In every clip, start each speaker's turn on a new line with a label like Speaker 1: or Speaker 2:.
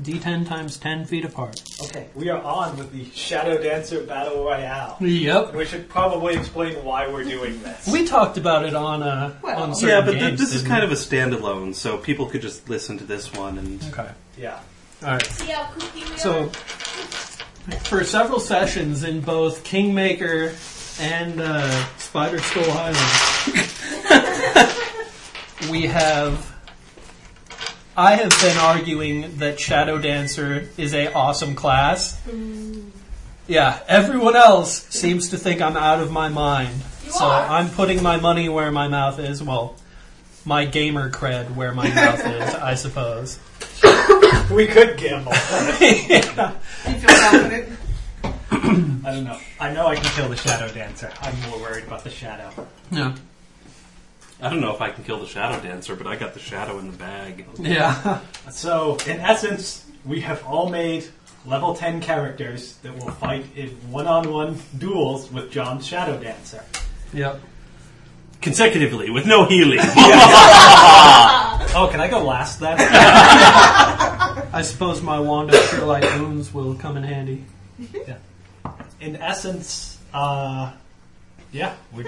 Speaker 1: D10 times 10 feet apart.
Speaker 2: Okay, we are on with the Shadow Dancer Battle Royale.
Speaker 1: Yep.
Speaker 2: We should probably explain why we're doing this.
Speaker 1: We talked about it on uh,
Speaker 2: Well,
Speaker 1: on
Speaker 3: yeah,
Speaker 1: certain
Speaker 3: but th-
Speaker 1: games,
Speaker 3: this is
Speaker 1: didn't
Speaker 3: kind of a standalone, so people could just listen to this one and.
Speaker 1: we? okay.
Speaker 2: yeah.
Speaker 1: All right.
Speaker 4: See how kooky we
Speaker 1: So,
Speaker 4: are?
Speaker 1: for several sessions in both Kingmaker and uh, Spider Skull Island, we have. I have been arguing that Shadow Dancer is a awesome class.
Speaker 4: Mm.
Speaker 1: Yeah, everyone else seems to think I'm out of my mind.
Speaker 4: You
Speaker 1: so
Speaker 4: are.
Speaker 1: I'm putting my money where my mouth is. Well, my gamer cred where my mouth is, I suppose.
Speaker 2: We could gamble.
Speaker 5: Do you feel confident?
Speaker 2: I don't know. I know I can kill the Shadow Dancer. I'm more worried about the Shadow.
Speaker 1: Yeah.
Speaker 3: I don't know if I can kill the Shadow Dancer, but I got the Shadow in the bag.
Speaker 1: Yeah.
Speaker 2: So, in essence, we have all made level 10 characters that will fight in one on one duels with John's Shadow Dancer.
Speaker 1: yep.
Speaker 3: Consecutively, with no healing.
Speaker 2: Oh, can I go last then?
Speaker 1: I suppose my wand of sure light wounds will come in handy.
Speaker 2: in essence, uh, yeah, we're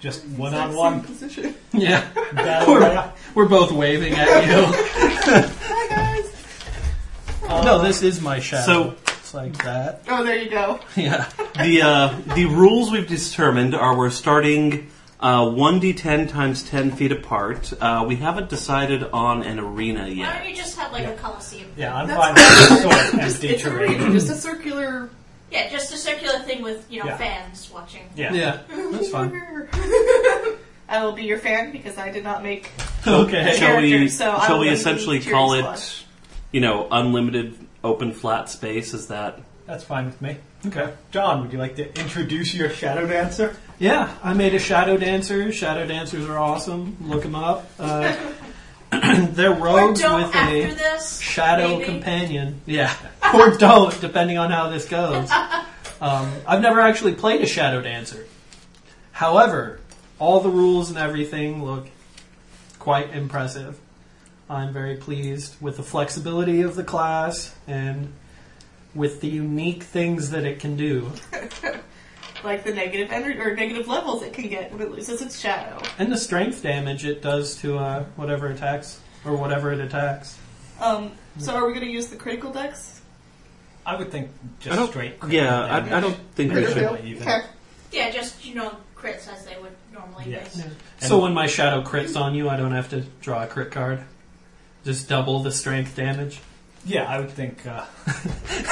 Speaker 2: just one on
Speaker 5: Same
Speaker 2: one
Speaker 5: position.
Speaker 1: Yeah,
Speaker 2: battle royale.
Speaker 1: we're both waving at you.
Speaker 5: Hi guys.
Speaker 4: Uh,
Speaker 1: no, this is my shadow.
Speaker 3: So-
Speaker 1: So it's like that.
Speaker 5: Oh, there you go.
Speaker 1: Yeah.
Speaker 3: the uh, the rules we've determined are we're starting uh, one d10 times 10 feet apart. Uh, we haven't decided on an arena
Speaker 4: Why don't
Speaker 3: yet.
Speaker 4: you just have like
Speaker 2: Yeah.
Speaker 4: a coliseum?
Speaker 2: Yeah, I'm
Speaker 5: That's
Speaker 2: fine with sort of
Speaker 5: Just,
Speaker 2: empty
Speaker 5: it's already
Speaker 2: terrain.
Speaker 5: just a circular.
Speaker 4: Yeah, just a circular thing with you know
Speaker 2: Yeah.
Speaker 4: fans watching.
Speaker 2: Yeah.
Speaker 1: Yeah. That's fine.
Speaker 5: I will be your fan because I did not make.
Speaker 1: Okay.
Speaker 3: Shall we?
Speaker 5: Character, so I
Speaker 3: shall we
Speaker 5: will
Speaker 3: essentially
Speaker 5: be
Speaker 3: call
Speaker 5: Fury
Speaker 3: it, you know, unlimited open flat space? Is that?
Speaker 2: That's fine with me.
Speaker 1: Okay.
Speaker 2: John, would you like to introduce your Shadow Dancer?
Speaker 1: Yeah, I made a shadow dancer. Shadow dancers are awesome. Look them up. Uh, they're
Speaker 4: Or
Speaker 1: rogues
Speaker 4: don't
Speaker 1: with
Speaker 4: after
Speaker 1: a
Speaker 4: this.
Speaker 1: shadow
Speaker 4: maybe.
Speaker 1: companion. Yeah. or don't, depending on how this goes. Um, I've never actually played a shadow dancer. However, all the rules and everything look quite impressive. I'm very pleased with the flexibility of the class and with the unique things that it can do.
Speaker 5: Like the negative energy or negative levels it can get when it loses its shadow.
Speaker 1: And the strength damage it does to uh, whatever attacks or whatever it attacks.
Speaker 5: Um. So are we going to use the critical dex?
Speaker 2: I would think
Speaker 3: I
Speaker 2: just
Speaker 3: don't-
Speaker 2: straight.
Speaker 3: Yeah, I, I don't think we should.
Speaker 2: Even.
Speaker 4: Yeah, just you know crits as they would normally.
Speaker 2: Yes.
Speaker 4: be.
Speaker 1: So when my shadow crits on you, I don't have to draw a crit card. Just double the strength damage.
Speaker 2: Yeah, I would think uh,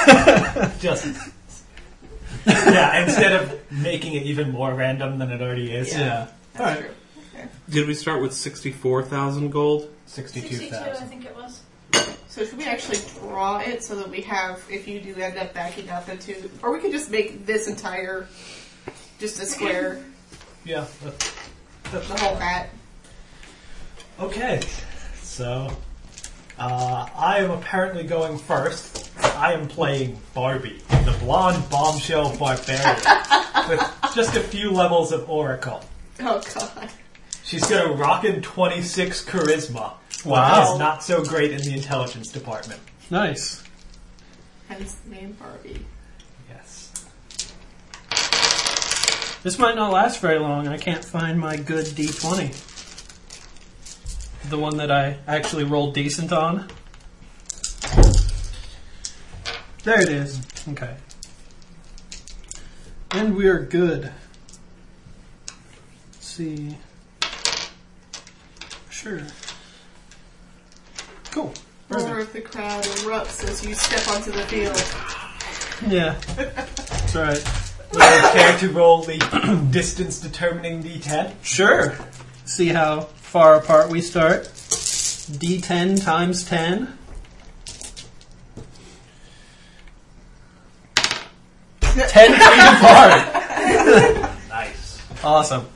Speaker 2: just. yeah, instead of making it even more random than it already is.
Speaker 5: Yeah. That's
Speaker 1: All right.
Speaker 5: true.
Speaker 3: Did we start with sixty-four thousand gold?
Speaker 2: 62,000.
Speaker 4: 62, I think it was.
Speaker 5: So should we actually draw it so that we have, if you do end up backing up into, or we could just make this entire, just a square,
Speaker 2: Yeah. that-
Speaker 5: the whole hat.
Speaker 2: Okay. So, uh, I am apparently going first. I am playing Barbie, the blonde bombshell barbarian, with just a few levels of Oracle.
Speaker 5: Oh god.
Speaker 2: She's got a rockin' 26 charisma.
Speaker 1: Wow.
Speaker 2: Is not so great in the intelligence department.
Speaker 1: Nice.
Speaker 5: Hence the name Barbie.
Speaker 2: Yes.
Speaker 1: This might not last very long. I can't find my good d20. The one that I actually rolled decent on. There it is. Okay. And we are good. Let's see. Sure. Cool.
Speaker 5: Roar of the crowd erupts as you step onto the field.
Speaker 1: Yeah. It's alright.
Speaker 2: Would you care to roll the distance determining d10?
Speaker 1: Sure. See how far apart we start. D10 times 10. Ten feet apart.
Speaker 2: Nice.
Speaker 1: Awesome.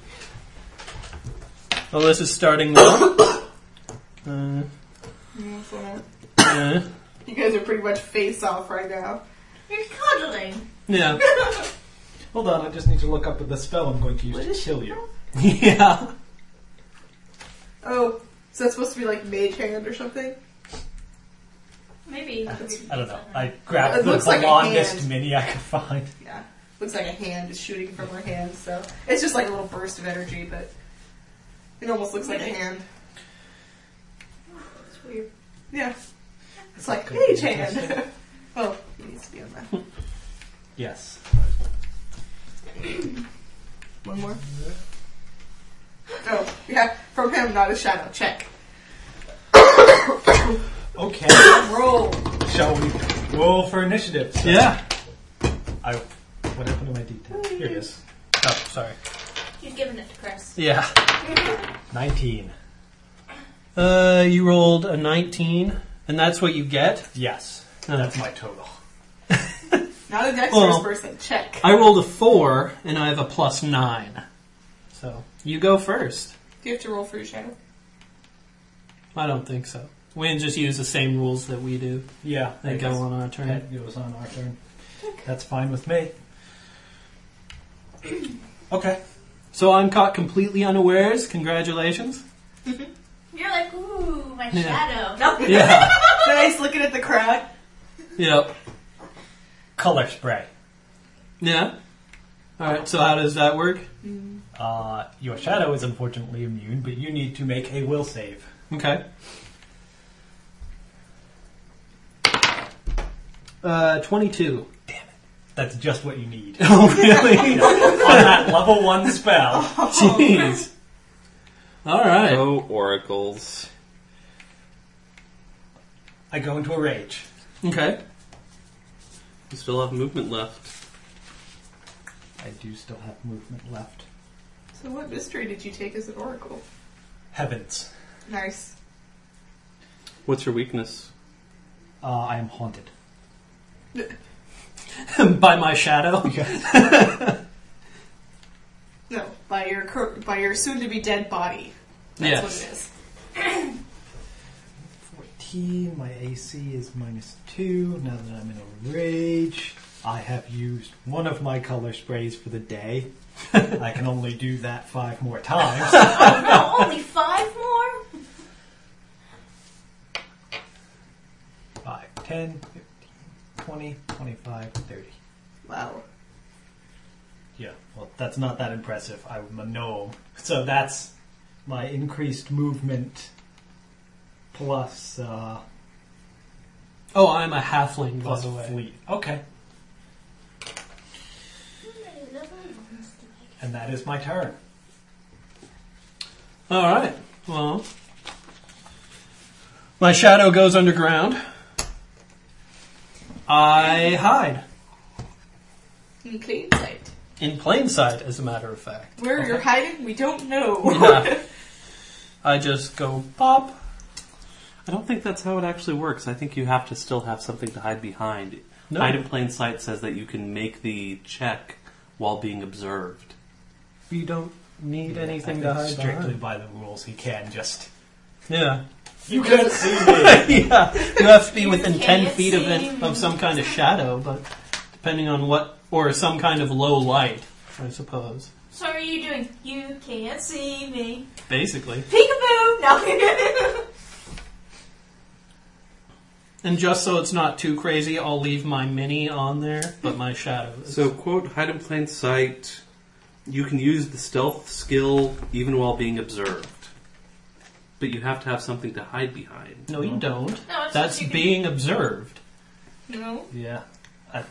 Speaker 1: Well, this is starting well. Uh,
Speaker 5: Yeah, so-
Speaker 1: yeah.
Speaker 5: You guys are pretty much face off right now.
Speaker 4: You're cuddling.
Speaker 1: Yeah.
Speaker 2: Hold on, I just need to look up the spell I'm going to use
Speaker 5: What
Speaker 2: to
Speaker 5: is she
Speaker 2: kill you.
Speaker 1: Yeah.
Speaker 5: Oh, so that's supposed to be like mage hand or something?
Speaker 4: Maybe.
Speaker 2: I don't know. I grabbed
Speaker 5: It
Speaker 2: the
Speaker 5: looks like a
Speaker 2: blondest
Speaker 5: hand.
Speaker 2: mini I could find.
Speaker 5: Yeah. Looks like a hand is shooting from her hand, so it's just like a little burst of energy, but it almost looks like a hand.
Speaker 4: It's weird.
Speaker 5: Yeah. It's like,
Speaker 2: Okay,
Speaker 5: hey, hand. oh, he needs to be on that.
Speaker 2: Yes.
Speaker 5: One more. Oh, yeah. From him, not a shadow. Check.
Speaker 2: Okay.
Speaker 5: Roll.
Speaker 2: Shall we roll for initiative? So
Speaker 1: Yeah.
Speaker 2: I, what happened to my D10? Here it is. Oh, sorry.
Speaker 4: He's giving it to Chris.
Speaker 1: Yeah.
Speaker 2: 19.
Speaker 1: Uh, you rolled a 19, and that's what you get? Oh,
Speaker 2: Yes.
Speaker 1: No,
Speaker 2: That's my total.
Speaker 5: Not a dexterous
Speaker 1: Well-
Speaker 5: person. Check.
Speaker 1: I rolled a 4, and I have a plus 9. So, you go first.
Speaker 5: Do you have to roll for your shadow?
Speaker 1: I don't think so. We can just use the same rules that we do.
Speaker 2: Yeah.
Speaker 1: They go on our turn.
Speaker 2: Okay, it was on our turn. That's fine with me. Okay.
Speaker 1: So I'm caught completely unawares. Congratulations.
Speaker 4: You're like, ooh, my
Speaker 1: Yeah.
Speaker 4: shadow. No.
Speaker 1: Yeah.
Speaker 5: Nice looking at the crowd.
Speaker 1: yep.
Speaker 2: Color spray.
Speaker 1: Yeah. All right. So how does that work?
Speaker 2: Uh, your shadow is unfortunately immune, but you need to make a will save.
Speaker 1: Okay. Uh, twenty-two.
Speaker 2: That's just what you need.
Speaker 1: Oh, really?
Speaker 2: on that level one spell.
Speaker 1: Jeez. All right.
Speaker 6: Oh, oracles.
Speaker 2: I go into a rage.
Speaker 1: Okay.
Speaker 3: You still have movement left.
Speaker 2: I do still have movement left.
Speaker 5: So, what mystery did you take as an oracle?
Speaker 2: Heavens.
Speaker 5: Nice.
Speaker 3: What's your weakness?
Speaker 2: Uh, I am haunted.
Speaker 1: By my shadow.
Speaker 5: No, by your cur- by your soon-to-be dead body. That's
Speaker 1: Yes.
Speaker 5: what it is.
Speaker 2: 14, my AC is minus 2. Now that I'm in a rage, I have used one of my color sprays for the day. I can only do that five more times.
Speaker 4: no, only five more?
Speaker 2: 5, 10, 15, 20, 25, 30.
Speaker 5: Wow.
Speaker 2: Yeah, well, that's not that impressive. I'm a gnome. So that's my increased movement plus, uh,
Speaker 1: Oh, I'm a halfling, by
Speaker 2: plus
Speaker 1: the way.
Speaker 2: fleet. Okay, and that is my turn.
Speaker 1: All right. Well, my shadow goes underground. I hide
Speaker 5: In plain sight.
Speaker 1: in plain sight, as a matter of fact.
Speaker 5: Where you're hiding, we don't know.
Speaker 1: Yeah. I just go pop.
Speaker 3: I don't think that's how it actually works. I think you have to still have something to hide behind.
Speaker 1: No.
Speaker 3: Hide in plain sight says that you can make the check while being observed.
Speaker 1: You don't need anything
Speaker 2: I
Speaker 1: to
Speaker 2: think
Speaker 1: hide
Speaker 2: strictly
Speaker 1: behind.
Speaker 2: by the rules. He can just.
Speaker 1: Yeah.
Speaker 2: You can't see me.
Speaker 1: yeah. You have to be
Speaker 4: You
Speaker 1: within
Speaker 4: can't
Speaker 1: 10 feet of
Speaker 4: see
Speaker 1: it,
Speaker 4: me.
Speaker 1: of some kind of shadow, but depending on what, or some kind of low light, I suppose.
Speaker 4: So what are you doing? You can't see me.
Speaker 1: Basically.
Speaker 4: Peekaboo! No.
Speaker 1: And just so it's not too crazy, I'll leave my mini on there, but my shadow is.
Speaker 3: So, quote, hide in plain sight. You can use the stealth skill even while being observed. But you have to have something to hide behind.
Speaker 1: no, you don't.
Speaker 4: No, it's
Speaker 1: That's
Speaker 4: you can-
Speaker 1: being observed.
Speaker 5: no.
Speaker 2: yeah, I,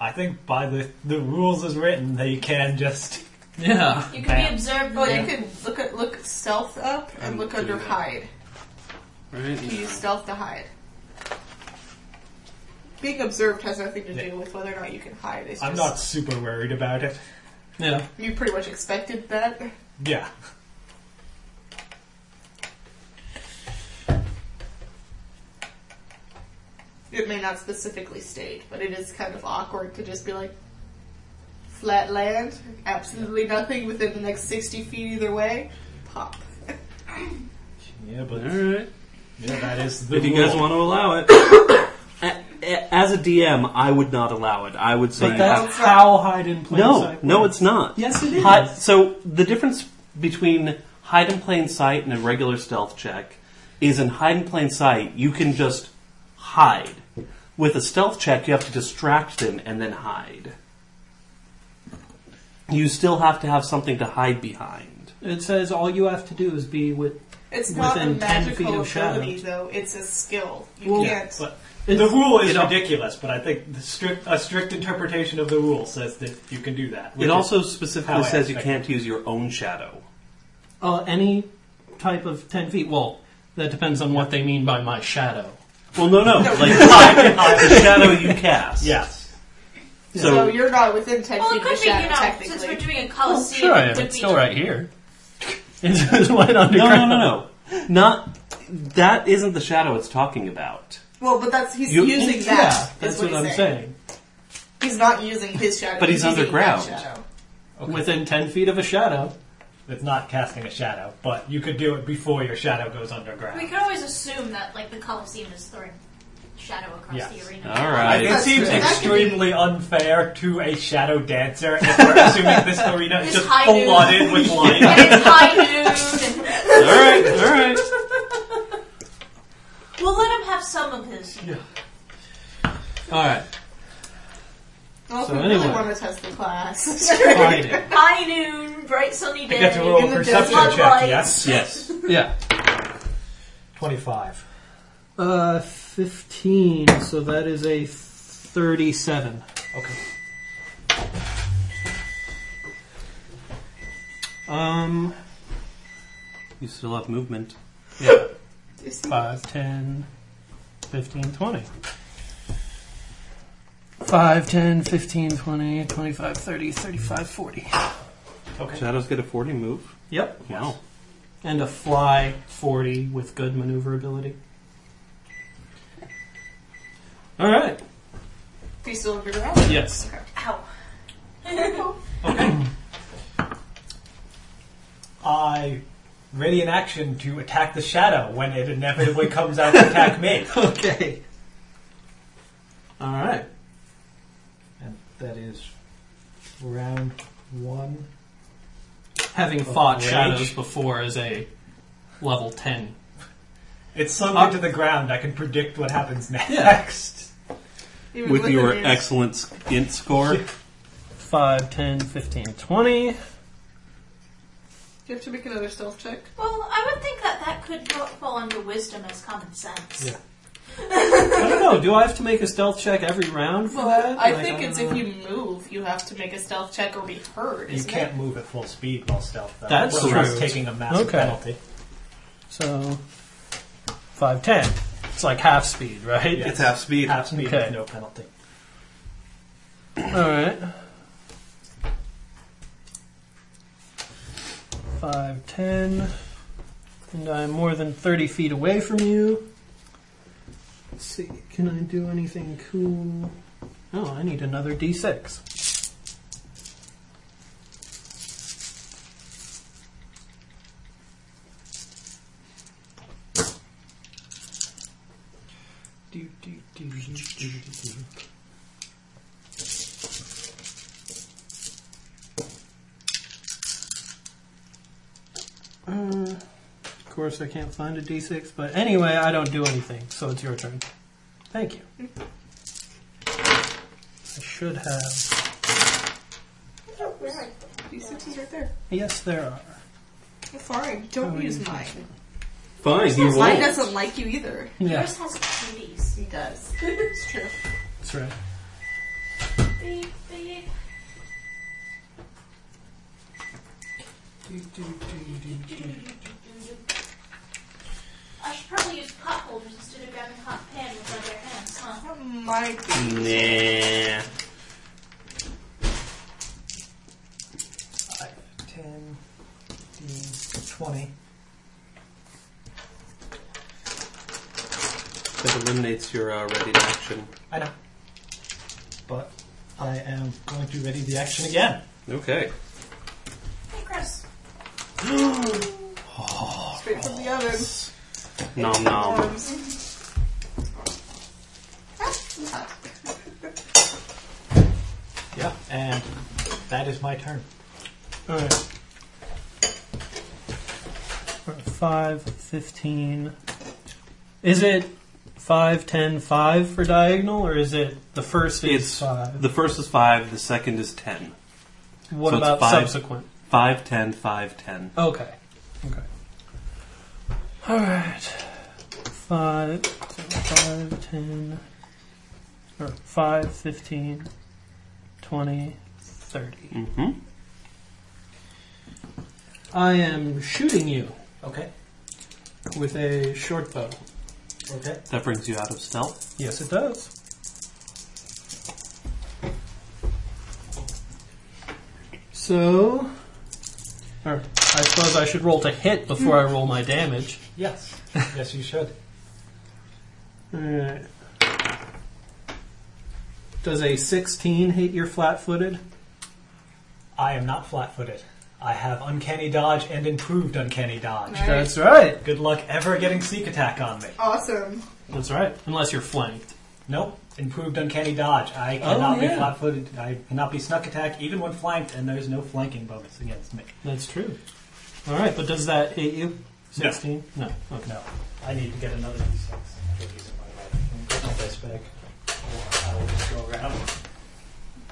Speaker 2: I think by the the rules as written, they can just.
Speaker 1: Yeah.
Speaker 4: You can
Speaker 2: Bam.
Speaker 4: be observed.
Speaker 5: Oh,
Speaker 4: by
Speaker 5: you can look at look stealth up and
Speaker 3: I'm
Speaker 5: look under
Speaker 3: doing it.
Speaker 5: hide.
Speaker 3: Right?
Speaker 5: You use stealth to hide. Being observed has nothing to do with whether or not you can hide. It's
Speaker 2: I'm
Speaker 5: just-
Speaker 2: not super worried about it.
Speaker 1: Yeah.
Speaker 5: You pretty much expected that.
Speaker 2: Yeah.
Speaker 5: It may not specifically state, but it is kind of awkward to just be like, flat land, absolutely nothing within the next 60 feet either way, pop.
Speaker 2: Yeah, but
Speaker 3: Alright.
Speaker 2: yeah, that is the
Speaker 3: If you
Speaker 2: rule.
Speaker 3: guys want to allow it. A- a- As a DM, I would not allow it. I would say
Speaker 1: But
Speaker 3: you have-
Speaker 1: that's how hide in plain
Speaker 3: No,
Speaker 1: sight
Speaker 3: no,
Speaker 1: works.
Speaker 3: it's not.
Speaker 1: Yes, it is.
Speaker 3: Hi- so the difference between hide in plain sight and a regular stealth check is in hide in plain sight you can just hide. With a stealth check, you have to distract them and then hide. You still have to have something to hide behind.
Speaker 1: It says all you have to do is be with.
Speaker 5: It's not a
Speaker 1: Within 10 feet
Speaker 5: magical
Speaker 1: of shadow.
Speaker 5: ability, though. It's a skill. You
Speaker 1: Well,
Speaker 5: can't.
Speaker 2: But the rule is
Speaker 3: it al-
Speaker 2: ridiculous, but I think the strict, a strict interpretation of the rule says that you can do that. which
Speaker 3: It
Speaker 2: is-
Speaker 3: also
Speaker 2: how I
Speaker 3: specifically says you
Speaker 2: expect
Speaker 3: can't use your own shadow.
Speaker 1: Uh, any type of 10 feet. Well, that depends on what they mean by my shadow.
Speaker 3: Well, no, no, like hide, hide the shadow you cast.
Speaker 2: yes.
Speaker 5: so,
Speaker 3: So
Speaker 5: you're not within 10
Speaker 4: Well,
Speaker 5: feet of
Speaker 4: it
Speaker 5: the
Speaker 4: could be, you
Speaker 5: shadow,
Speaker 4: know, since we're
Speaker 5: technically.
Speaker 4: doing a coliseum, it would be
Speaker 1: here. It's just went
Speaker 3: no,
Speaker 1: underground.
Speaker 3: no, no, no, not that isn't the shadow it's talking about.
Speaker 5: Well, but that's he's
Speaker 3: You-
Speaker 5: using
Speaker 1: Yeah,
Speaker 5: that. is
Speaker 1: that's what,
Speaker 5: he's
Speaker 1: I'm saying.
Speaker 5: He's not using his shadow.
Speaker 3: But he's
Speaker 5: using that
Speaker 3: underground.
Speaker 5: shadow.
Speaker 1: Within 10 feet of a shadow.
Speaker 2: It's not casting a shadow, but you could do it before your shadow goes underground.
Speaker 4: We could always assume that, like, the coliseum is throwing shadow across
Speaker 2: Yes.
Speaker 4: the arena.
Speaker 3: All
Speaker 2: I-
Speaker 3: right.
Speaker 2: It
Speaker 5: That's
Speaker 2: seems
Speaker 5: true. That could
Speaker 2: extremely unfair to a shadow dancer if we're assuming this arena is
Speaker 4: It's
Speaker 2: just
Speaker 4: high
Speaker 2: full on
Speaker 4: noon.
Speaker 2: in with light.
Speaker 4: And it's high noon. And,
Speaker 3: All right. All right.
Speaker 4: we'll let him have some of his.
Speaker 1: Alright.
Speaker 5: Well, if
Speaker 1: So
Speaker 5: we really
Speaker 1: anyway.
Speaker 5: want to test the class.
Speaker 1: Hiding.
Speaker 4: High noon, bright sunny
Speaker 2: You get to
Speaker 4: day.
Speaker 2: roll
Speaker 5: In
Speaker 2: a
Speaker 5: the
Speaker 2: perception
Speaker 4: desert.
Speaker 2: check,
Speaker 4: Lights.
Speaker 2: yes?
Speaker 3: Yes.
Speaker 1: Yeah.
Speaker 2: 25.
Speaker 1: Uh, 15, so that is a 37.
Speaker 2: Okay.
Speaker 1: Um,
Speaker 3: You still have movement.
Speaker 1: yeah.
Speaker 5: Just-
Speaker 1: 5, 10, 15, 20. 5, 10, 15, 20, 25, 30, 35, 40.
Speaker 2: Okay.
Speaker 3: Shadows get a forty move.
Speaker 1: Yep.
Speaker 3: Wow.
Speaker 1: And a fly 40 with good maneuverability. Alright.
Speaker 5: Do you still underground?
Speaker 1: Yes.
Speaker 4: Ow.
Speaker 2: I ready an action to attack the shadow when it inevitably comes out to attack me.
Speaker 1: Okay. Alright.
Speaker 2: And that is round one.
Speaker 1: Having fought
Speaker 2: Rage.
Speaker 1: shadows before as a level 10.
Speaker 2: It's sunk
Speaker 1: Uh,
Speaker 2: into the ground. I can predict what happens next.
Speaker 5: Even
Speaker 3: With
Speaker 5: the
Speaker 3: your
Speaker 5: news.
Speaker 3: excellent sk- int score,
Speaker 1: 5, 10, 15, 20.
Speaker 5: Do you have to make another stealth check?
Speaker 4: Well, I would think that that could go- fall under wisdom as common sense.
Speaker 2: Yeah.
Speaker 1: I don't know. Do I have to make a stealth check every round for that?
Speaker 5: I
Speaker 1: Like,
Speaker 5: think
Speaker 1: don't
Speaker 5: it's if
Speaker 1: know.
Speaker 5: you move, you have to make a stealth check or be heard.
Speaker 2: You
Speaker 5: isn't
Speaker 2: can't move at full speed while stealth, though.
Speaker 1: That's
Speaker 2: Well, that's
Speaker 1: true.
Speaker 2: taking a massive
Speaker 1: Okay.
Speaker 2: penalty.
Speaker 1: So, 5, 10. It's like half speed, right?
Speaker 2: Yeah.
Speaker 3: it's half speed.
Speaker 2: Half speed
Speaker 1: Okay.
Speaker 2: with no penalty.
Speaker 1: Alright. 5, 10. And I'm more than 30 feet away from you. Let's see. Can I do anything cool? Oh, I need another d6. Do, do, do, do, do, do, do. Uh, of course, I can't find a d6, but anyway, I don't do anything, so it's your turn. Thank you. I should have.
Speaker 5: Oh, it? D6 is right there.
Speaker 1: Yes, there are.
Speaker 5: I'm sorry, don't
Speaker 1: Oh,
Speaker 5: use
Speaker 1: yeah.
Speaker 5: mine.
Speaker 3: Fine. He
Speaker 5: Mine
Speaker 3: rolled.
Speaker 5: doesn't like you either.
Speaker 1: Yeah,
Speaker 4: Yours has cuties.
Speaker 5: He does. it's true.
Speaker 1: that's right.
Speaker 4: Beep, beep. I should probably use pot holders instead of grabbing hot pan with my bare hands, huh?
Speaker 5: That might
Speaker 3: Nah.
Speaker 2: 5, 10, 15, 20.
Speaker 3: That eliminates your uh, ready to action.
Speaker 2: I know. But I am going to ready the action again.
Speaker 3: Okay.
Speaker 4: Hey, Chris.
Speaker 5: be straight from the oven.
Speaker 3: Nom nom.
Speaker 5: Arms.
Speaker 2: Yeah, and that is my turn.
Speaker 1: Alright. 5, 15. Is it 5, 10, 5 for diagonal, or is it the first is
Speaker 3: It's
Speaker 1: 5?
Speaker 3: The first is 5, the second is 10.
Speaker 1: what
Speaker 3: so it's
Speaker 1: about
Speaker 3: five.
Speaker 1: subsequent?
Speaker 3: 5, 10, 5, 10.
Speaker 1: Okay. Okay. Alright. 5, 10, 5, 10, or 5, 15, 20, 30.
Speaker 3: Mm-hmm.
Speaker 1: I am shooting you
Speaker 2: Okay.
Speaker 1: with a short bow.
Speaker 2: Okay.
Speaker 3: That brings you out of stealth.
Speaker 1: Yes, it does. So, or I suppose I should roll to hit before I roll my damage.
Speaker 2: Yes. yes, you should.
Speaker 1: Alright. Does a 16 hit your flat footed?
Speaker 2: I am not flat-footed. I have uncanny dodge and improved uncanny dodge.
Speaker 5: Nice.
Speaker 1: That's right.
Speaker 2: Good luck ever getting sneak attack on me.
Speaker 5: Awesome.
Speaker 1: That's right. Unless you're flanked.
Speaker 2: Nope. Improved uncanny dodge. I cannot be
Speaker 1: yeah.
Speaker 2: flat-footed. I cannot be snuck attack even when flanked, and there's no flanking bonus against me.
Speaker 1: That's true. Alright, but does that hit you?
Speaker 2: No.
Speaker 1: 16? No. Okay.
Speaker 2: No. I need to get another d6. I put these in my bag. I'm gonna put this back. Or I will just go around.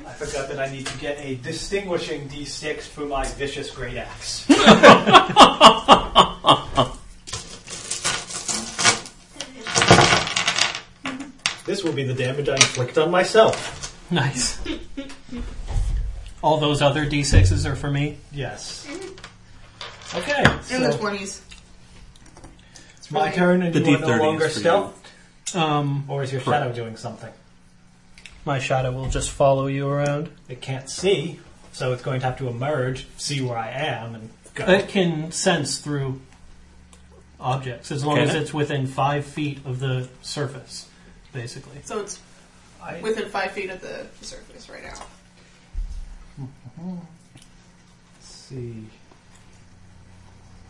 Speaker 2: I forgot that I need to get a distinguishing d6 for my vicious great axe. this will be the damage I inflict on myself.
Speaker 1: Nice. All those other d6s are for me?
Speaker 2: Yes. Okay.
Speaker 5: In the
Speaker 2: So
Speaker 5: twenties.
Speaker 2: it's my turn, and
Speaker 3: The
Speaker 2: you are no
Speaker 3: D30
Speaker 2: longer
Speaker 3: is for you.
Speaker 2: stealth.
Speaker 1: Um,
Speaker 2: Or is your
Speaker 3: Correct.
Speaker 2: shadow doing something?
Speaker 1: my shadow will just follow you around.
Speaker 2: It can't see, so it's going to have to emerge, see where I am, and go.
Speaker 1: It can sense through objects as long
Speaker 3: Can
Speaker 1: as
Speaker 3: it?
Speaker 1: it's within five feet of the surface, basically.
Speaker 5: So it's
Speaker 2: I-
Speaker 5: within five feet of the surface right now.
Speaker 2: Let's see.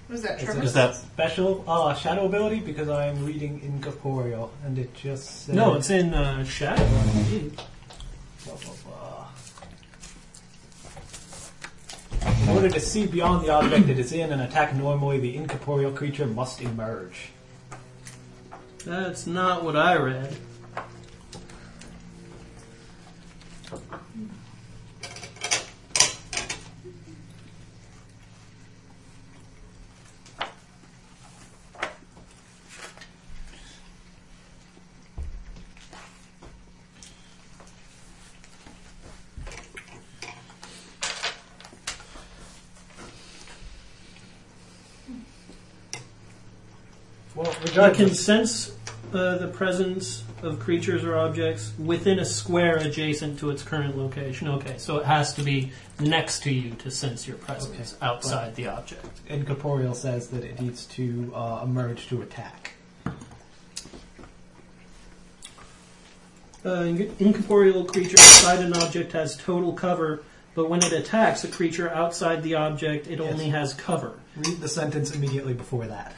Speaker 5: What is that,
Speaker 2: Is
Speaker 5: Trevor?
Speaker 2: it-
Speaker 3: Is that
Speaker 2: Special uh, shadow ability because I am reading incorporeal, and it just says.
Speaker 1: No, it's in uh, shadow. I believe.
Speaker 2: Blah, blah, blah. In order to see beyond the object it is in and attack normally, the incorporeal creature must emerge.
Speaker 1: That's not what I read.
Speaker 2: Well,
Speaker 1: It can
Speaker 2: regardless,
Speaker 1: sense uh, the presence of creatures or objects within a square adjacent to its current location. Okay, so it has to be next to you to sense your presence
Speaker 2: Okay.
Speaker 1: outside the object.
Speaker 2: incorporeal says that it needs to uh, emerge to attack.
Speaker 1: Uh, inc- incorporeal creature inside an object has total cover, but when it attacks a creature outside the object, it
Speaker 2: Yes.
Speaker 1: only has cover.
Speaker 2: Read the sentence immediately before that.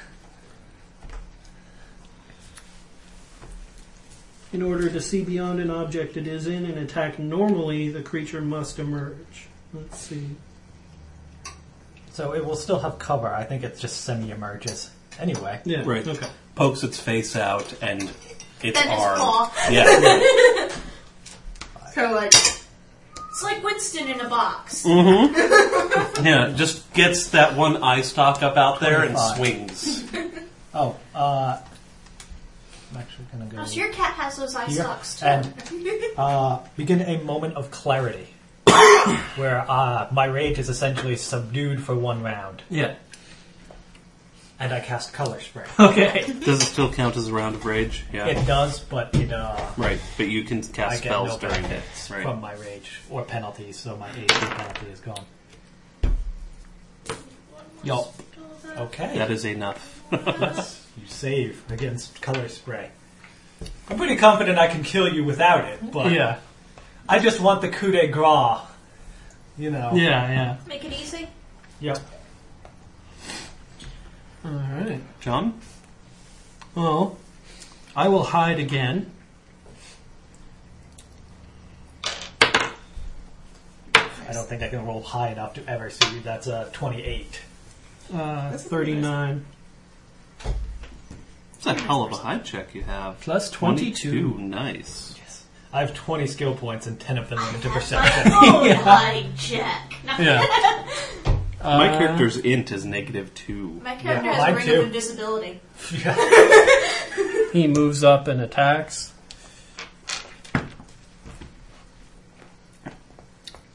Speaker 1: In order to see beyond an object it is in and attack normally, the creature must emerge. Let's see.
Speaker 2: So it will still have cover. I think it's just semi emerges. Anyway.
Speaker 1: Yeah.
Speaker 3: Right.
Speaker 1: Okay.
Speaker 3: pokes its face out and its
Speaker 4: Then
Speaker 3: arm.
Speaker 4: it's paw.
Speaker 3: Yeah.
Speaker 5: It's kind of like
Speaker 4: It's like Winston in a box.
Speaker 3: mm-hmm. Yeah, just gets that one eye stalk up out there and
Speaker 2: 25.
Speaker 3: swings.
Speaker 2: Oh, uh. I'm actually gonna go.
Speaker 4: Oh, so your cat has those eye
Speaker 2: Here.
Speaker 4: stalks too.
Speaker 2: And uh, begin a moment of clarity, where uh, my rage is essentially subdued for one round,
Speaker 1: Yeah.
Speaker 2: and I cast Color Spray.
Speaker 1: Okay.
Speaker 3: Does it still count as a round of rage? Yeah.
Speaker 2: It does, but it uh,
Speaker 3: Right, but you can
Speaker 2: I
Speaker 3: cast
Speaker 2: get
Speaker 3: spells
Speaker 2: no
Speaker 3: during it.
Speaker 2: benefits
Speaker 3: Right.
Speaker 2: from my rage or penalties, so my AC penalty is gone.
Speaker 1: Yo.
Speaker 2: Okay,
Speaker 3: That is enough.
Speaker 2: Yes, you save against Color Spray. I'm pretty confident I can kill you without it, but
Speaker 1: Yeah.
Speaker 2: I just want the coup de grace. You know.
Speaker 1: Yeah. Yeah.
Speaker 4: Make it easy.
Speaker 2: Yep.
Speaker 1: All right.
Speaker 3: John?
Speaker 1: Well, I will hide again.
Speaker 2: I don't think I can roll high enough to ever see you. That's a 28.
Speaker 1: Uh,
Speaker 5: That's a
Speaker 1: Thirty-nine.
Speaker 3: That's a hell of a high check you have.
Speaker 1: Plus 22.
Speaker 3: 22, Nice.
Speaker 2: I have 20 skill points and 10 of them went into
Speaker 4: That's
Speaker 2: perception.
Speaker 4: my own
Speaker 1: Yeah.
Speaker 4: high oh, check. No.
Speaker 1: Yeah.
Speaker 3: My
Speaker 1: Uh,
Speaker 3: character's int is negative 2.
Speaker 4: My character
Speaker 2: Yeah.
Speaker 4: has
Speaker 2: Mine
Speaker 4: a ring
Speaker 2: too.
Speaker 4: of invisibility.
Speaker 2: Yeah.
Speaker 1: He moves up and attacks.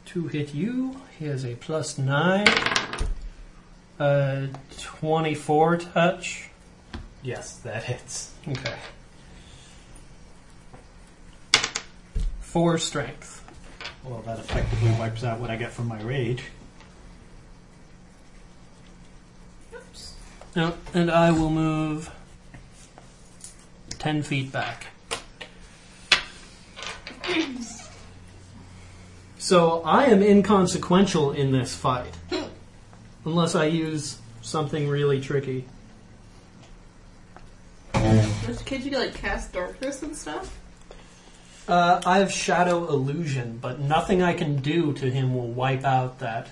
Speaker 1: To hit you, he has a plus nine. Uh, 24 touch.
Speaker 2: yes, that hits.
Speaker 1: Okay. Four strength.
Speaker 2: Well, that effectively wipes out what I get from my rage.
Speaker 4: Oops.
Speaker 1: Yep, and I will move 10 feet back. So I am inconsequential in this fight. Unless I use something really tricky.
Speaker 5: Can't you like cast darkness and stuff?
Speaker 1: Uh, I have Shadow Illusion, but nothing I can do to him will wipe out that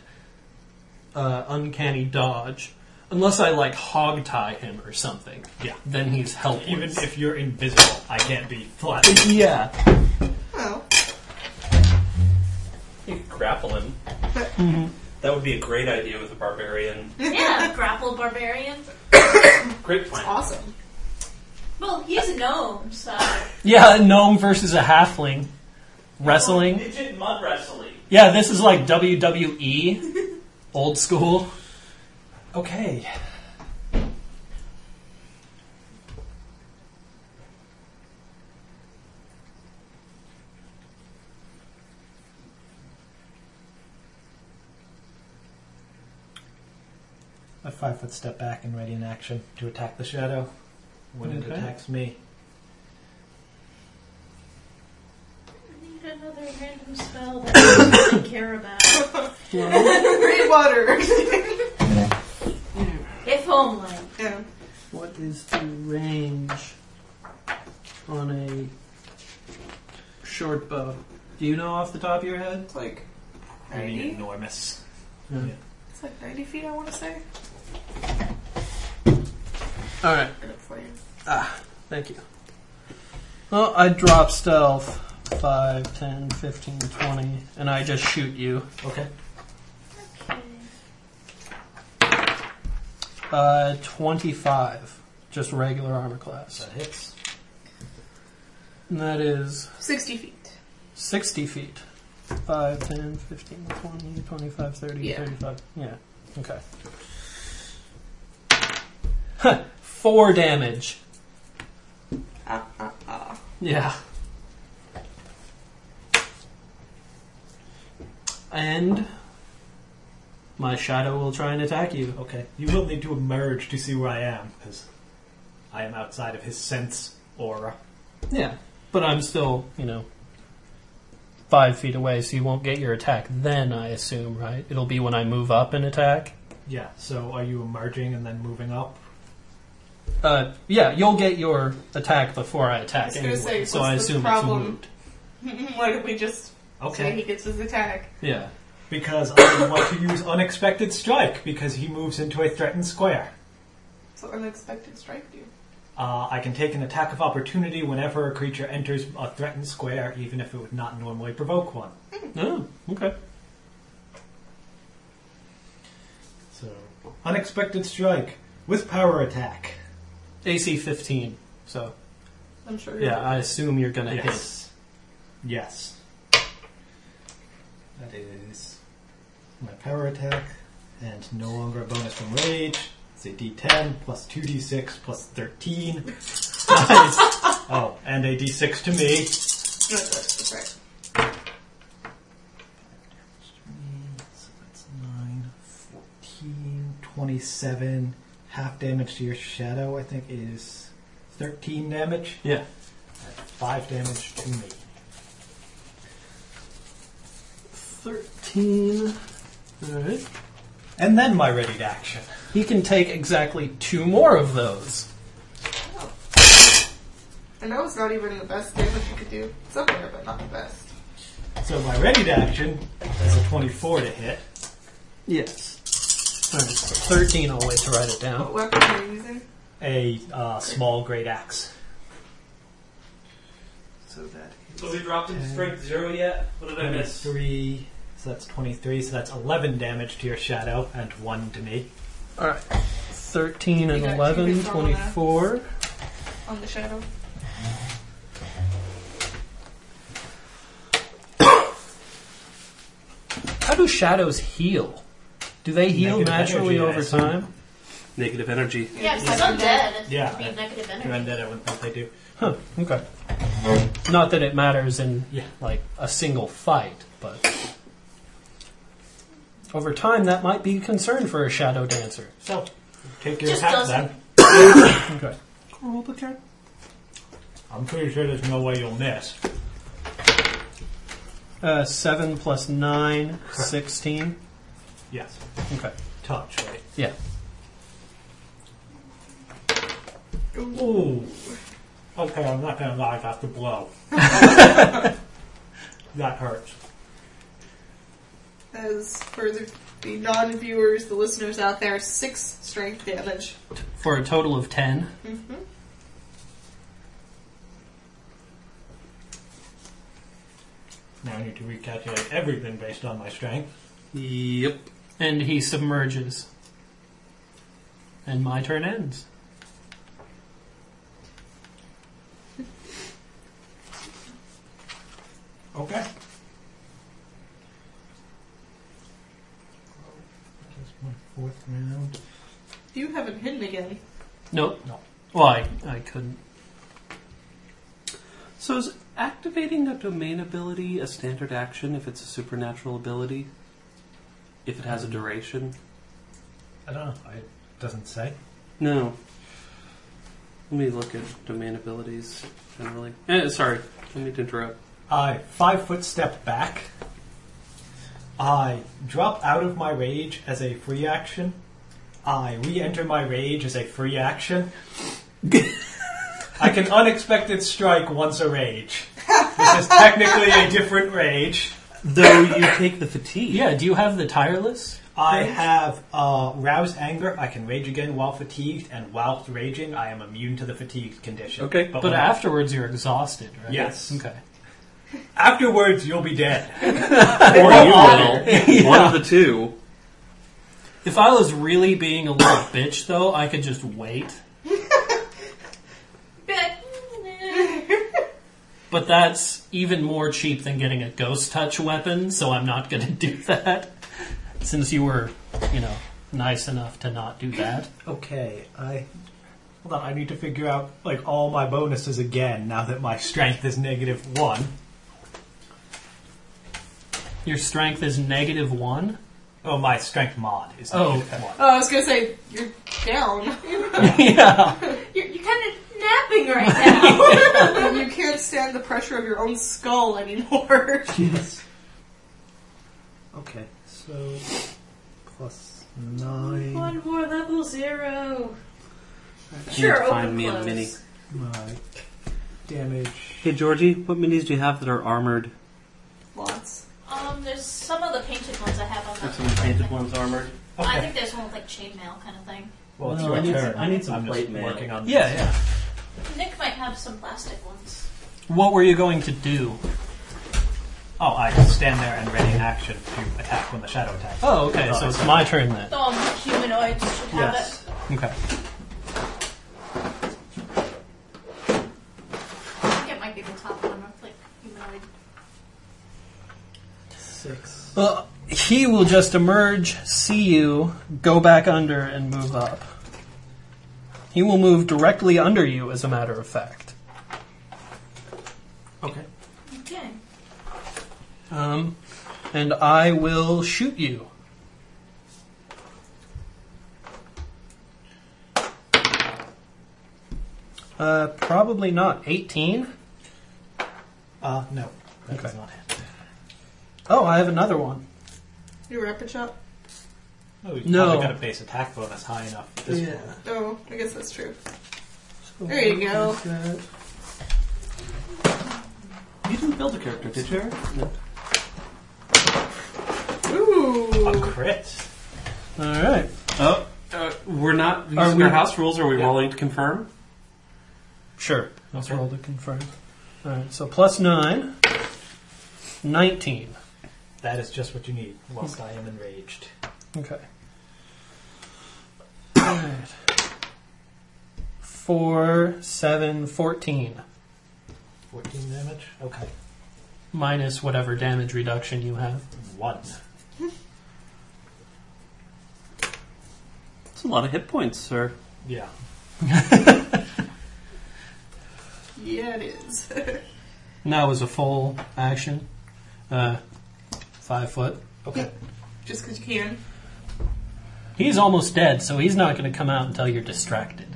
Speaker 1: uh, uncanny dodge. Unless I, like, hogtie him or something.
Speaker 2: Yeah.
Speaker 1: Then he's helpless.
Speaker 2: Even if you're invisible, I can't be flattened.
Speaker 1: Yeah.
Speaker 5: Oh,
Speaker 3: You could grapple him. That would be a great idea with a barbarian.
Speaker 4: Yeah, grapple barbarian.
Speaker 3: Great plan.
Speaker 5: awesome.
Speaker 4: Well, he's a gnome, so
Speaker 1: Yeah, a gnome versus a halfling. Wrestling.
Speaker 3: Midget mud wrestling.
Speaker 1: Yeah, this is like WWE. Old school.
Speaker 2: Okay. A five foot step back and ready in action to attack the shadow when it
Speaker 1: Okay.
Speaker 2: attacks me.
Speaker 4: I need another random spell that I don't care about.
Speaker 5: Great water.
Speaker 4: If only.
Speaker 5: yeah.
Speaker 1: What is the range on a short bow? Do you know off the top of your head?
Speaker 5: It's like
Speaker 2: I mean,
Speaker 5: 90.
Speaker 2: enormous.
Speaker 5: It's like 90 feet, I want to say.
Speaker 1: Alright,
Speaker 5: Get it for you.
Speaker 1: thank you. Well, I drop stealth 5, 10, 15, 20, and I just shoot you.
Speaker 2: Okay.
Speaker 4: Okay.
Speaker 1: Uh, 25. Just regular armor class.
Speaker 2: That hits.
Speaker 1: And that is
Speaker 5: 60 feet.
Speaker 1: 60 feet. 5, 10, 15, 20, 25, 30,
Speaker 5: Yeah.
Speaker 1: 35. Yeah. Okay. Huh, Four damage.
Speaker 5: Ah, ah, ah.
Speaker 1: Yeah. And my shadow will try and attack you.
Speaker 2: Okay. You will need to emerge to see where I am, because I am outside of his sense aura.
Speaker 1: Yeah. But I'm still, you know, five feet away, so you won't get your attack then, I assume, right? It'll be when I move up and attack.
Speaker 2: Yeah, so are you emerging and then moving up?
Speaker 1: Uh, yeah, you'll get your attack before I attack
Speaker 5: I was gonna
Speaker 1: anyway.
Speaker 5: say,
Speaker 1: so
Speaker 5: what's
Speaker 1: I
Speaker 5: the
Speaker 1: assume
Speaker 5: problem?
Speaker 1: it's moved.
Speaker 5: Why don't we just say he gets his attack?
Speaker 1: Yeah.
Speaker 2: Because I want to use Unexpected Strike, because he moves into a threatened square.
Speaker 5: So unexpected strike do.
Speaker 2: Uh, I can take an attack of opportunity whenever a creature enters a threatened square, even if it would not normally provoke one.
Speaker 1: Oh, okay.
Speaker 2: So, Unexpected Strike with Power Attack.
Speaker 1: AC 15. So,
Speaker 5: I'm sure.
Speaker 1: yeah, I assume you're going to
Speaker 2: Yes. Yes. That is my power attack, and no longer a bonus from rage. It's a d10 plus 2d6 plus 13. Nice. Oh, and a d6 to me.
Speaker 5: No, that's right.
Speaker 2: So that's 9, 14, 27. Half damage to your shadow, I think, is 13 damage.
Speaker 1: hit. Yeah.
Speaker 2: 5 damage to me.
Speaker 1: 13. Alright.
Speaker 2: And then my ready to action.
Speaker 1: He can take exactly two more of those.
Speaker 5: And that was not even the best thing that you could do. It's up there, but not the best.
Speaker 2: So my ready to action is a 24 to hit.
Speaker 1: Yes. Alright, so 13 I'll wait to write it down.
Speaker 5: What weapon are you using?
Speaker 2: a uh, small great axe.
Speaker 1: So that is
Speaker 6: Was he dropped into strength zero yet? What did I miss?
Speaker 2: Three. So that's 23, so that's 11 damage to your shadow and 1 to me.
Speaker 1: all right. Thirteen and
Speaker 5: You got two
Speaker 1: 11,
Speaker 5: before one left.
Speaker 1: 24.
Speaker 5: on the shadow.
Speaker 1: How do shadows heal? Do they heal
Speaker 2: Negative
Speaker 1: naturally
Speaker 2: energy, I
Speaker 1: over
Speaker 2: assume.
Speaker 1: time?
Speaker 3: Negative energy.
Speaker 4: Yeah, because
Speaker 5: Yes.
Speaker 4: it's undead.
Speaker 2: Yeah.
Speaker 4: It'd be negative
Speaker 2: You're
Speaker 4: energy.
Speaker 2: undead, I wouldn't think they do.
Speaker 1: Huh. Okay. Not that it matters in
Speaker 2: Yeah.
Speaker 1: like a single fight, but over time that might be a concern for a shadow dancer.
Speaker 2: So, take your
Speaker 4: Just
Speaker 2: attack
Speaker 4: doesn't-
Speaker 2: then.
Speaker 1: Okay.
Speaker 3: Roll the check.
Speaker 2: I'm pretty sure there's no way you'll miss.
Speaker 1: Uh, seven plus nine, sixteen.
Speaker 2: Yes.
Speaker 1: Okay.
Speaker 2: Touch, right?
Speaker 1: Yeah.
Speaker 2: Ooh. Okay, I'm not gonna lie, that's a blow. that hurts.
Speaker 5: As for the, the non-viewers, the listeners out there, six strength damage.
Speaker 1: For a total of ten.
Speaker 5: Mm-hmm.
Speaker 2: Now I need to recalculate everything based on my strength.
Speaker 3: Yep.
Speaker 1: And he submerges. And my turn ends.
Speaker 2: Okay. my fourth round.
Speaker 5: You haven't hidden again.
Speaker 1: Nope.
Speaker 2: No.
Speaker 1: Well, I, I couldn't.
Speaker 3: So is activating a domain ability a standard action if it's a supernatural ability? If it has a duration?
Speaker 2: I don't know. I, it doesn't say.
Speaker 3: No. Let me look at domain abilities generally. Eh, sorry, let me interrupt.
Speaker 2: I five foot step back. I drop out of my rage as a free action. I re enter my rage as a free action. I can unexpected strike once a rage. This is technically a different rage.
Speaker 3: Though you take the fatigue.
Speaker 1: Yeah, do you have the tireless?
Speaker 2: I have uh, rouse anger. I can rage again while fatigued, and whilst raging, I am immune to the fatigued condition.
Speaker 3: Okay,
Speaker 1: But,
Speaker 2: when I-
Speaker 1: afterwards you're exhausted, right?
Speaker 2: Yes.
Speaker 1: Okay.
Speaker 2: afterwards, you'll be dead.
Speaker 3: Or you
Speaker 2: honor.
Speaker 3: will. One of the two.
Speaker 1: If I was really being a little bitch, though, I could just wait.
Speaker 4: Be like, "Mm, eh."
Speaker 1: But that's even more cheap than getting a ghost touch weapon, so I'm not going to do that. Since you were, you know, nice enough to not do that.
Speaker 2: Okay, I hold on. I need to figure out like all my bonuses again now that my strength is negative one.
Speaker 1: Your strength is negative one.
Speaker 2: Oh, my strength mod is
Speaker 1: Oh,
Speaker 2: negative
Speaker 1: okay.
Speaker 2: one.
Speaker 5: Oh, I was gonna say you're down.
Speaker 1: yeah.
Speaker 4: You're, you're kind of napping right now.
Speaker 5: you can't stand the pressure of your own skull anymore.
Speaker 2: Okay, so plus nine.
Speaker 4: One more level zero.
Speaker 3: You need
Speaker 4: Sure,
Speaker 3: to
Speaker 4: open
Speaker 3: find me a
Speaker 4: close.
Speaker 3: mini.
Speaker 2: My damage.
Speaker 3: Hey Georgie, what minis do you have that are armored?
Speaker 5: Lots.
Speaker 4: Um, there's some of the painted ones I have on that.
Speaker 3: Some of the painted ones armored.
Speaker 4: I
Speaker 2: Okay.
Speaker 4: think there's one with like chainmail kind of thing.
Speaker 2: Well, it's
Speaker 3: No,
Speaker 2: your
Speaker 3: I need
Speaker 2: turn.
Speaker 3: some- I need some
Speaker 2: I'm just
Speaker 3: plate mail.
Speaker 2: working on.
Speaker 1: Yeah, yeah.
Speaker 4: Nick might have some plastic ones.
Speaker 1: What were you going to do?
Speaker 2: Oh, I stand there and ready in action to attack when the shadow attacks.
Speaker 1: Oh, okay, so it's my turn then.
Speaker 4: Um, humanoids should have
Speaker 2: Yes.
Speaker 4: it.
Speaker 1: Okay.
Speaker 4: I think it might be the top one of like humanoid.
Speaker 2: Six.
Speaker 1: Well, Uh, he will just emerge, see you, go back under, and move up. He will move directly under you, as a matter of fact.
Speaker 2: Okay.
Speaker 4: Okay.
Speaker 1: Um, and I will shoot you. Uh, probably not. 18?
Speaker 2: Uh, no. That does
Speaker 1: Okay.
Speaker 2: not hit.
Speaker 1: Oh, I have another one.
Speaker 5: Your rapid shot.
Speaker 2: Oh, you
Speaker 1: No.
Speaker 2: probably got a base attack bonus high enough. at This
Speaker 1: Yeah.
Speaker 2: point.
Speaker 5: Oh, I guess that's true. There you go.
Speaker 3: You didn't build a character, did you? No.
Speaker 5: Ooh.
Speaker 2: A crit.
Speaker 1: Alright.
Speaker 3: Oh, Uh, we're not
Speaker 1: Are
Speaker 3: using
Speaker 1: we-
Speaker 3: our house rules. Are we
Speaker 1: Yeah.
Speaker 3: rolling to confirm?
Speaker 1: Sure. Let's roll to confirm. All right. So plus nine. Nineteen.
Speaker 2: That is just what you need, whilst I am enraged.
Speaker 1: Okay. Alright. Four, seven, fourteen.
Speaker 2: 14 damage? Okay.
Speaker 1: Minus whatever damage reduction you have.
Speaker 2: One.
Speaker 3: That's a lot of hit points, sir.
Speaker 2: Yeah.
Speaker 5: Yeah, it is.
Speaker 1: And that was a full action. Uh, five foot.
Speaker 2: Okay.
Speaker 5: Just because you can.
Speaker 1: He's almost dead, so he's not going to come out until you're distracted.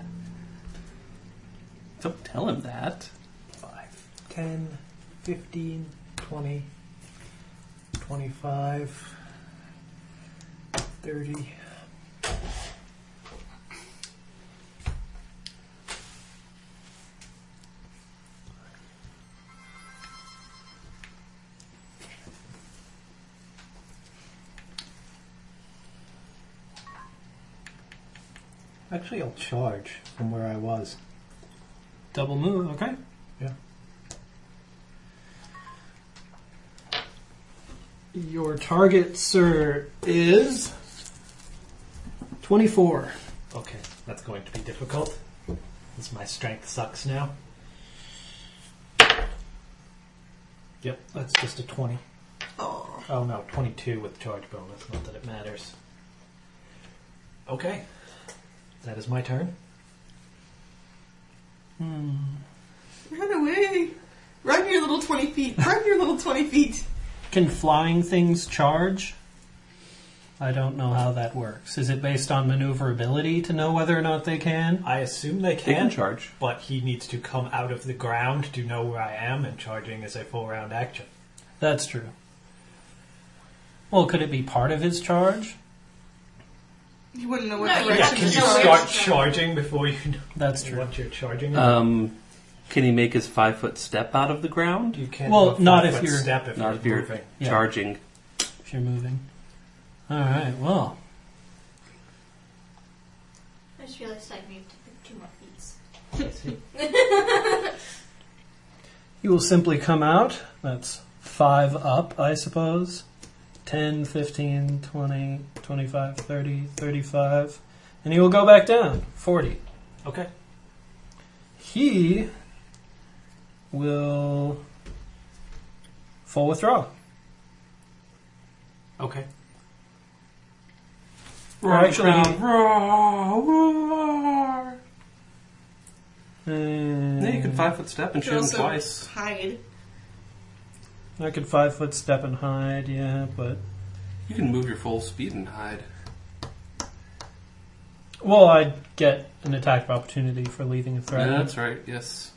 Speaker 3: Don't tell him that.
Speaker 2: 5, 10, 15, 20, 25, 30. Actually, I'll charge from where I was.
Speaker 1: Double move, okay.
Speaker 2: Yeah.
Speaker 1: Your target, sir, is 24.
Speaker 2: Okay, that's going to be difficult. Because my strength sucks now. Yep, that's just a 20.
Speaker 5: Oh,
Speaker 2: Oh no, 22 with charge bonus, not that it matters. Okay, that is my turn.
Speaker 5: run away! Run your little twenty feet. Run your little twenty feet.
Speaker 1: Can flying things charge? I don't know how that works. Is it based on maneuverability to know whether or not they can?
Speaker 2: I assume they
Speaker 3: They
Speaker 2: can,
Speaker 3: can charge.
Speaker 2: but he needs to come out of the ground to know where I am, and charging is a full round action.
Speaker 1: That's true. Well, could it be part of his charge?
Speaker 5: You wouldn't know
Speaker 4: No,
Speaker 5: what
Speaker 4: you
Speaker 5: direction
Speaker 2: Yeah,
Speaker 4: Action
Speaker 2: can you
Speaker 5: to go
Speaker 4: is
Speaker 5: in.
Speaker 4: always
Speaker 2: start
Speaker 4: charged.
Speaker 2: charging before you know
Speaker 1: That's true.
Speaker 2: what you're charging?
Speaker 3: Um, can he make his five foot step out of the ground?
Speaker 2: you can't
Speaker 1: well,
Speaker 2: go
Speaker 1: not
Speaker 2: five
Speaker 1: if
Speaker 2: foot
Speaker 1: you're-
Speaker 2: step if
Speaker 3: Not
Speaker 2: you're
Speaker 3: if you're
Speaker 2: moving.
Speaker 1: Yeah.
Speaker 3: charging.
Speaker 1: If you're moving. Alright, well.
Speaker 4: I just realized I moved two more feet.
Speaker 1: You will simply come out. That's five up, I suppose. 10, 15, 20, 25, 30, 35. And he will go back down. 40.
Speaker 2: Okay.
Speaker 1: He will full withdraw.
Speaker 2: Okay.
Speaker 1: Or actually, he-
Speaker 3: Roar, roar.
Speaker 1: Mm, Eh,
Speaker 3: Yeah, you can five foot step and
Speaker 5: You
Speaker 3: shoot him
Speaker 5: also
Speaker 3: twice.
Speaker 5: hide.
Speaker 1: I could five foot step and hide, yeah, but.
Speaker 3: You can move your full speed and hide.
Speaker 1: Well, I'd get an attack of opportunity for leaving a threat.
Speaker 3: Yeah, that's right. Yes.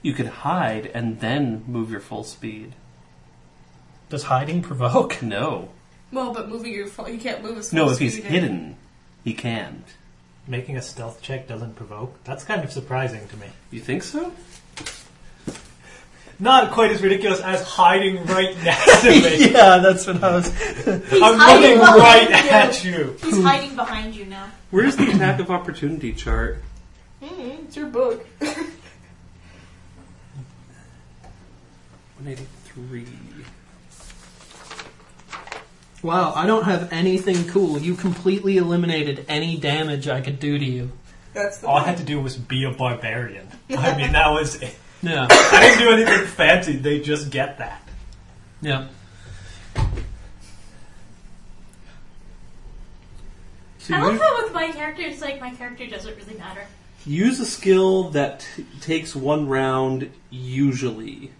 Speaker 3: You could hide and then move your full speed.
Speaker 1: Does hiding provoke?
Speaker 3: No,
Speaker 5: Well, but moving your phone, you can't move as
Speaker 3: no.
Speaker 5: full
Speaker 3: If he's
Speaker 5: speed in.
Speaker 3: hidden, he can.
Speaker 2: Making a stealth check doesn't provoke. That's kind of surprising to me.
Speaker 3: You think so?
Speaker 2: Not quite as ridiculous as hiding right next to me.
Speaker 1: yeah, that's what I was.
Speaker 4: He's
Speaker 2: I'm
Speaker 4: hiding
Speaker 2: looking right
Speaker 4: behind
Speaker 2: at you.
Speaker 4: you. He's hiding behind you now.
Speaker 3: Where's the attack of opportunity chart?
Speaker 5: Mm, it's your book.
Speaker 3: 183.
Speaker 1: Wow, I don't have anything cool. You completely eliminated any damage I could do to you.
Speaker 5: That's the
Speaker 2: All I
Speaker 5: one.
Speaker 2: had to do was be a barbarian. I mean, that was it.
Speaker 1: Yeah.
Speaker 2: I didn't do anything fancy. They just get that.
Speaker 1: yeah.
Speaker 4: I
Speaker 3: So
Speaker 4: love
Speaker 3: you
Speaker 4: how with my character, it's like my character doesn't really matter.
Speaker 3: use a skill that t- takes one round usually,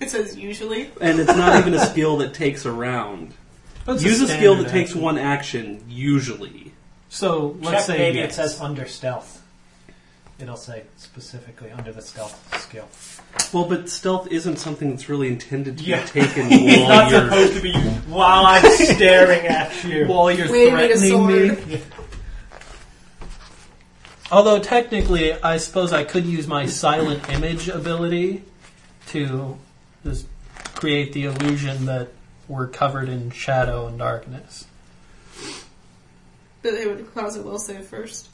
Speaker 5: It says usually.
Speaker 3: and it's not even a skill that takes a round.
Speaker 1: That's
Speaker 3: use a skill that
Speaker 1: standard
Speaker 3: takes
Speaker 1: action.
Speaker 3: one action usually.
Speaker 1: So let's
Speaker 2: Check
Speaker 1: say
Speaker 2: maybe
Speaker 1: yes.
Speaker 2: it says under stealth. It'll say specifically under the stealth skill.
Speaker 3: Well, but stealth isn't something that's really intended to
Speaker 2: Yeah.
Speaker 3: be taken
Speaker 2: It's not
Speaker 3: while you're.
Speaker 2: supposed to be while I'm staring at you.
Speaker 1: while you're
Speaker 5: Wait, wait, a
Speaker 1: threatening me.
Speaker 5: sword.
Speaker 1: Although technically, I suppose I could use my silent image ability to just create the illusion that were covered in shadow and darkness.
Speaker 5: But they would cause a will save first.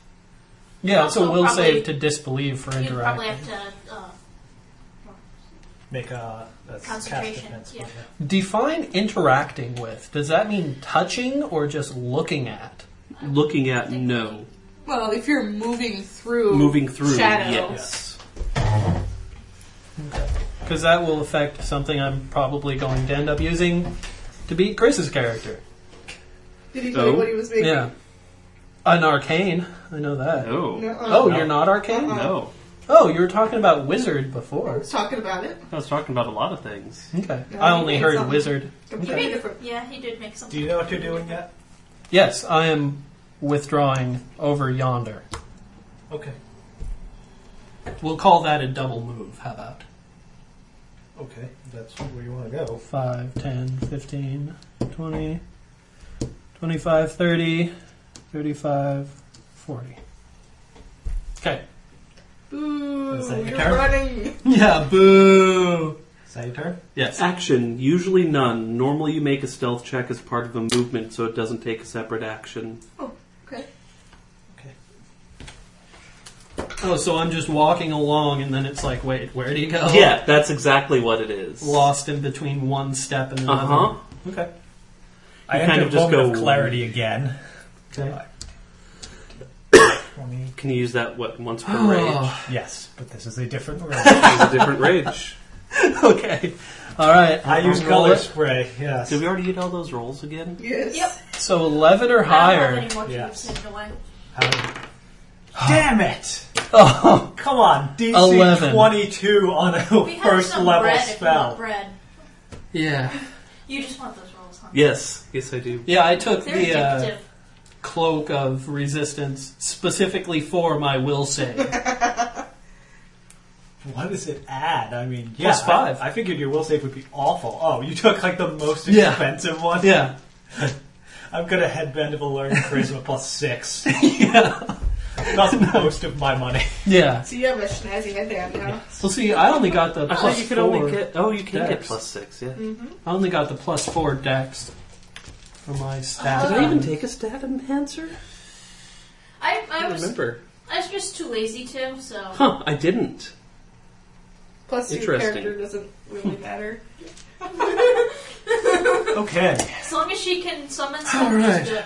Speaker 1: Yeah, it's a
Speaker 4: Also
Speaker 1: will
Speaker 4: probably-
Speaker 1: save to disbelieve for
Speaker 4: You probably
Speaker 1: interacting.
Speaker 4: have to. Uh,
Speaker 2: Make a, a cast
Speaker 4: Concentration,
Speaker 2: defense.
Speaker 4: yeah.
Speaker 1: Define interacting with. Does that mean touching or just looking at?
Speaker 3: Looking at no.
Speaker 5: Well, if you're moving through
Speaker 3: Moving through,
Speaker 5: shadow,
Speaker 3: yes.
Speaker 1: Because that will affect something I'm probably going to end up using to beat Chris's character.
Speaker 5: did he
Speaker 3: Oh.
Speaker 5: do what he was making?
Speaker 1: Yeah. An arcane. I know that. Oh,
Speaker 3: No.
Speaker 5: No. uh,
Speaker 1: you're not arcane?
Speaker 3: No.
Speaker 1: Oh, you were talking about wizard before.
Speaker 5: was talking about it.
Speaker 3: I was talking about a lot of things.
Speaker 1: Okay.
Speaker 5: No,
Speaker 1: I
Speaker 5: you
Speaker 1: only
Speaker 5: made
Speaker 1: heard
Speaker 5: something.
Speaker 1: wizard.
Speaker 4: he
Speaker 5: Completely
Speaker 4: made
Speaker 5: different.
Speaker 4: yeah, he did make something.
Speaker 2: Do you know what you're doing yet?
Speaker 1: Yes, I am withdrawing over yonder.
Speaker 2: Okay.
Speaker 1: We'll call that a double move. How about?
Speaker 2: Okay. That's where you want to go.
Speaker 1: 5, 10, 15, 20, 25, 30, 35, 40. Okay.
Speaker 5: Boo!
Speaker 2: Is that your
Speaker 5: You're
Speaker 2: turn?
Speaker 5: running.
Speaker 1: Yeah, boo!
Speaker 2: Is that your turn?
Speaker 1: Yes.
Speaker 3: Action, usually none. Normally you make a stealth check as part of a movement so it doesn't take a separate action.
Speaker 5: Okay.
Speaker 1: Oh, so I'm just walking along and then it's like, wait, where do you go?
Speaker 3: Yeah, that's exactly what it is.
Speaker 1: Lost in between one step and another.
Speaker 3: Uh-huh.
Speaker 1: Okay.
Speaker 2: I
Speaker 3: You
Speaker 2: have
Speaker 3: kind
Speaker 2: to
Speaker 3: of just
Speaker 2: moment
Speaker 3: go-
Speaker 2: of clarity again.
Speaker 1: Okay.
Speaker 2: 20.
Speaker 3: Can you use that what once per rage?
Speaker 2: Yes, but this is a different room.
Speaker 3: Use a different rage.
Speaker 1: okay. All right.
Speaker 2: I use
Speaker 1: Roll
Speaker 2: color
Speaker 1: it.
Speaker 2: spray. Yes.
Speaker 3: Did we already get all those rolls again?
Speaker 5: Yes.
Speaker 4: Yep.
Speaker 1: So 11 or
Speaker 4: I don't
Speaker 1: higher.
Speaker 4: have any more
Speaker 2: Yes.
Speaker 4: cubes hidden away.
Speaker 2: How- Damn it!
Speaker 1: Oh,
Speaker 2: Come on, DC
Speaker 1: 11.
Speaker 2: 22 on a
Speaker 4: We have
Speaker 2: first
Speaker 4: some
Speaker 2: level
Speaker 4: bread if you want
Speaker 2: spell.
Speaker 4: bread.
Speaker 1: yeah.
Speaker 4: You just want those rolls, huh?
Speaker 3: Yes. Yes, I do.
Speaker 1: Yeah, I took
Speaker 4: They're
Speaker 1: the uh,
Speaker 4: addictive.
Speaker 1: cloak of resistance specifically for my will save.
Speaker 2: What does it add? I mean, yeah,
Speaker 1: Plus five.
Speaker 2: I, I figured your will save would be awful. Oh, you took like the most
Speaker 1: Yeah.
Speaker 2: expensive one?
Speaker 1: yeah.
Speaker 2: I've got a headband of alluring charisma plus six. That's most of my money.
Speaker 1: Yeah.
Speaker 5: So you have a schnazzy headband now.
Speaker 1: Well, see, I only got the
Speaker 3: I
Speaker 1: plus
Speaker 3: thought you could
Speaker 1: four.
Speaker 3: only get oh you can get
Speaker 1: dex.
Speaker 3: plus six,
Speaker 4: Mm.
Speaker 3: yeah.
Speaker 1: I only got the plus four dex for my stat.
Speaker 3: Did I even take a stat enhancer?
Speaker 4: I, I
Speaker 3: I
Speaker 4: was
Speaker 3: remember.
Speaker 4: I was just too lazy to, so
Speaker 3: Huh, I didn't.
Speaker 5: Plus, your
Speaker 3: Interesting.
Speaker 5: character doesn't really matter.
Speaker 2: Okay.
Speaker 4: as long as she can summon
Speaker 1: All
Speaker 4: some,
Speaker 1: right.
Speaker 4: just do it.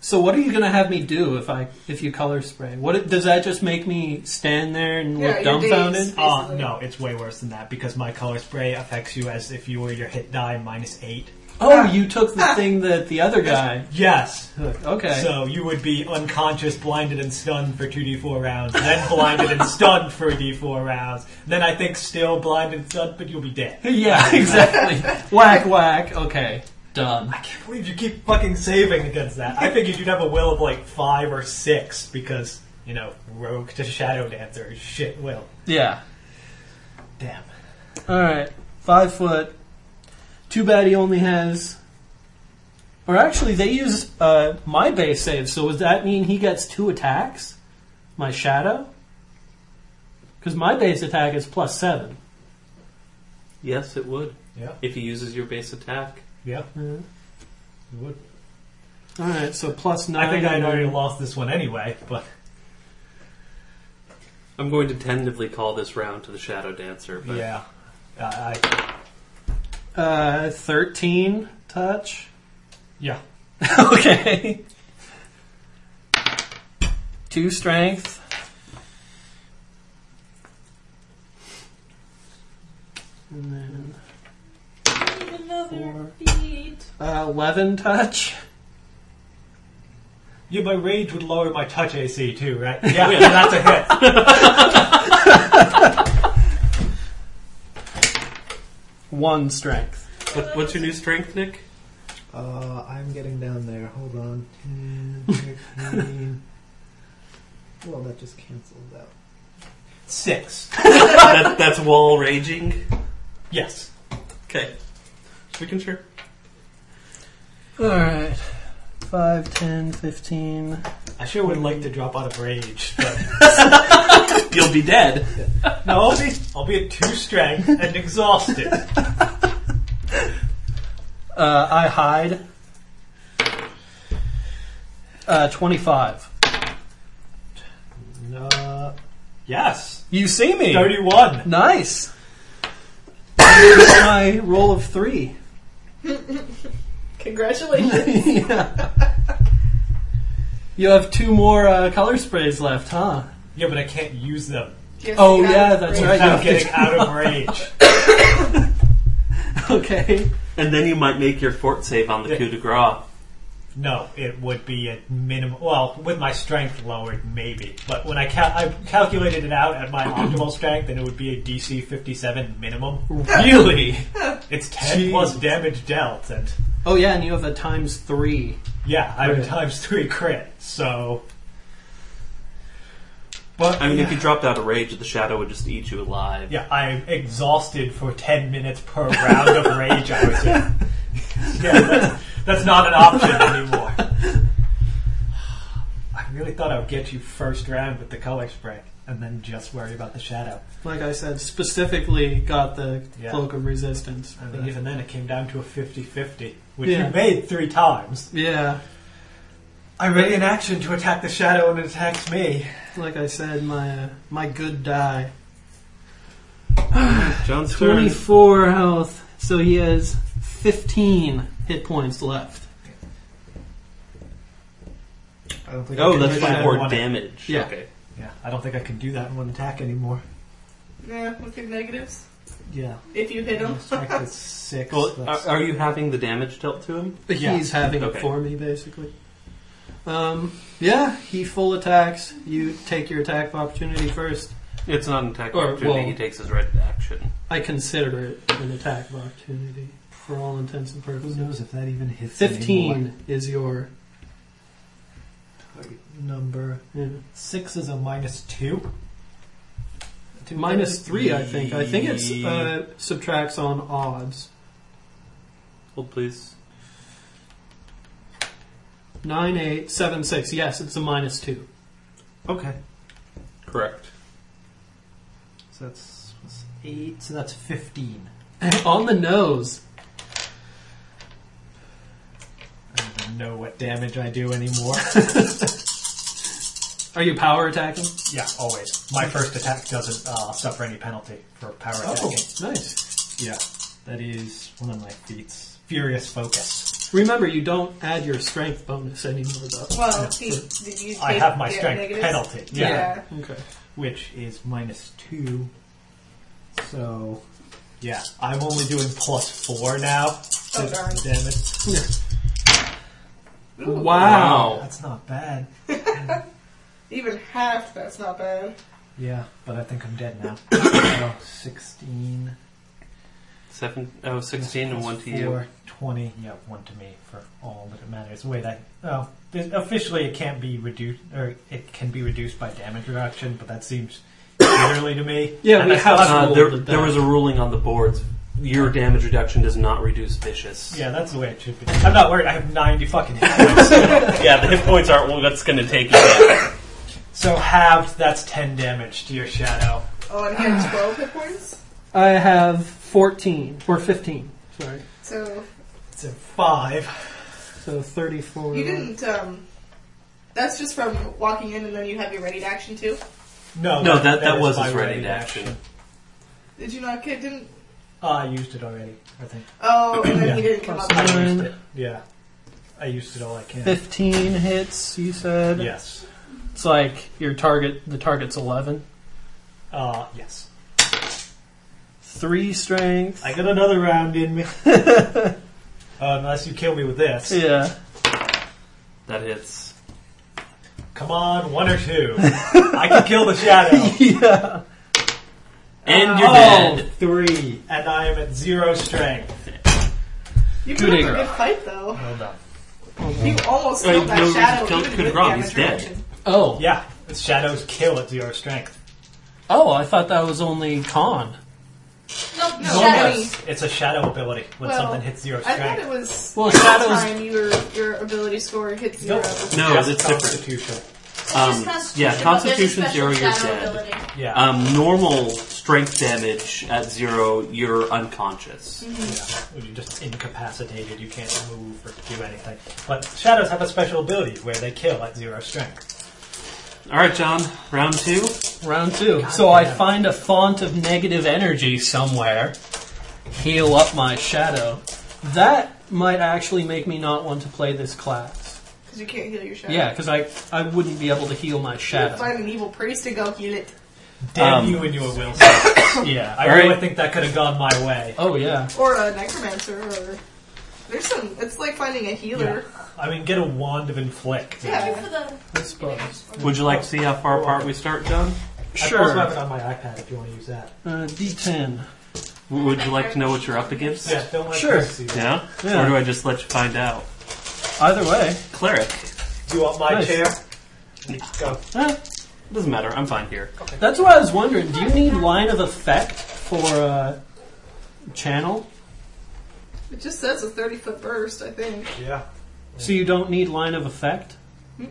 Speaker 1: So what are you gonna have me do if I if you color spray? What it- does that just make me stand there and
Speaker 5: Yeah,
Speaker 1: look
Speaker 5: you're
Speaker 1: dumbfounded?
Speaker 5: dazed.
Speaker 2: Uh, no, it's way worse than that because my color spray affects you as if you were your hit die minus eight.
Speaker 1: Oh, you took the thing that the other guy.
Speaker 2: Yes.
Speaker 1: took. Okay.
Speaker 2: So you would be unconscious, blinded, and stunned for two d4 rounds, then blinded and stunned for a d4 rounds, then I think still blinded and stunned, but you'll be dead.
Speaker 1: yeah, exactly. whack whack. Okay, done.
Speaker 2: I can't believe you keep fucking saving against that. I figured you'd have a will of like five or six because, you know, rogue to shadow dancer is shit will.
Speaker 1: Yeah.
Speaker 2: Damn.
Speaker 1: All right. Five foot. Too bad he only has. Or actually, they use uh, my base save. So does that mean he gets two attacks? My shadow. Because my base attack is plus seven.
Speaker 3: Yes, it would.
Speaker 2: Yeah,
Speaker 3: If he uses your base attack.
Speaker 2: yeah.
Speaker 1: Mhm.
Speaker 2: You would.
Speaker 1: All right, so plus nine.
Speaker 2: I think I'd already lost this one anyway, but
Speaker 3: I'm going to tentatively call this round to the Shadow Dancer, but
Speaker 2: yeah. Uh, I,
Speaker 1: Uh, thirteen touch.
Speaker 2: yeah.
Speaker 1: okay. Two strength. And then
Speaker 4: Another
Speaker 1: Four.
Speaker 4: beat.
Speaker 1: uh, eleven touch.
Speaker 2: Yeah, my rage would lower my touch AC too, right? Yeah, that's a hit.
Speaker 1: One strength.
Speaker 3: What, what's your new strength, Nick?
Speaker 2: Uh, I'm getting down there. Hold on. 10, 13. well, Oh, that just cancels out. Six.
Speaker 3: that, that's wall raging.
Speaker 2: Yes.
Speaker 3: Okay. So we can sure.
Speaker 1: All right. 5, 10, 15.
Speaker 2: I sure would like to drop out of rage, but
Speaker 3: You'll be dead.
Speaker 2: no, I'll be, I'll be at two strength and exhausted.
Speaker 1: Uh, I hide. Uh, 25.
Speaker 2: Uh, yes.
Speaker 1: You see me.
Speaker 2: 31.
Speaker 1: Nice. Here's my roll of three.
Speaker 5: Congratulations.
Speaker 1: yeah. You have two more uh, color sprays left, huh?
Speaker 2: Yeah, but I can't use them
Speaker 5: Yes,
Speaker 1: Oh,
Speaker 5: you got
Speaker 1: yeah,
Speaker 5: it.
Speaker 1: that's
Speaker 5: Great.
Speaker 1: right. you have to
Speaker 2: without
Speaker 1: do-
Speaker 2: getting out of range.
Speaker 1: Okay.
Speaker 3: And then you might make your fort save on the
Speaker 2: Yeah.
Speaker 3: coup de grace.
Speaker 2: No, it would be at minimum. Well, with my strength lowered, maybe. But when I, cal- I calculated it out at my optimal strength, and it would be a DC 57 minimum.
Speaker 1: Really?
Speaker 2: It's 10
Speaker 1: Jeez.
Speaker 2: plus damage dealt, and
Speaker 1: Oh yeah, and you have a times three.
Speaker 2: yeah, I'm
Speaker 1: Right.
Speaker 2: times 3 crit, so. But
Speaker 3: I mean, if you dropped out of rage, the shadow would just eat you alive.
Speaker 2: yeah, I'm exhausted for 10 minutes per round of rage I was in. Yeah, that's, that's not an option anymore. I really thought I would get you first round with the color spray, and then just worry about the shadow.
Speaker 1: Like I said, specifically got the
Speaker 2: Yeah.
Speaker 1: cloak of resistance.
Speaker 2: I mean, even then, it came down to a 50 50, which
Speaker 1: Yeah.
Speaker 2: you made three times.
Speaker 1: yeah,
Speaker 2: I ready an action to attack the shadow, and it attacks me.
Speaker 1: like I said, my uh, my good die.
Speaker 3: John's
Speaker 1: Twenty
Speaker 3: turn.
Speaker 1: four health, so he has fifteen hit points left.
Speaker 2: I don't think I
Speaker 3: Oh,
Speaker 2: can
Speaker 3: that's
Speaker 2: do that in
Speaker 3: for
Speaker 2: one-
Speaker 3: damage.
Speaker 1: Yeah.
Speaker 3: Okay.
Speaker 2: Yeah, I don't think I can do that in one attack anymore.
Speaker 5: Yeah, with your negatives.
Speaker 2: Yeah.
Speaker 5: If you hit them.
Speaker 2: Strength is six.
Speaker 3: Well, are,
Speaker 1: uh,
Speaker 2: that's-
Speaker 3: are you having the damage dealt to him?
Speaker 1: But
Speaker 2: Yeah.
Speaker 1: he's having
Speaker 3: Okay.
Speaker 1: it for me basically. Um, yeah, he full attacks. You take your attack of opportunity first.
Speaker 3: It's not an attack
Speaker 1: Or,
Speaker 3: opportunity.
Speaker 1: well-
Speaker 3: he takes his red action.
Speaker 1: I consider it an attack of opportunity for all intents and
Speaker 2: Who
Speaker 1: purposes.
Speaker 2: knows if that even hits anymore.
Speaker 1: Fifteen is your
Speaker 2: Target Number
Speaker 1: yeah.
Speaker 2: six is a minus two.
Speaker 1: To minus three, I think. I think it's uh, subtracts on odds.
Speaker 3: Hold please.
Speaker 1: Nine, eight, seven, six. Yes, it's a minus two.
Speaker 2: Okay.
Speaker 3: Correct.
Speaker 2: So that's that's eight. So that's 15.
Speaker 1: on the nose.
Speaker 2: I don't even know what damage I do anymore.
Speaker 1: Are you power attacking?
Speaker 2: yeah, always. My first attack doesn't uh, suffer any penalty for power
Speaker 1: Oh.
Speaker 2: attacking.
Speaker 1: nice.
Speaker 2: Yeah. That is one of my feats. Furious Focus.
Speaker 1: Remember, you don't add your strength bonus anymore, though.
Speaker 5: Well, the, the, you
Speaker 2: I
Speaker 5: take
Speaker 2: have my
Speaker 5: the
Speaker 2: strength
Speaker 5: negatives.
Speaker 2: penalty.
Speaker 5: Yeah.
Speaker 1: Okay.
Speaker 2: which is minus two. So, yeah, I'm only doing plus four now.
Speaker 5: Oh,
Speaker 2: to
Speaker 5: darn.
Speaker 2: damage.
Speaker 5: Ooh,
Speaker 1: Wow.
Speaker 2: That's not bad.
Speaker 5: Even half, that's not bad.
Speaker 2: Yeah, but I think I'm dead now. so, 16.
Speaker 3: Seven, oh, 16 and
Speaker 2: plus
Speaker 3: 1 to
Speaker 2: four,
Speaker 3: you.
Speaker 2: 20. Yeah, 1 to me for all that it matters. Wait, I. Oh. there's- Officially, it can't be reduced, or it can be reduced by damage reduction, but that seems early to me.
Speaker 1: Yeah,
Speaker 2: And
Speaker 1: we
Speaker 2: I still
Speaker 1: have-
Speaker 3: Uh, there,
Speaker 1: rolled it
Speaker 3: there
Speaker 1: down.
Speaker 3: was a ruling on the boards. Your damage reduction does not reduce vicious.
Speaker 2: Yeah, that's the way it should be. I'm not worried. I have 90 fucking hit points.
Speaker 3: yeah the hit points aren't well, that's going to take you.
Speaker 2: So halved, that's 10 damage to your shadow.
Speaker 5: Oh, and he had 12 hit points?
Speaker 1: I have fourteen or fifteen. Sorry.
Speaker 5: So,
Speaker 2: It's a 5.
Speaker 1: So thirty-four.
Speaker 5: you didn't, um... That's just from walking in and then you have your ready to action too?
Speaker 2: No,
Speaker 3: No, that, that
Speaker 2: is
Speaker 3: was
Speaker 2: my
Speaker 3: his ready to action.
Speaker 5: Did you not get, didn't...
Speaker 2: Uh, I used it already, I think.
Speaker 5: Oh, and then
Speaker 2: Yeah.
Speaker 5: he didn't come up.
Speaker 2: I used
Speaker 1: Nine.
Speaker 2: it. Yeah. I used it all I can.
Speaker 1: Fifteen hits. You said.
Speaker 2: Yes.
Speaker 1: It's like your target. The target's eleven.
Speaker 2: Uh, yes.
Speaker 1: Three strength.
Speaker 2: I got another round in me. Uh, unless you kill me with this.
Speaker 1: yeah.
Speaker 3: That hits.
Speaker 2: Come on, one or two. I can kill the shadow.
Speaker 1: Yeah.
Speaker 3: And you're
Speaker 2: Oh,
Speaker 3: dead.
Speaker 2: three. And I am at zero strength.
Speaker 5: You
Speaker 1: Coup
Speaker 5: put up a
Speaker 1: de
Speaker 5: good
Speaker 1: grace.
Speaker 5: fight though.
Speaker 2: Well done.
Speaker 5: You almost
Speaker 3: Oh,
Speaker 5: killed that
Speaker 3: no,
Speaker 5: shadow
Speaker 3: killed
Speaker 5: even
Speaker 3: Coup de
Speaker 5: with
Speaker 3: grace,
Speaker 5: damage
Speaker 3: he's dead.
Speaker 5: reduction.
Speaker 1: Oh.
Speaker 2: Yeah, shadows kill at zero strength.
Speaker 1: Oh, I thought that was only con.
Speaker 4: No, no,
Speaker 5: No,
Speaker 4: shadow.
Speaker 5: Shadow.
Speaker 2: It's a shadow ability when
Speaker 5: Well,
Speaker 2: something hits zero
Speaker 5: I thought it was
Speaker 2: strength.
Speaker 1: Well,
Speaker 5: last
Speaker 1: shadows-
Speaker 5: time your your ability score hit zero.
Speaker 2: Nope.
Speaker 3: No,
Speaker 2: Just
Speaker 3: it's different.
Speaker 2: constitution.
Speaker 4: It's
Speaker 3: Um,
Speaker 4: just
Speaker 3: yeah,
Speaker 4: Constitution, but there's
Speaker 3: Constitution zero,
Speaker 4: a special
Speaker 3: you're
Speaker 4: shadow
Speaker 3: dead.
Speaker 4: ability.
Speaker 2: Yeah.
Speaker 3: Um, normal strength damage at zero, you're unconscious.
Speaker 2: Mm-hmm. Well, You're just incapacitated. You can't move or do anything. But shadows have a special ability where they kill at zero strength.
Speaker 3: All right, John, round two.
Speaker 1: Round two. so I find a font of negative energy somewhere, heal up my shadow. That might actually make me not want to play this class.
Speaker 5: Because you can't heal your shadow.
Speaker 1: Yeah, because I, I wouldn't be able to heal my
Speaker 5: You
Speaker 1: shadow.
Speaker 5: find an evil priest to go heal it.
Speaker 2: Damn
Speaker 3: Um,
Speaker 2: you and your will. sir.
Speaker 1: Yeah.
Speaker 2: I
Speaker 3: All
Speaker 2: really
Speaker 3: right.
Speaker 2: think that could have gone my way.
Speaker 1: Oh, yeah.
Speaker 5: Or a necromancer, or. There's some. It's like finding a healer.
Speaker 2: I mean, get a wand of inflict.
Speaker 5: Yeah.
Speaker 4: Thank you for the.
Speaker 1: I suppose.
Speaker 3: Would you like to see how far apart we start, John?
Speaker 2: I also
Speaker 1: Sure.
Speaker 2: have it on my iPad if you want to use that.
Speaker 1: Uh, D10.
Speaker 3: W- Would you like to know what you're up against?
Speaker 2: Yeah, don't let
Speaker 1: Sure.
Speaker 2: Chris see that.
Speaker 3: Yeah?
Speaker 1: Yeah.
Speaker 3: Or do I just let you find out?
Speaker 1: Either way.
Speaker 3: Cleric.
Speaker 2: Do you want my
Speaker 1: Nice.
Speaker 2: chair? Go.
Speaker 1: Eh,
Speaker 3: Doesn't matter. I'm fine here.
Speaker 1: that's what I was wondering. Do you need line of effect for uh, channel?
Speaker 5: It just says a 30 foot burst, I think.
Speaker 2: Yeah.
Speaker 1: So you don't need line of effect?
Speaker 3: I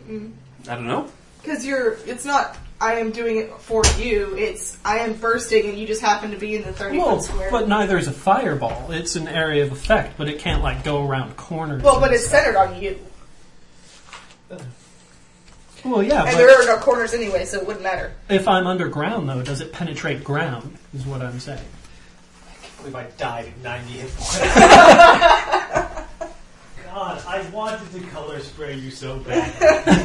Speaker 3: don't know.
Speaker 5: Because you're. It's not. I am doing it for you. It's I am bursting, and you just happen to be in the thirty
Speaker 1: Well,
Speaker 5: foot square.
Speaker 1: but neither is a fireball. It's an area of effect, but it can't like go around corners.
Speaker 5: well, but it's centered on you,
Speaker 1: well, yeah.
Speaker 5: and
Speaker 1: but
Speaker 5: there are no corners anyway, so it wouldn't matter.
Speaker 1: if I'm underground, though, does it penetrate ground? Is what I'm saying.
Speaker 2: We might died at 90 hit points. God, I wanted to color spray you so bad.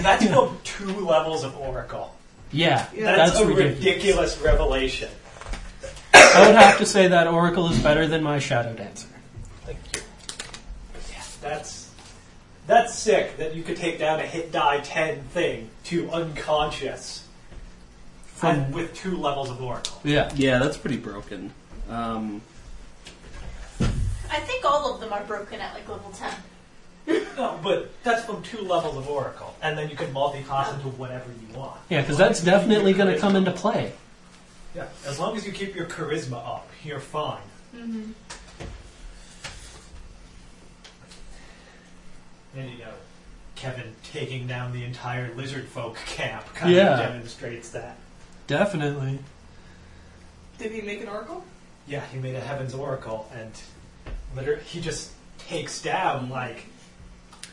Speaker 2: That's from two levels of Oracle.
Speaker 1: Yeah,
Speaker 5: Yeah.
Speaker 2: That's,
Speaker 1: that's,
Speaker 2: a
Speaker 1: ridiculous.
Speaker 2: ridiculous, revelation.
Speaker 1: I would have to say that Oracle is better than my Shadow Dancer.
Speaker 2: Thank you. Yeah, that's that's sick that you could take down a hit die 10 thing to unconscious
Speaker 1: From-
Speaker 2: and with two levels of Oracle.
Speaker 1: Yeah.
Speaker 3: Yeah, that's pretty broken. Um,
Speaker 4: I think all of them are broken at like level 10.
Speaker 2: No, but that's from two levels of Oracle, and then you can multi-class into whatever you want.
Speaker 1: Yeah, because that's definitely going to come into play.
Speaker 2: Yeah, as long as you keep your charisma up, you're fine. There you go. Kevin taking down the entire lizard folk camp kind
Speaker 1: Yeah.
Speaker 2: of demonstrates that.
Speaker 1: Definitely.
Speaker 5: Did he make an oracle?
Speaker 2: Yeah, he made a Heaven's Oracle, and liter- he just takes down like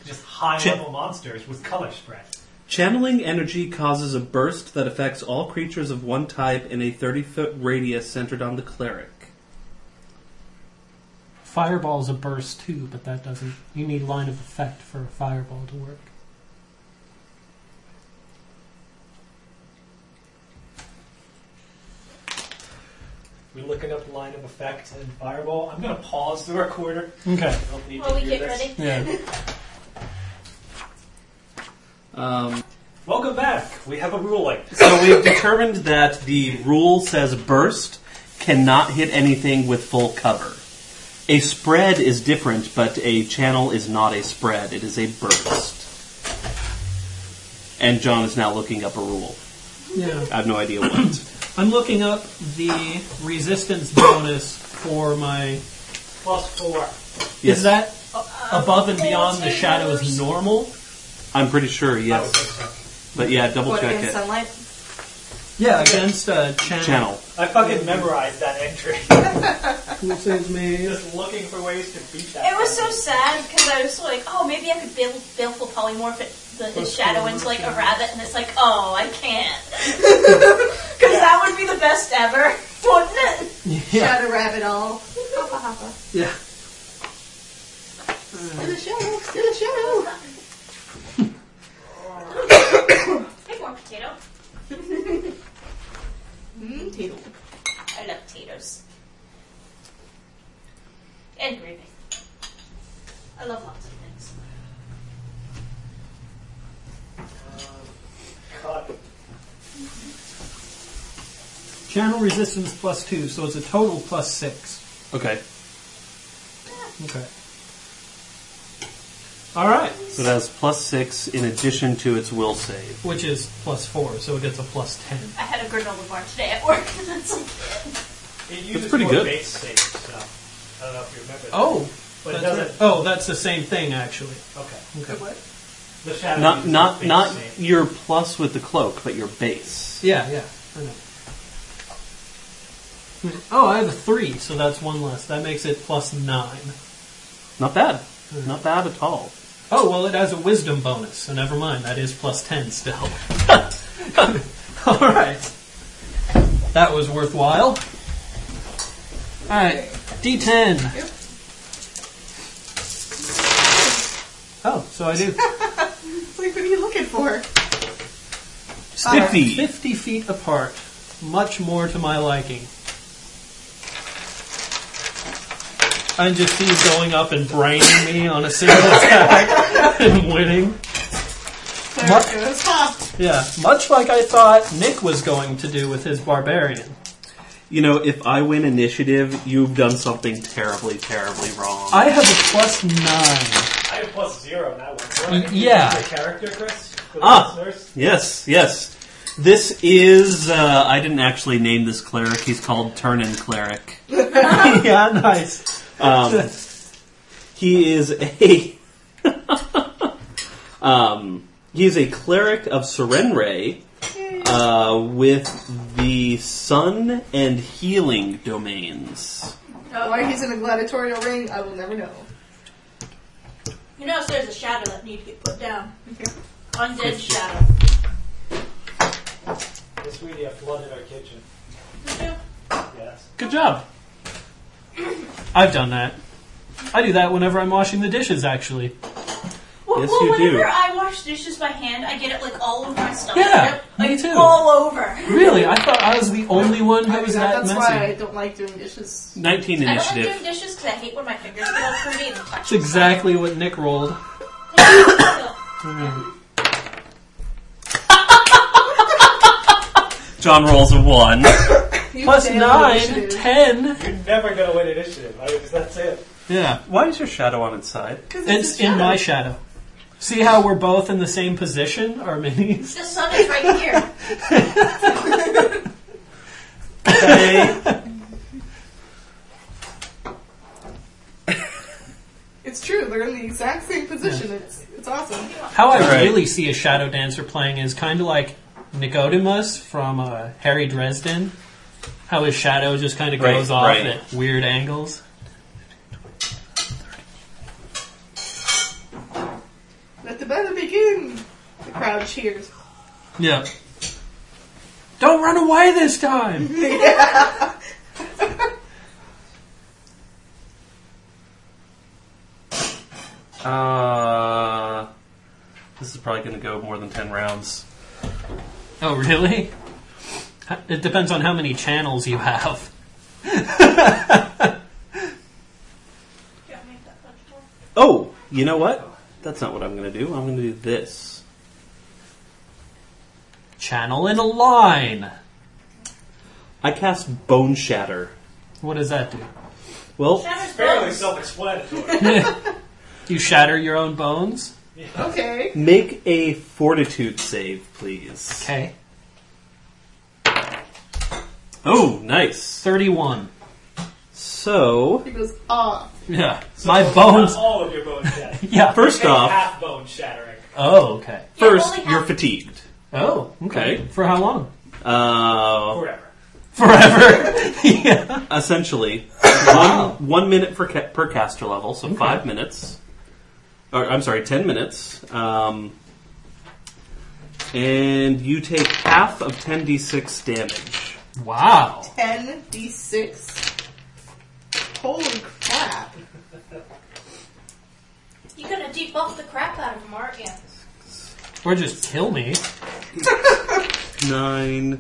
Speaker 2: just high level monsters with color spray.
Speaker 3: channeling energy causes a burst that affects all creatures of one type in a 30 foot radius centered on the cleric.
Speaker 1: Fireball's a burst too, but that doesn't. You need line of effect for a fireball to work.
Speaker 2: We're looking up line of effect and fireball. I'm gonna pause the recorder.
Speaker 1: Okay.
Speaker 2: I don't need
Speaker 4: While
Speaker 2: to
Speaker 4: we
Speaker 2: hear
Speaker 4: get
Speaker 2: this.
Speaker 4: ready.
Speaker 1: Yeah.
Speaker 3: Um,
Speaker 2: Welcome back. We have a ruling.
Speaker 3: So we've determined that the rule says burst cannot hit anything with full cover. A spread is different, but a channel is not a spread. It is a burst. And John is now looking up a rule.
Speaker 1: Yeah.
Speaker 3: I have no idea what.
Speaker 1: I'm looking up the resistance bonus for my.
Speaker 2: Plus four.
Speaker 1: Is that above and beyond the shadow's normal?
Speaker 3: I'm pretty sure,
Speaker 2: I would
Speaker 3: yes.
Speaker 2: think so.
Speaker 3: But yeah, double
Speaker 5: What
Speaker 3: check
Speaker 5: against
Speaker 3: it.
Speaker 5: sunlight?
Speaker 1: Yeah, against uh, channel.
Speaker 3: Channel.
Speaker 2: I fucking memorized that entry.
Speaker 1: Which is me.
Speaker 2: Just looking for ways to beat that.
Speaker 4: It was so sad because I was like, oh, maybe I could build baleful polymorph it, the, his shadow into like a rabbit, and it's like, oh, I can't. Because that would be the best ever, wouldn't it?
Speaker 1: Yeah.
Speaker 5: Shadow rabbit all. Hoppa hoppa.
Speaker 1: Yeah.
Speaker 5: Still a shadow. Still a shadow.
Speaker 4: Big more potato.
Speaker 5: Mm, Tatum.
Speaker 4: I love potatoes. And gravy. I love lots of things.
Speaker 2: God.
Speaker 1: Channel resistance plus two, so it's a total plus six.
Speaker 3: Okay.
Speaker 1: Okay. All right.
Speaker 3: So it has plus six in addition to its will save.
Speaker 1: Which is plus four, so it gets a plus ten.
Speaker 4: I had a granola bar today at work, and it's like,
Speaker 2: It uses
Speaker 3: pretty
Speaker 2: more
Speaker 3: good.
Speaker 2: base saves, so I don't know if you remember. that.
Speaker 1: Oh,
Speaker 2: But it
Speaker 1: that's
Speaker 2: doesn't-
Speaker 1: right. Oh, that's the same thing actually.
Speaker 3: Oh.
Speaker 2: Okay.
Speaker 1: Okay.
Speaker 5: What?
Speaker 2: The shadow.
Speaker 3: Not
Speaker 2: uses
Speaker 3: not
Speaker 2: base
Speaker 3: not
Speaker 2: save.
Speaker 3: your plus with the cloak, but your base.
Speaker 1: Yeah, yeah. I know. Oh, I have a three, so that's one less. That makes it plus nine.
Speaker 3: Not bad. Not bad at all.
Speaker 1: Oh, well, it has a wisdom bonus, so never mind. That is plus 10 still. All right. That was worthwhile. All right. D10.
Speaker 5: Yep.
Speaker 1: Oh, so I do.
Speaker 5: It's like, what are you looking for?
Speaker 3: 50.
Speaker 1: 50 feet apart. Much more to my liking. I just see you going up and braining me on a single attack and winning.
Speaker 5: There
Speaker 1: What?
Speaker 5: it goes. Huh.
Speaker 1: Yeah, much like I thought Nick was going to do with his barbarian.
Speaker 3: You know, if I win initiative, you've done something terribly, terribly wrong.
Speaker 1: I have a plus nine.
Speaker 2: I have plus zero now. One.
Speaker 1: yeah.
Speaker 2: Your character, Chris? For the
Speaker 3: Ah.
Speaker 2: listeners?
Speaker 3: yes, yes. This is. Uh, I didn't actually name this cleric. He's called Turnin Cleric.
Speaker 1: yeah, nice.
Speaker 3: Um, he is a. um, he is a cleric of Serenre uh, with the sun and healing domains.
Speaker 5: Why he's in a gladiatorial ring, I will never know.
Speaker 4: You notice there's a shadow that needs to get put down.
Speaker 5: Okay.
Speaker 4: Undead shadow.
Speaker 2: This sweetie have flooded our kitchen. Yes.
Speaker 1: Good job. I've done that. I do that whenever I'm washing the dishes, actually.
Speaker 4: Well,
Speaker 3: Yes,
Speaker 4: well
Speaker 3: you do.
Speaker 4: whenever I wash dishes by hand, I get it like all over my stomach.
Speaker 1: Yeah,
Speaker 4: like,
Speaker 1: me too.
Speaker 4: All over.
Speaker 1: Really, I thought I was the only one who was that
Speaker 5: that's why I
Speaker 1: messy.
Speaker 5: don't like doing dishes.
Speaker 3: 19
Speaker 4: I don't like doing
Speaker 3: initiative.
Speaker 4: dishes because I hate when my fingers get all pretty and touch.
Speaker 1: That's exactly what Nick rolled.
Speaker 3: John rolls a one.
Speaker 5: You
Speaker 1: Plus
Speaker 5: fail
Speaker 1: nine,
Speaker 5: initiative.
Speaker 1: ten.
Speaker 2: You're never going to win initiative. I mean, that's it.
Speaker 1: Yeah.
Speaker 3: Why is your shadow on its side?
Speaker 5: 'Cause
Speaker 1: It's
Speaker 5: a
Speaker 1: in my
Speaker 5: shadow.
Speaker 1: shadow. See how we're both in the same position, our minis?
Speaker 4: The sun is right here.
Speaker 3: Okay.
Speaker 5: It's true. They're in the exact same position. It's it's awesome.
Speaker 1: How I
Speaker 3: Right.
Speaker 1: really see a shadow dancer playing is kind of like Nicodemus from uh, Harry Dresden. How his shadow just kind of
Speaker 3: Right,
Speaker 1: goes off
Speaker 3: right.
Speaker 1: at weird angles.
Speaker 5: Let the battle begin. The crowd cheers.
Speaker 1: Yeah. Don't run away this time.
Speaker 3: uh, this is probably going to go more than 10 rounds.
Speaker 1: oh, really? H- It depends on how many channels you have.
Speaker 4: Can't make that much more.
Speaker 3: Oh, you know what? That's not what I'm going to do. I'm going to do this.
Speaker 1: Channel in a line.
Speaker 3: I cast Bone Shatter.
Speaker 1: What does that do?
Speaker 3: Well,
Speaker 4: Shadow's
Speaker 2: Fairly
Speaker 4: bones.
Speaker 2: self-explanatory.
Speaker 1: You shatter your own bones?
Speaker 5: Okay.
Speaker 3: make a Fortitude save, please.
Speaker 1: Okay.
Speaker 3: Oh, nice.
Speaker 1: 31.
Speaker 3: So,
Speaker 5: He goes "Ah, off.
Speaker 1: Yeah.
Speaker 2: So
Speaker 1: My
Speaker 2: not
Speaker 1: bones.
Speaker 2: all of your bones shattering.
Speaker 1: Yeah.
Speaker 3: first
Speaker 2: Take
Speaker 3: off,
Speaker 2: half bone shattering.
Speaker 1: Oh, okay.
Speaker 4: Yeah,
Speaker 3: first,
Speaker 4: only half-
Speaker 3: you're fatigued.
Speaker 1: Oh,
Speaker 3: Okay.
Speaker 1: okay. For how long?
Speaker 3: Uh,
Speaker 2: Forever.
Speaker 1: Forever. yeah.
Speaker 3: essentially one, one minute per, ca- per caster level, so five minutes. Or I'm sorry, ten minutes. Um, and you take half of ten d6 damage.
Speaker 1: Wow.
Speaker 5: Ten d six. Holy crap!
Speaker 4: You're gonna debuff the crap out of him, aren't you?
Speaker 1: Or just kill me.
Speaker 3: Nine.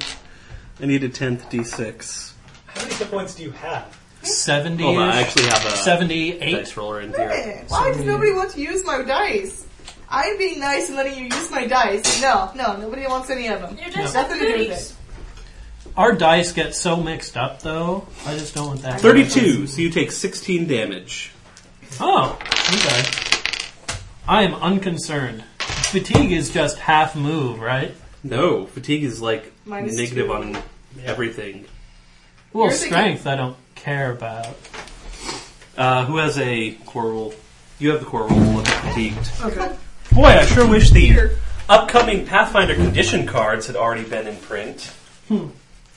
Speaker 3: I need a tenth d6.
Speaker 2: How many hit points do you have?
Speaker 1: 70
Speaker 3: Hold on, I actually have a
Speaker 1: 78.
Speaker 3: dice roller in here.
Speaker 5: Man, why does nobody want to use my dice? I'm being nice and letting you use my dice. No, no, nobody wants any of them.
Speaker 4: You're just
Speaker 5: Nothing to do with
Speaker 4: cooties.
Speaker 5: it.
Speaker 1: Our dice get so mixed up, though. I just don't want that.
Speaker 3: Thirty-two. So you take sixteen damage.
Speaker 1: Oh, okay. I am unconcerned. Fatigue is just half move, right?
Speaker 3: No, fatigue is like
Speaker 5: Minus
Speaker 3: negative
Speaker 5: two.
Speaker 3: on everything.
Speaker 1: Well,
Speaker 5: You're thinking-
Speaker 1: strength I don't care about.
Speaker 3: Uh, who has a core rule? You have the core rule of fatigued.
Speaker 5: Okay.
Speaker 3: Boy, I sure wish the upcoming Pathfinder condition cards had already been in print.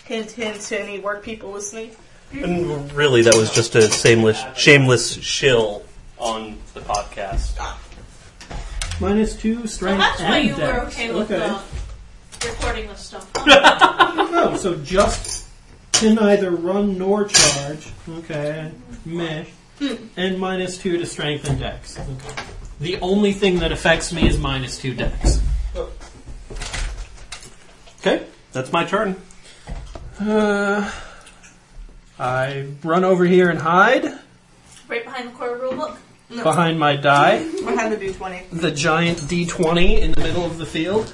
Speaker 5: Hint, hint to any work people listening.
Speaker 3: And really, that was just a shameless, shameless shill on the podcast.
Speaker 1: Minus two strength.
Speaker 4: That's why
Speaker 1: and
Speaker 4: you were
Speaker 1: dex.
Speaker 4: okay with
Speaker 1: Okay.
Speaker 4: uh, recording this stuff.
Speaker 1: Oh, so just can either run nor charge. Okay. Meh. And minus two to strength and dex. Okay. The only thing that affects me is minus two dex.
Speaker 3: Okay, that's my turn.
Speaker 1: Uh, I run over here and hide
Speaker 4: right behind the core rule book.
Speaker 1: behind my die,
Speaker 5: Behind the d20.
Speaker 1: the giant d20 in the middle of the field.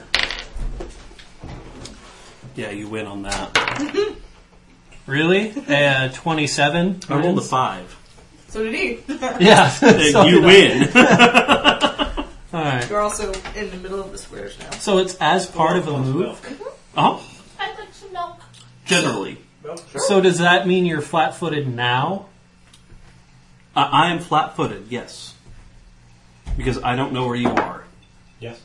Speaker 3: Yeah, you win on that.
Speaker 1: Really? Uh, 27.
Speaker 3: I rolled a five.
Speaker 5: So did he.
Speaker 1: Yeah. so
Speaker 3: you
Speaker 1: did I.
Speaker 3: win.
Speaker 1: Alright.
Speaker 5: You're also in the middle of the squares now.
Speaker 1: So it's as part of a move.
Speaker 3: uh huh.
Speaker 4: I'd like some milk.
Speaker 3: Generally,
Speaker 1: So does that mean you're flat footed now?
Speaker 3: I, I am flat-footed. Yes, because I don't know where you are.
Speaker 2: Yes.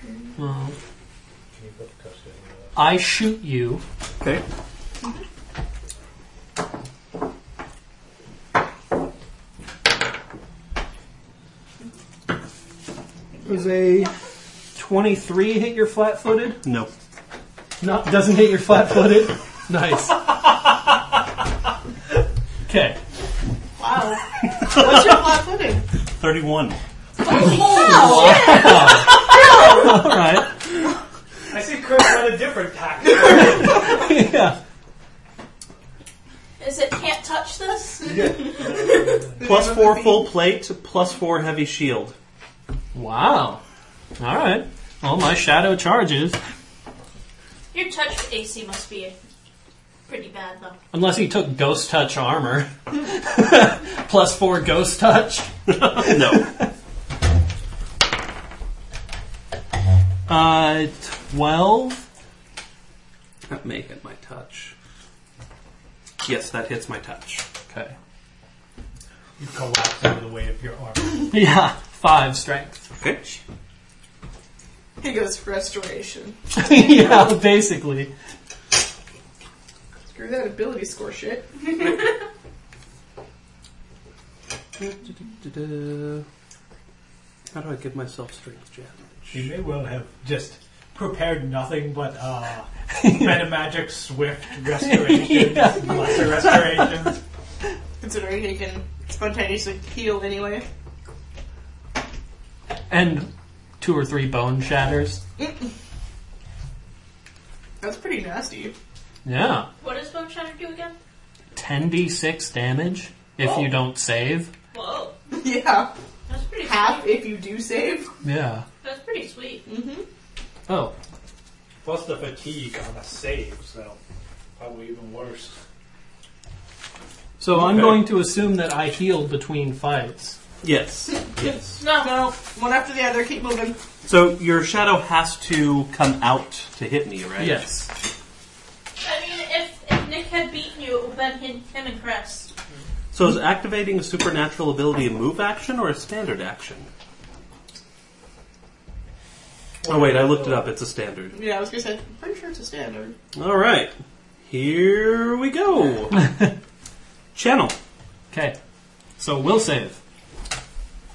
Speaker 2: Can you put the cuffs in?
Speaker 1: I shoot you.
Speaker 3: Okay.
Speaker 1: Does a 23 hit your flat footed?
Speaker 3: No.
Speaker 1: No, doesn't hit your flat footed? Nice. Okay.
Speaker 5: Wow. What's your flat footing?
Speaker 3: Thirty-one.
Speaker 1: Alright.
Speaker 2: I see Chris on a different tack.
Speaker 1: yeah.
Speaker 4: Is it can't touch this?
Speaker 3: Plus four full plate. Plus four heavy shield.
Speaker 1: Wow. Alright. Well, my shadow charges.
Speaker 4: Your touch with AC must be pretty bad though.
Speaker 1: Unless he took ghost touch armor. Plus four ghost touch.
Speaker 3: No.
Speaker 1: Uh, 12.
Speaker 3: That may hit my touch. Yes, that hits my touch.
Speaker 1: Okay.
Speaker 2: You collapse under the weight of your arm.
Speaker 1: Yeah. Five strength.
Speaker 3: Okay.
Speaker 5: He goes for restoration.
Speaker 1: yeah, basically.
Speaker 5: Screw that ability score shit.
Speaker 3: How do I give myself strength challenge?
Speaker 2: You may well have just prepared nothing but uh, meta magic swift restoration, lesser restoration.
Speaker 5: Considering he can spontaneously heal anyway.
Speaker 1: And two or three bone shatters.
Speaker 5: That's pretty nasty.
Speaker 1: Yeah.
Speaker 4: What does bone shatter do again?
Speaker 1: 10d6 damage if you don't save.
Speaker 4: Whoa,
Speaker 5: yeah.
Speaker 4: that's pretty
Speaker 5: Half
Speaker 4: sweet.
Speaker 5: if you do save.
Speaker 1: Yeah.
Speaker 4: That's pretty sweet.
Speaker 1: Oh.
Speaker 2: Plus the fatigue on a save, so probably even worse.
Speaker 1: So I'm
Speaker 2: Okay.
Speaker 1: going to assume that I heal between fights.
Speaker 3: Yes. Yes.
Speaker 4: No,
Speaker 5: No, one after the other, keep moving.
Speaker 3: So your shadow has to come out to hit me, right?
Speaker 1: Yes.
Speaker 4: I mean if, if Nick had beaten you, it would have been him, him and Chris.
Speaker 3: So is activating a supernatural ability a move action or a standard action? Oh wait, I looked it up. It's a standard.
Speaker 5: Yeah, I was gonna say, I'm pretty sure it's a standard.
Speaker 3: All right. Here we go. Channel.
Speaker 1: Okay. So we'll save.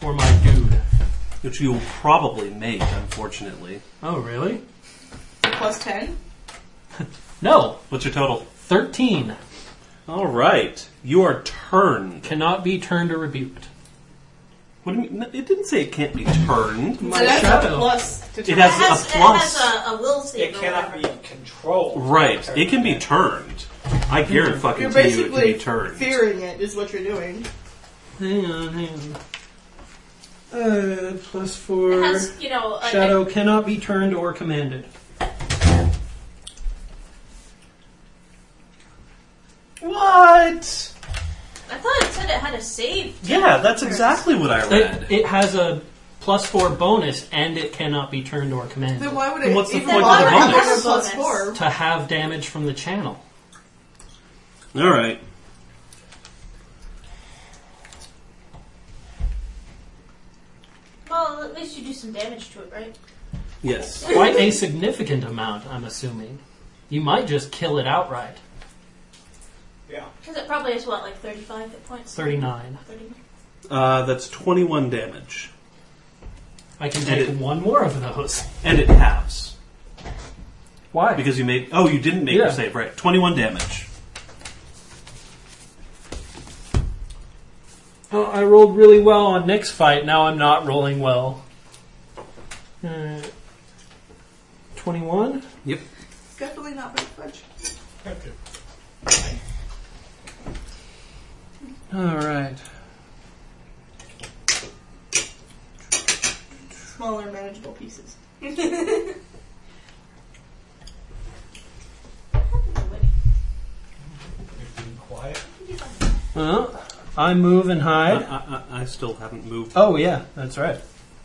Speaker 1: For my dude.
Speaker 3: Which you'll probably make, unfortunately.
Speaker 1: Oh, really?
Speaker 5: Plus 10.
Speaker 1: No.
Speaker 3: What's your total?
Speaker 1: 13.
Speaker 3: All right. You are turned.
Speaker 1: Cannot be turned or rebuked.
Speaker 3: What do you mean? It didn't say it can't be turned.
Speaker 1: My
Speaker 5: so that's a
Speaker 1: shadow.
Speaker 5: plus to
Speaker 3: It has,
Speaker 4: It has,
Speaker 3: a
Speaker 4: it
Speaker 3: plus.
Speaker 4: has a, a will save.
Speaker 6: It
Speaker 4: or
Speaker 6: cannot
Speaker 4: whatever.
Speaker 6: be controlled.
Speaker 3: right. It can be turned. I guarantee
Speaker 5: You're
Speaker 3: fucking to you it can
Speaker 5: basically
Speaker 3: be turned.
Speaker 5: fearing it is what you're doing.
Speaker 1: Hang on, hang on. Uh, plus four.
Speaker 4: It has, you know, a,
Speaker 1: Shadow cannot be turned or commanded.
Speaker 3: What?
Speaker 4: I thought it said it had a save.
Speaker 3: Yeah, that's exactly what I read.
Speaker 1: It, it has a plus four bonus and it cannot be turned or commanded.
Speaker 5: Then why would
Speaker 3: Then
Speaker 5: it
Speaker 3: what's the
Speaker 5: even
Speaker 3: point of
Speaker 5: bother
Speaker 3: the
Speaker 5: to
Speaker 3: bonus?
Speaker 5: have a plus 4?
Speaker 1: To have damage from the channel.
Speaker 3: All right.
Speaker 4: Well, at least you do some damage to it, right?
Speaker 3: Yes.
Speaker 1: Quite a significant amount, I'm assuming. You might just kill it outright.
Speaker 2: Yeah.
Speaker 4: Because it probably is what, like 35 hit points?
Speaker 1: 39.
Speaker 4: 39.
Speaker 3: Uh, that's 21 damage.
Speaker 1: I can
Speaker 3: And
Speaker 1: take
Speaker 3: it-
Speaker 1: one more of those.
Speaker 3: And it halves.
Speaker 1: Why?
Speaker 3: Because you made. Oh, you didn't make your
Speaker 1: Yeah.
Speaker 3: save, right? 21 damage.
Speaker 1: Oh, I rolled really well on Nick's fight. Now I'm not rolling well. Uh, 21?
Speaker 3: Yep.
Speaker 5: It's definitely not very much.
Speaker 2: Okay.
Speaker 1: Alright.
Speaker 5: Smaller, manageable pieces.
Speaker 2: You're being quiet.
Speaker 1: Well, I move and
Speaker 3: I,
Speaker 1: hide.
Speaker 3: I, Uh, I, I still haven't moved.
Speaker 1: Oh, yeah, that's right.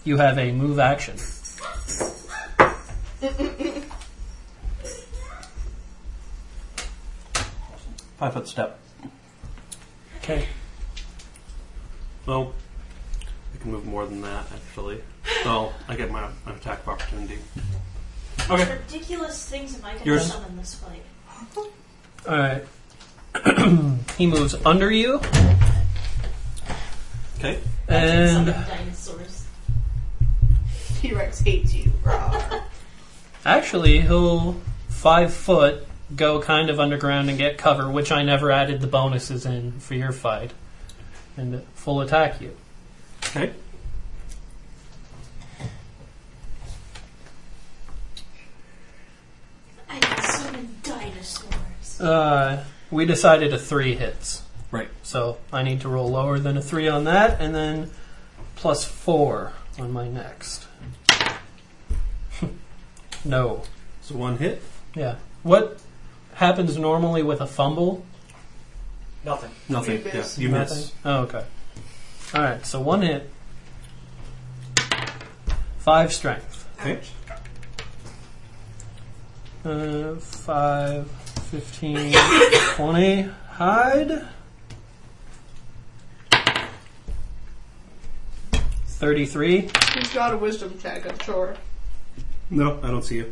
Speaker 1: You have a move action.
Speaker 3: Five foot step.
Speaker 1: Okay.
Speaker 3: Well, I can move more than that, actually. So I get my, my attack of opportunity. Okay.
Speaker 4: Ridiculous things am I going to
Speaker 3: Yours?
Speaker 4: summon this fight?
Speaker 1: Alright. he moves under you,
Speaker 3: Okay.
Speaker 1: and
Speaker 4: Summon dinosaurs.
Speaker 5: T Rex hates you. Rawr.
Speaker 1: actually, he'll five foot go kind of underground and get cover, which I never added the bonuses in for your fight, and full attack you.
Speaker 3: Okay.
Speaker 4: I can summon dinosaurs.
Speaker 1: Uh, we decided a three hits.
Speaker 3: Right.
Speaker 1: So I need to roll lower than a three on that, and then plus four on my next. no.
Speaker 3: So one hit.
Speaker 1: Yeah. What happens normally with a fumble?
Speaker 2: Nothing.
Speaker 3: Nothing.
Speaker 5: You
Speaker 3: Yeah,
Speaker 5: miss.
Speaker 3: you
Speaker 1: Nothing?
Speaker 3: miss.
Speaker 1: Oh, okay. All right. So one hit. Five strength.
Speaker 3: Okay.
Speaker 1: Uh, five, 15, 20. Hide. 33.
Speaker 5: He's got a wisdom check, I'm sure.
Speaker 3: No, I don't see you.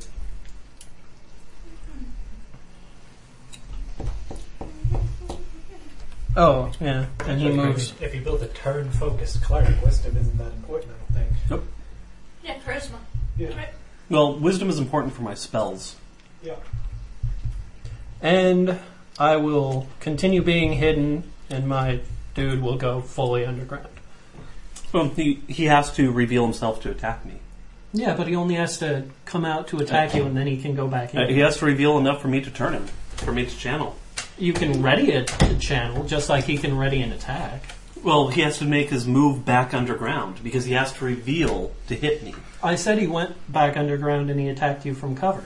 Speaker 1: Oh, yeah. And he moves.
Speaker 2: If you build a turn focused cleric, wisdom isn't that important, I don't think.
Speaker 4: Yeah, charisma.
Speaker 2: Yeah.
Speaker 3: Well, wisdom is important for my spells.
Speaker 2: Yeah.
Speaker 1: And I will continue being hidden, and my dude will go fully underground.
Speaker 3: Well, he, he has to reveal himself to attack me.
Speaker 1: Yeah, but he only has to come out to attack you, and then he can go back
Speaker 3: Uh, he has to reveal enough for me to turn him, for me to channel.
Speaker 1: You can ready a a channel, just like he can ready an attack.
Speaker 3: Well, he has to make his move back underground because he has to reveal to hit me.
Speaker 1: I said he went back underground and he attacked you from cover.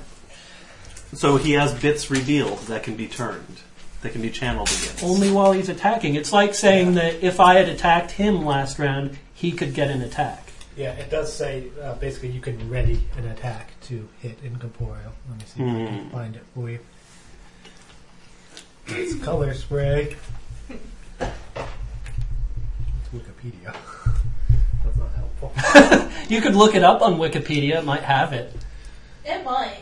Speaker 3: So he has bits revealed that can be turned, that can be channeled again.
Speaker 1: Only while he's attacking. It's like saying that if I had attacked him last round, he could get an attack.
Speaker 2: Yeah, it does say uh, basically you can ready an attack to hit incorporeal. Let me see if I can
Speaker 3: Hmm.
Speaker 2: find it for you. It's color spray. It's Wikipedia. That's not helpful.
Speaker 1: You could look it up on Wikipedia, it might have it.
Speaker 4: It might.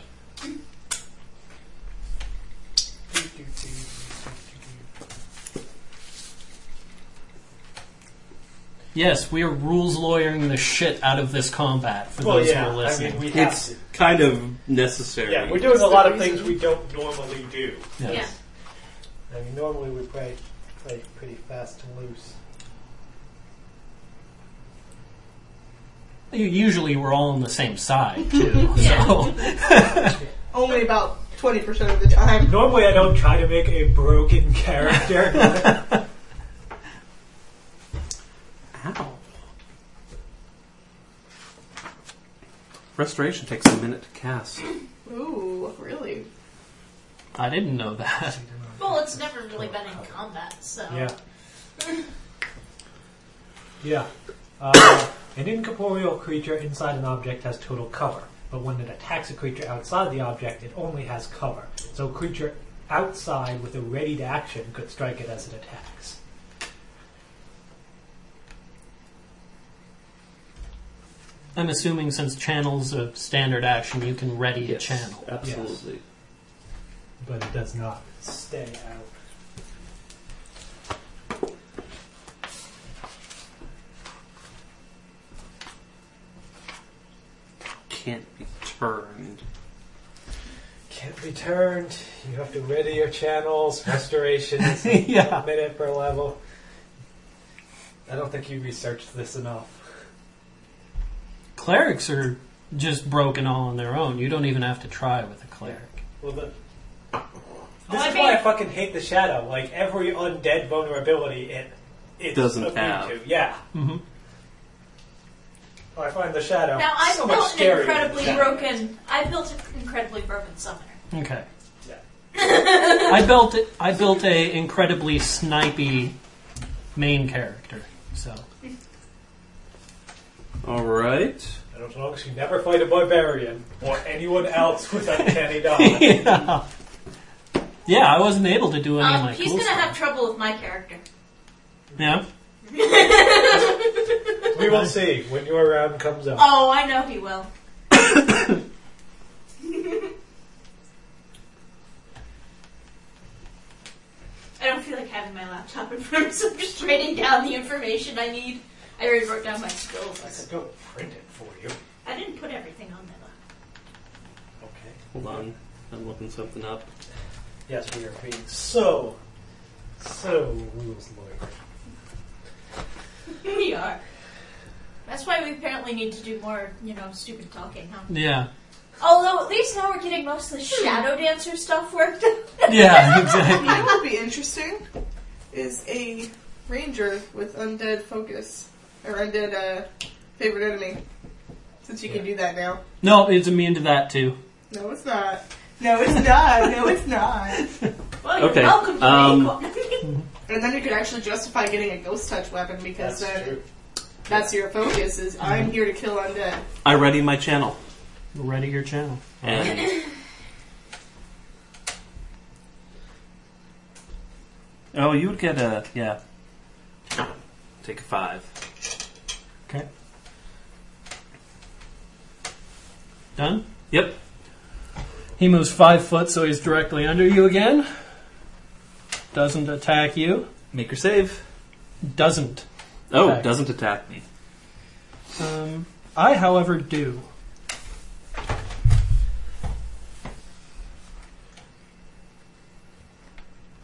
Speaker 1: Yes, we are rules lawyering the shit out of this combat for
Speaker 2: well,
Speaker 1: those
Speaker 2: yeah,
Speaker 1: who are
Speaker 2: I
Speaker 1: listening.
Speaker 2: mean, we have
Speaker 3: It's
Speaker 2: to.
Speaker 3: kind of necessary.
Speaker 2: Yeah, we're doing a lot of things
Speaker 5: reason.
Speaker 2: we don't normally do.
Speaker 1: Yes.
Speaker 4: Yeah.
Speaker 2: I mean, normally we play, play pretty fast and loose.
Speaker 1: You- Usually we're all on the same side, too. So,
Speaker 5: Only about 20% of the time.
Speaker 2: Normally, I don't try to make a broken character.
Speaker 3: Ow. Restoration takes a minute to cast.
Speaker 5: Ooh, really?
Speaker 1: I didn't know that.
Speaker 4: Well, it's never really been in combat, so.
Speaker 2: Yeah. yeah. Uh, an incorporeal creature inside an object has total cover, but when it attacks a creature outside the object, it only has cover. So a creature outside with a readied action could strike it as it attacks.
Speaker 1: I'm assuming since channel's a standard action, you can ready a channel.
Speaker 2: absolutely. but it does not stay out.
Speaker 3: Can't be turned.
Speaker 2: Can't be turned. You have to ready your channels, restorations,
Speaker 1: yeah.
Speaker 2: a minute per level. I don't think you researched this enough.
Speaker 1: Clerics are just broken all on their own. You don't even have to try with a cleric.
Speaker 2: Well, the,
Speaker 4: Oh,
Speaker 2: this
Speaker 4: I
Speaker 2: is why I
Speaker 4: mean-
Speaker 2: fucking hate the shadow. Like every undead vulnerability, it it
Speaker 3: Doesn't
Speaker 2: agreed
Speaker 3: have.
Speaker 2: To. Yeah,
Speaker 1: Mhm.
Speaker 2: I find the shadow
Speaker 4: Mm-hmm. Now I
Speaker 2: so much
Speaker 4: built an
Speaker 2: scarier.
Speaker 4: incredibly
Speaker 2: than the shadow.
Speaker 4: broken. I built an incredibly broken summoner.
Speaker 1: Okay.
Speaker 2: Yeah.
Speaker 1: I built it. I built a incredibly snipey main character. So
Speaker 3: All right.
Speaker 2: And as long as you never fight a barbarian or anyone else with uncanny dodge,
Speaker 1: yeah, yeah. I wasn't able to do any of
Speaker 4: Um,
Speaker 1: my
Speaker 4: he's
Speaker 1: cool
Speaker 4: gonna
Speaker 1: stuff.
Speaker 4: have trouble with my character.
Speaker 1: yeah.
Speaker 2: we will see when your round comes up.
Speaker 4: Oh, I know he will. I don't feel like having my laptop in front, so I'm just writing down the information I need. I already wrote down my
Speaker 2: I
Speaker 4: skills.
Speaker 2: could go print it for you.
Speaker 4: I didn't put everything on my laptop.
Speaker 2: Okay.
Speaker 3: Hold on. I'm looking something up.
Speaker 2: Yes, we are being so, so rules lawyer.
Speaker 4: we are. That's why we apparently need to do more, you know, stupid talking, huh?
Speaker 1: Yeah.
Speaker 4: Although at least now we're getting most of the shadow dancer stuff worked out.
Speaker 1: Yeah.
Speaker 5: You
Speaker 1: Exactly.
Speaker 5: know what would be interesting is a ranger with undead focus or undead uh, favorite enemy. Since you can do that now.
Speaker 1: No, it's immune to that too.
Speaker 5: No, it's not. No, it's not. No, it's not.
Speaker 4: Well, you're
Speaker 3: Okay,
Speaker 4: welcome to
Speaker 3: um,
Speaker 4: Maine.
Speaker 5: And then you could actually justify getting a ghost touch weapon because
Speaker 2: That's
Speaker 5: then
Speaker 2: true.
Speaker 5: that's your focus. Is I'm here to kill undead.
Speaker 3: I ready my channel.
Speaker 1: Ready your channel.
Speaker 3: And oh, you would get a yeah. Take a five.
Speaker 1: Okay. Done.
Speaker 3: Yep.
Speaker 1: He moves five foot, so he's directly under you again. Doesn't attack you.
Speaker 3: Make your save.
Speaker 1: Doesn't.
Speaker 3: Oh,
Speaker 1: Attack.
Speaker 3: doesn't attack me.
Speaker 1: Um, I, however, do.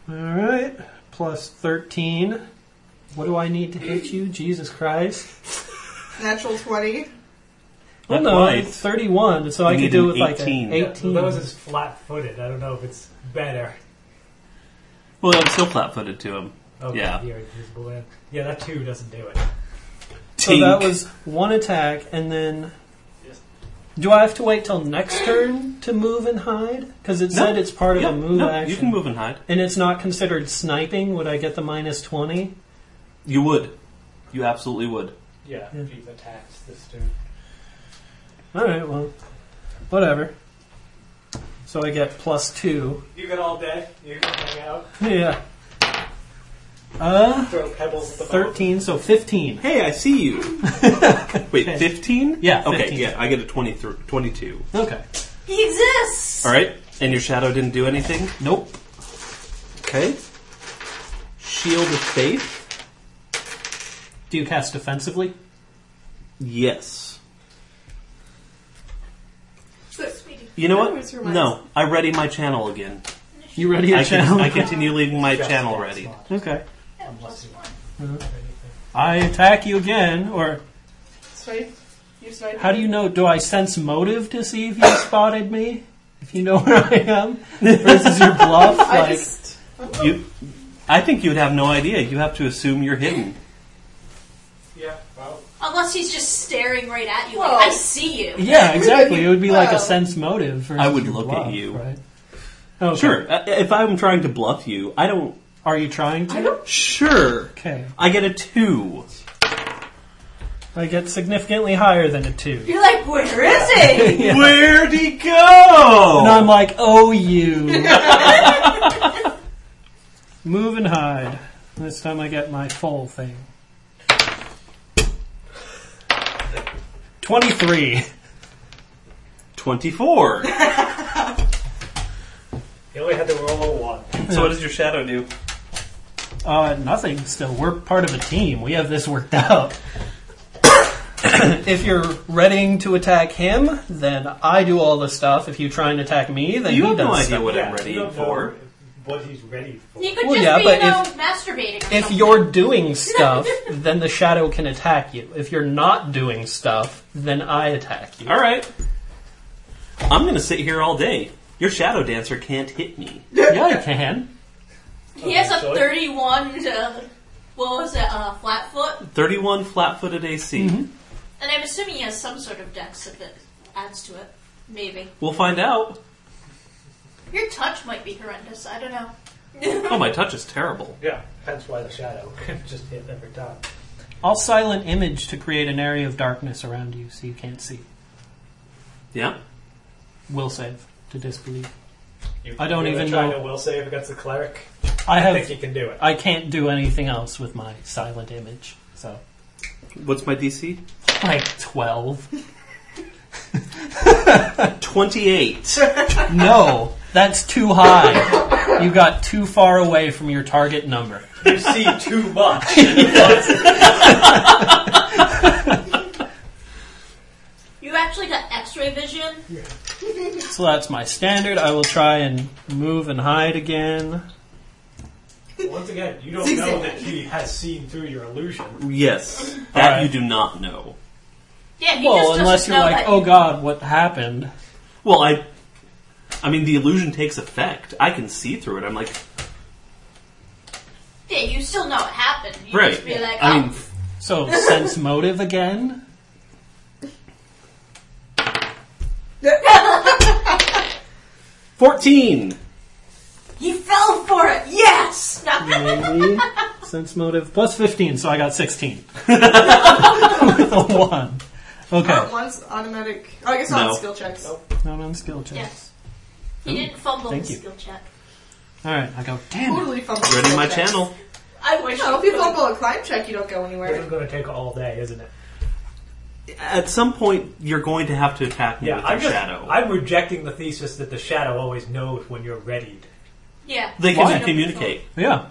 Speaker 1: Alright, plus 13. What do I need to hit you? Jesus Christ.
Speaker 5: Natural twenty.
Speaker 1: Well,
Speaker 3: Not
Speaker 1: no,
Speaker 3: quite.
Speaker 1: 31, so I
Speaker 3: You
Speaker 1: could
Speaker 3: need
Speaker 1: do
Speaker 3: an
Speaker 1: it with like an
Speaker 3: 18.
Speaker 1: 18.
Speaker 2: Those is flat-footed. I don't know if it's better.
Speaker 3: Well, I'm still flat-footed to him.
Speaker 2: Okay,
Speaker 3: Yeah.
Speaker 2: you're Oh, invisible then. Yeah, that two doesn't do it.
Speaker 1: so that
Speaker 3: Tink.
Speaker 1: was one attack, and then. Do I have to wait till next turn to move and hide? Because it
Speaker 3: No.
Speaker 1: said it's part of
Speaker 3: Yeah,
Speaker 1: a move
Speaker 3: no,
Speaker 1: action.
Speaker 3: You can move and hide.
Speaker 1: And it's not considered sniping. Would I get the minus 20?
Speaker 3: You would. You absolutely would.
Speaker 2: Yeah,
Speaker 1: Yeah.
Speaker 2: you've attacked this two.
Speaker 1: Alright, well, whatever. So I get plus two.
Speaker 2: You got all day. You can hang out,
Speaker 1: Yeah. Uh,
Speaker 2: throw pebbles at the ball.
Speaker 1: 13, so 15.
Speaker 3: Hey, I see you. Wait,
Speaker 1: Okay.
Speaker 3: 15?
Speaker 1: Yeah,
Speaker 3: Okay,
Speaker 1: 15.
Speaker 3: yeah, I get a 23, 22.
Speaker 1: Okay.
Speaker 4: he exists.
Speaker 3: All right, and your shadow didn't do anything?
Speaker 1: Nope.
Speaker 3: Okay. Shield of Faith?
Speaker 1: Do you cast defensively?
Speaker 3: Yes.
Speaker 4: Sweetie,
Speaker 3: You know
Speaker 5: That
Speaker 3: what?
Speaker 5: always reminds-
Speaker 3: No, I ready my channel again.
Speaker 1: You ready
Speaker 3: I,
Speaker 1: your
Speaker 3: can,
Speaker 1: channel?
Speaker 3: I continue leaving my
Speaker 2: Just
Speaker 3: channel
Speaker 2: one
Speaker 3: ready.
Speaker 2: slot.
Speaker 1: Okay.
Speaker 2: Unless you
Speaker 1: I attack you again, or
Speaker 5: Swipe. You swipe.
Speaker 1: how do you know? Do I sense motive to see if you spotted me? If you know where I am? Versus your bluff?
Speaker 5: I
Speaker 1: Like,
Speaker 5: just.
Speaker 3: You, I think you would have no idea. You have to assume you're hidden.
Speaker 2: Yeah, well,
Speaker 4: Unless he's just staring right at you,
Speaker 5: Whoa.
Speaker 4: like I see you.
Speaker 1: yeah, exactly. It would be like a
Speaker 5: Well.
Speaker 1: sense motive. versus
Speaker 3: I would
Speaker 1: your
Speaker 3: look at
Speaker 1: bluff,
Speaker 3: you.
Speaker 1: Right? Okay.
Speaker 3: Sure, uh, if I'm trying to bluff you, I don't.
Speaker 1: Are you trying to?
Speaker 3: Sure.
Speaker 1: Okay.
Speaker 3: I get a two.
Speaker 1: I get significantly higher than a two.
Speaker 4: You're like, where is he?
Speaker 3: Where'd he go?
Speaker 1: And I'm like, oh, you. Move and hide. This time I get my full thing. 23.
Speaker 3: 24.
Speaker 2: you You only had to roll a one.
Speaker 3: So what does your shadow do?
Speaker 1: Uh, nothing. Still, we're part of a team. We have this worked out. if you're readying to attack him, then I do all the stuff. If you try and attack me, then
Speaker 3: You
Speaker 1: he
Speaker 3: have
Speaker 1: does
Speaker 3: no
Speaker 1: stuff.
Speaker 3: idea what I'm
Speaker 2: you
Speaker 3: ready
Speaker 2: don't know
Speaker 3: for.
Speaker 2: What he's ready for.
Speaker 4: You could
Speaker 1: Well,
Speaker 4: just
Speaker 1: yeah,
Speaker 4: be,
Speaker 1: but
Speaker 4: you know, masturbating. Or
Speaker 1: If
Speaker 4: something.
Speaker 1: you're doing stuff, then the shadow can attack you. If you're not doing stuff, then I attack you.
Speaker 3: All right. I'm gonna sit here all day. Your shadow dancer can't hit me.
Speaker 1: yeah, I can.
Speaker 4: he has a
Speaker 2: sorry.
Speaker 4: 31. Uh, what was it? Uh, flat foot.
Speaker 3: 31 flat-footed AC.
Speaker 1: Mm-hmm.
Speaker 4: And I'm assuming he has some sort of dex if it adds to it. Maybe
Speaker 3: We'll find out.
Speaker 4: your touch might be horrendous. I don't know.
Speaker 3: Oh, my touch is terrible.
Speaker 2: Yeah, that's why the shadow just hit every time.
Speaker 1: I'll silent image to create an area of darkness around you so you can't see.
Speaker 3: Yeah.
Speaker 1: Will save to disbelieve.
Speaker 2: You
Speaker 1: I don't
Speaker 2: you're
Speaker 1: even
Speaker 2: trying
Speaker 1: know.
Speaker 2: to will save against the cleric.
Speaker 1: I
Speaker 2: I think
Speaker 1: have.
Speaker 2: you can do it.
Speaker 1: I can't do anything else with my silent image. So
Speaker 3: What's my DC?
Speaker 1: like twelve.
Speaker 3: 28.
Speaker 1: No, that's too high. You got too far away from your target number.
Speaker 2: You see too much.
Speaker 4: You actually got X-ray vision.
Speaker 1: So that's my standard. I will try and move and hide again.
Speaker 2: Once again, you don't
Speaker 5: Zigzag.
Speaker 2: know that he has seen through your illusion.
Speaker 3: yes. That
Speaker 1: right.
Speaker 3: you do not know.
Speaker 4: Yeah, he
Speaker 1: Well,
Speaker 4: just
Speaker 1: unless
Speaker 4: doesn't
Speaker 1: you're
Speaker 4: know
Speaker 1: like,
Speaker 4: that.
Speaker 1: oh god, what happened?
Speaker 3: Well, I. I mean, the illusion takes effect. I can see through it. I'm like,
Speaker 4: Yeah, you still know it happened. You
Speaker 3: right.
Speaker 4: Just be like, oh,
Speaker 3: I mean,
Speaker 1: So sense motive again.
Speaker 3: fourteen.
Speaker 4: he fell for it. Yes. No.
Speaker 1: Mm-hmm. Maybe sense motive plus fifteen, so I got sixteen with a one.
Speaker 5: Not
Speaker 1: Okay,
Speaker 5: once automatic. Oh, I guess
Speaker 3: No.
Speaker 5: not skill checks.
Speaker 1: not on skill check.
Speaker 4: Yes. He didn't fumble
Speaker 1: thank
Speaker 4: the
Speaker 1: you.
Speaker 4: skill check.
Speaker 1: All right, I go. Damn. it.
Speaker 5: Totally fumble.
Speaker 3: Ready
Speaker 5: skill
Speaker 3: my
Speaker 5: checks.
Speaker 3: channel.
Speaker 4: I wish.
Speaker 5: No, if
Speaker 4: he
Speaker 5: you
Speaker 4: could.
Speaker 5: fumble a climb check, you don't go anywhere.
Speaker 2: This is going to take all day, isn't it?
Speaker 3: At some point, you're going to have to attack me
Speaker 2: Yeah,
Speaker 3: with
Speaker 2: I'm
Speaker 3: your
Speaker 2: just,
Speaker 3: shadow.
Speaker 2: I'm rejecting the thesis that the shadow always knows when you're readied.
Speaker 4: Yeah.
Speaker 3: they
Speaker 4: Why?
Speaker 3: can communicate.
Speaker 1: Yeah,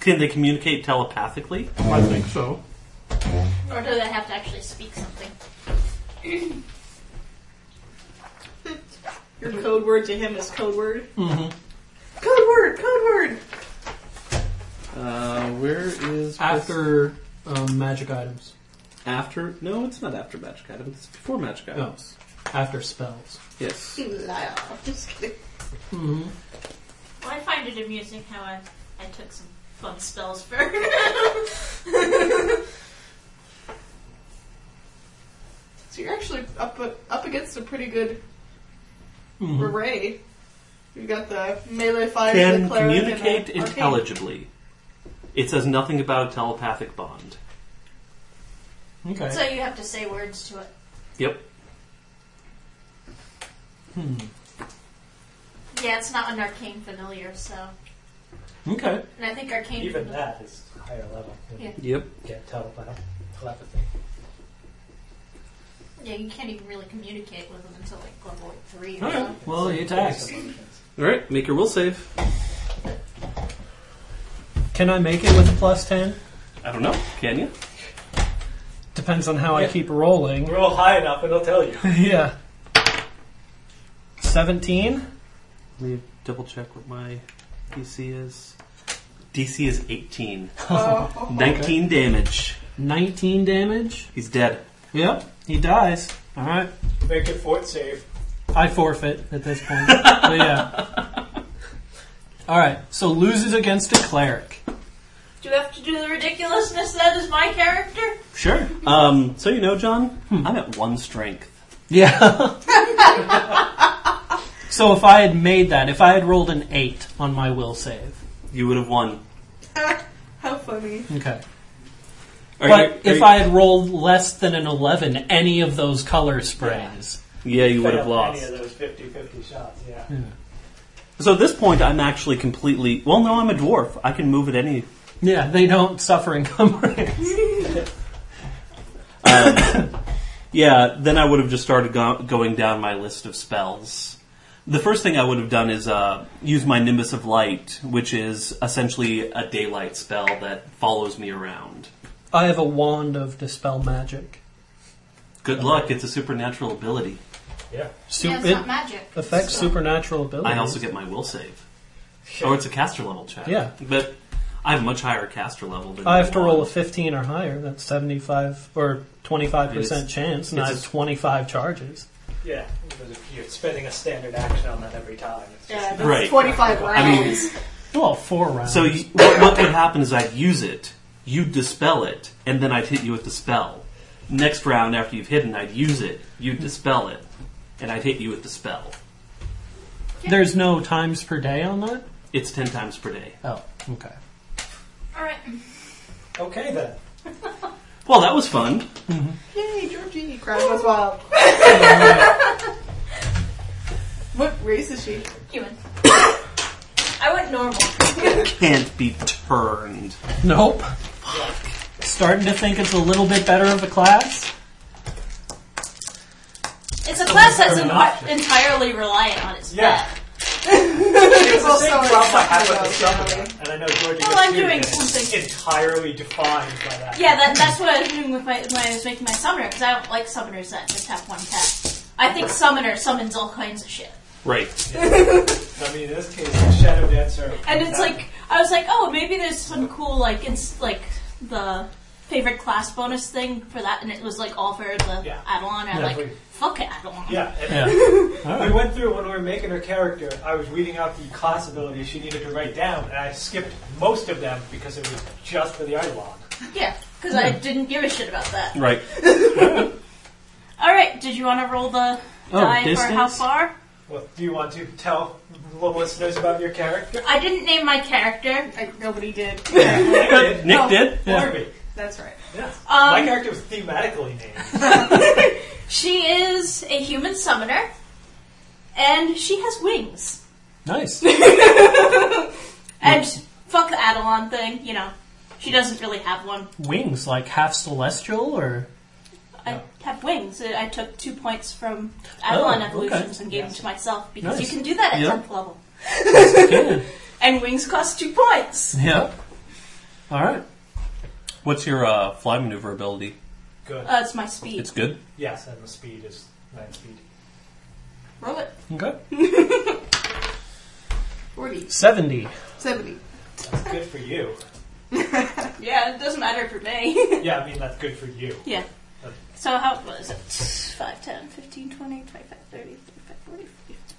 Speaker 3: Can they communicate telepathically?
Speaker 1: I think so.
Speaker 4: Or do they have to actually speak something?
Speaker 5: Your code word to him is code word. Mm-hmm. Code word. Code word.
Speaker 3: Uh, where is
Speaker 1: After um, magic items,
Speaker 3: after? No, it's not after magic items. It's before magic items.
Speaker 1: after spells.
Speaker 3: Yes.
Speaker 5: You liar. I'm just kidding.
Speaker 4: Well, I find it amusing how I, I took some fun spells for.
Speaker 5: So you're actually up up against a pretty good array. You've got the melee fire, the
Speaker 3: Can
Speaker 5: cleric,
Speaker 3: communicate
Speaker 5: and the arcane.
Speaker 3: intelligibly. It says nothing about a telepathic bond.
Speaker 1: Okay.
Speaker 4: so you have to say words to it.
Speaker 3: Yep.
Speaker 1: Hmm.
Speaker 4: Yeah, it's not an arcane familiar, so.
Speaker 1: Okay.
Speaker 4: And I think arcane.
Speaker 2: Even
Speaker 4: familiar-
Speaker 2: that is higher level.
Speaker 4: Yeah.
Speaker 3: Yep.
Speaker 2: Can't tell about telepathy.
Speaker 4: Yeah, you can't even really communicate with them until like level like, three. Or
Speaker 1: All right.
Speaker 4: something.
Speaker 1: Well, he attacks.
Speaker 3: All right. Make your will save.
Speaker 1: Can I make it with a plus ten?
Speaker 3: I don't know. Can you?
Speaker 1: Depends on how I
Speaker 2: Yeah.
Speaker 1: keep rolling.
Speaker 2: Roll high enough and it'll tell you.
Speaker 1: yeah. Seventeen.
Speaker 3: Let me double check what my DC is. DC is 18.
Speaker 5: Oh,
Speaker 3: 19 damage.
Speaker 1: 19 damage.
Speaker 3: He's dead.
Speaker 1: Yep, he dies. All right.
Speaker 2: Make it fort save.
Speaker 1: I forfeit at this point. but yeah. All right. So loses against a cleric.
Speaker 4: Do you have to do the ridiculousness that is my character?
Speaker 1: Sure. Hmm.
Speaker 3: Um, so you know, John, I'm at one strength.
Speaker 1: Yeah. so if I had made that, if I had rolled an 8 on my will save.
Speaker 3: You would have won.
Speaker 5: how funny.
Speaker 1: Okay.
Speaker 3: Are you-
Speaker 1: but
Speaker 3: are
Speaker 1: if
Speaker 3: you-
Speaker 1: I had rolled less than an 11, any of those color sprays.
Speaker 3: yeah, you would have
Speaker 2: Failed
Speaker 3: lost.
Speaker 2: Any of those 50-50 shots, yeah.
Speaker 3: So at this point, I'm actually completely. Well, no, I'm a dwarf. I can move at any.
Speaker 1: Yeah, they don't suffer encumbrance.
Speaker 3: Yeah, then I would have just started go- going down my list of spells. The first thing I would have done is uh, use my Nimbus of Light, which is essentially a daylight spell that follows me around.
Speaker 1: I have a wand of dispel magic.
Speaker 3: Good luck, it's a supernatural ability.
Speaker 2: Yeah.
Speaker 1: Su-
Speaker 5: yeah, it's
Speaker 1: it
Speaker 5: not magic.
Speaker 1: affects
Speaker 5: It's
Speaker 1: supernatural abilities.
Speaker 3: I also get my will save. Oh, it's a caster level check.
Speaker 1: Yeah.
Speaker 3: But I have a much higher caster level than
Speaker 1: I have to
Speaker 3: you
Speaker 1: roll a
Speaker 3: want.
Speaker 1: 15 or higher. That's 75 or 25 percent
Speaker 3: It's-
Speaker 1: chance, and
Speaker 3: it's
Speaker 1: I
Speaker 3: a-
Speaker 1: have 25 charges.
Speaker 7: Yeah, because if you're spending a standard action on that every time. It's just,
Speaker 5: Yeah, that's
Speaker 3: Right.
Speaker 5: 25 rounds.
Speaker 3: I mean,
Speaker 1: Well, four rounds.
Speaker 3: So you, what, what would happen is I'd use it, you'd dispel it, and then I'd hit you with the spell. Next round, after you've hidden, I'd use it, you'd dispel it, and I'd hit you with the spell.
Speaker 1: There's no times per day on that.
Speaker 3: It's ten times per day.
Speaker 1: Oh, okay.
Speaker 4: Alright.
Speaker 2: Okay then.
Speaker 3: Well, that was fun.
Speaker 5: Yay, Georgie! Crowd goes wild. what race is she?
Speaker 4: Human. I went normal.
Speaker 3: Can't be turned.
Speaker 1: Nope. Starting to think it's a little bit better of a class.
Speaker 4: It's a class that's en- entirely reliant on its
Speaker 2: Yeah.
Speaker 4: death.
Speaker 2: It's the
Speaker 5: Also
Speaker 2: same
Speaker 5: a
Speaker 2: problem I have
Speaker 5: couple
Speaker 2: with the
Speaker 5: of
Speaker 2: summoner, and I know Georgie
Speaker 4: Well,
Speaker 2: was
Speaker 4: I'm
Speaker 2: too,
Speaker 4: doing
Speaker 2: but it's
Speaker 4: something.
Speaker 2: entirely defined by that.
Speaker 4: Yeah, that, that's what I was doing with my when I was making my summoner because I don't like summoners that just have one cat. I think summoner summons all kinds of shit,
Speaker 3: Right.
Speaker 2: I mean, in this case, the Shadow Dancer.
Speaker 4: and it's like I was like, oh, maybe there's some cool like it's like the favorite class bonus thing for that, and it was like all for the
Speaker 2: Yeah.
Speaker 4: Adelon. And I'm
Speaker 2: Yeah,
Speaker 4: like,
Speaker 2: we-
Speaker 4: fuck it, Adelon.
Speaker 2: Yeah. and We went through when we were making her character. I was reading out the class abilities she needed to write down, and I skipped most of them because it was just for the Eidolon.
Speaker 4: yeah, because I didn't give a shit about that.
Speaker 3: Right.
Speaker 4: All right, did you want to roll the
Speaker 3: Oh,
Speaker 4: die for how
Speaker 3: distance?
Speaker 4: far?
Speaker 2: Well, do you want to tell the listeners about your character?
Speaker 4: I didn't name my character.
Speaker 5: I, nobody did.
Speaker 2: Nick
Speaker 3: Nick did.
Speaker 2: Barbie.
Speaker 5: That's right.
Speaker 2: Yeah.
Speaker 4: Um,
Speaker 2: My character was thematically named.
Speaker 4: She is a human summoner, and she has wings.
Speaker 1: Nice.
Speaker 4: And fuck the Adelon thing, you know. She doesn't really have one.
Speaker 1: Wings, like half celestial, or
Speaker 4: I have wings. I I took two points from Adelon
Speaker 1: Oh,
Speaker 4: evolutions
Speaker 1: okay.
Speaker 4: and gave them to myself because
Speaker 1: Nice.
Speaker 4: you can do that at
Speaker 1: Yeah.
Speaker 4: 10th level. and wings cost two points.
Speaker 1: yeah. All right.
Speaker 3: What's your uh, fly maneuver ability?
Speaker 2: Good.
Speaker 4: Uh, it's my speed.
Speaker 3: It's good.
Speaker 2: Yes, and the speed is nine speed.
Speaker 4: Roll it.
Speaker 1: Okay.
Speaker 5: 40.
Speaker 1: Seventy.
Speaker 5: 70.
Speaker 2: That's good for you.
Speaker 4: Yeah, it doesn't matter for me.
Speaker 2: Yeah, I mean, that's good for you.
Speaker 4: yeah. So how was it? 5, 10, 15, 20, 25, 30, 35, 40,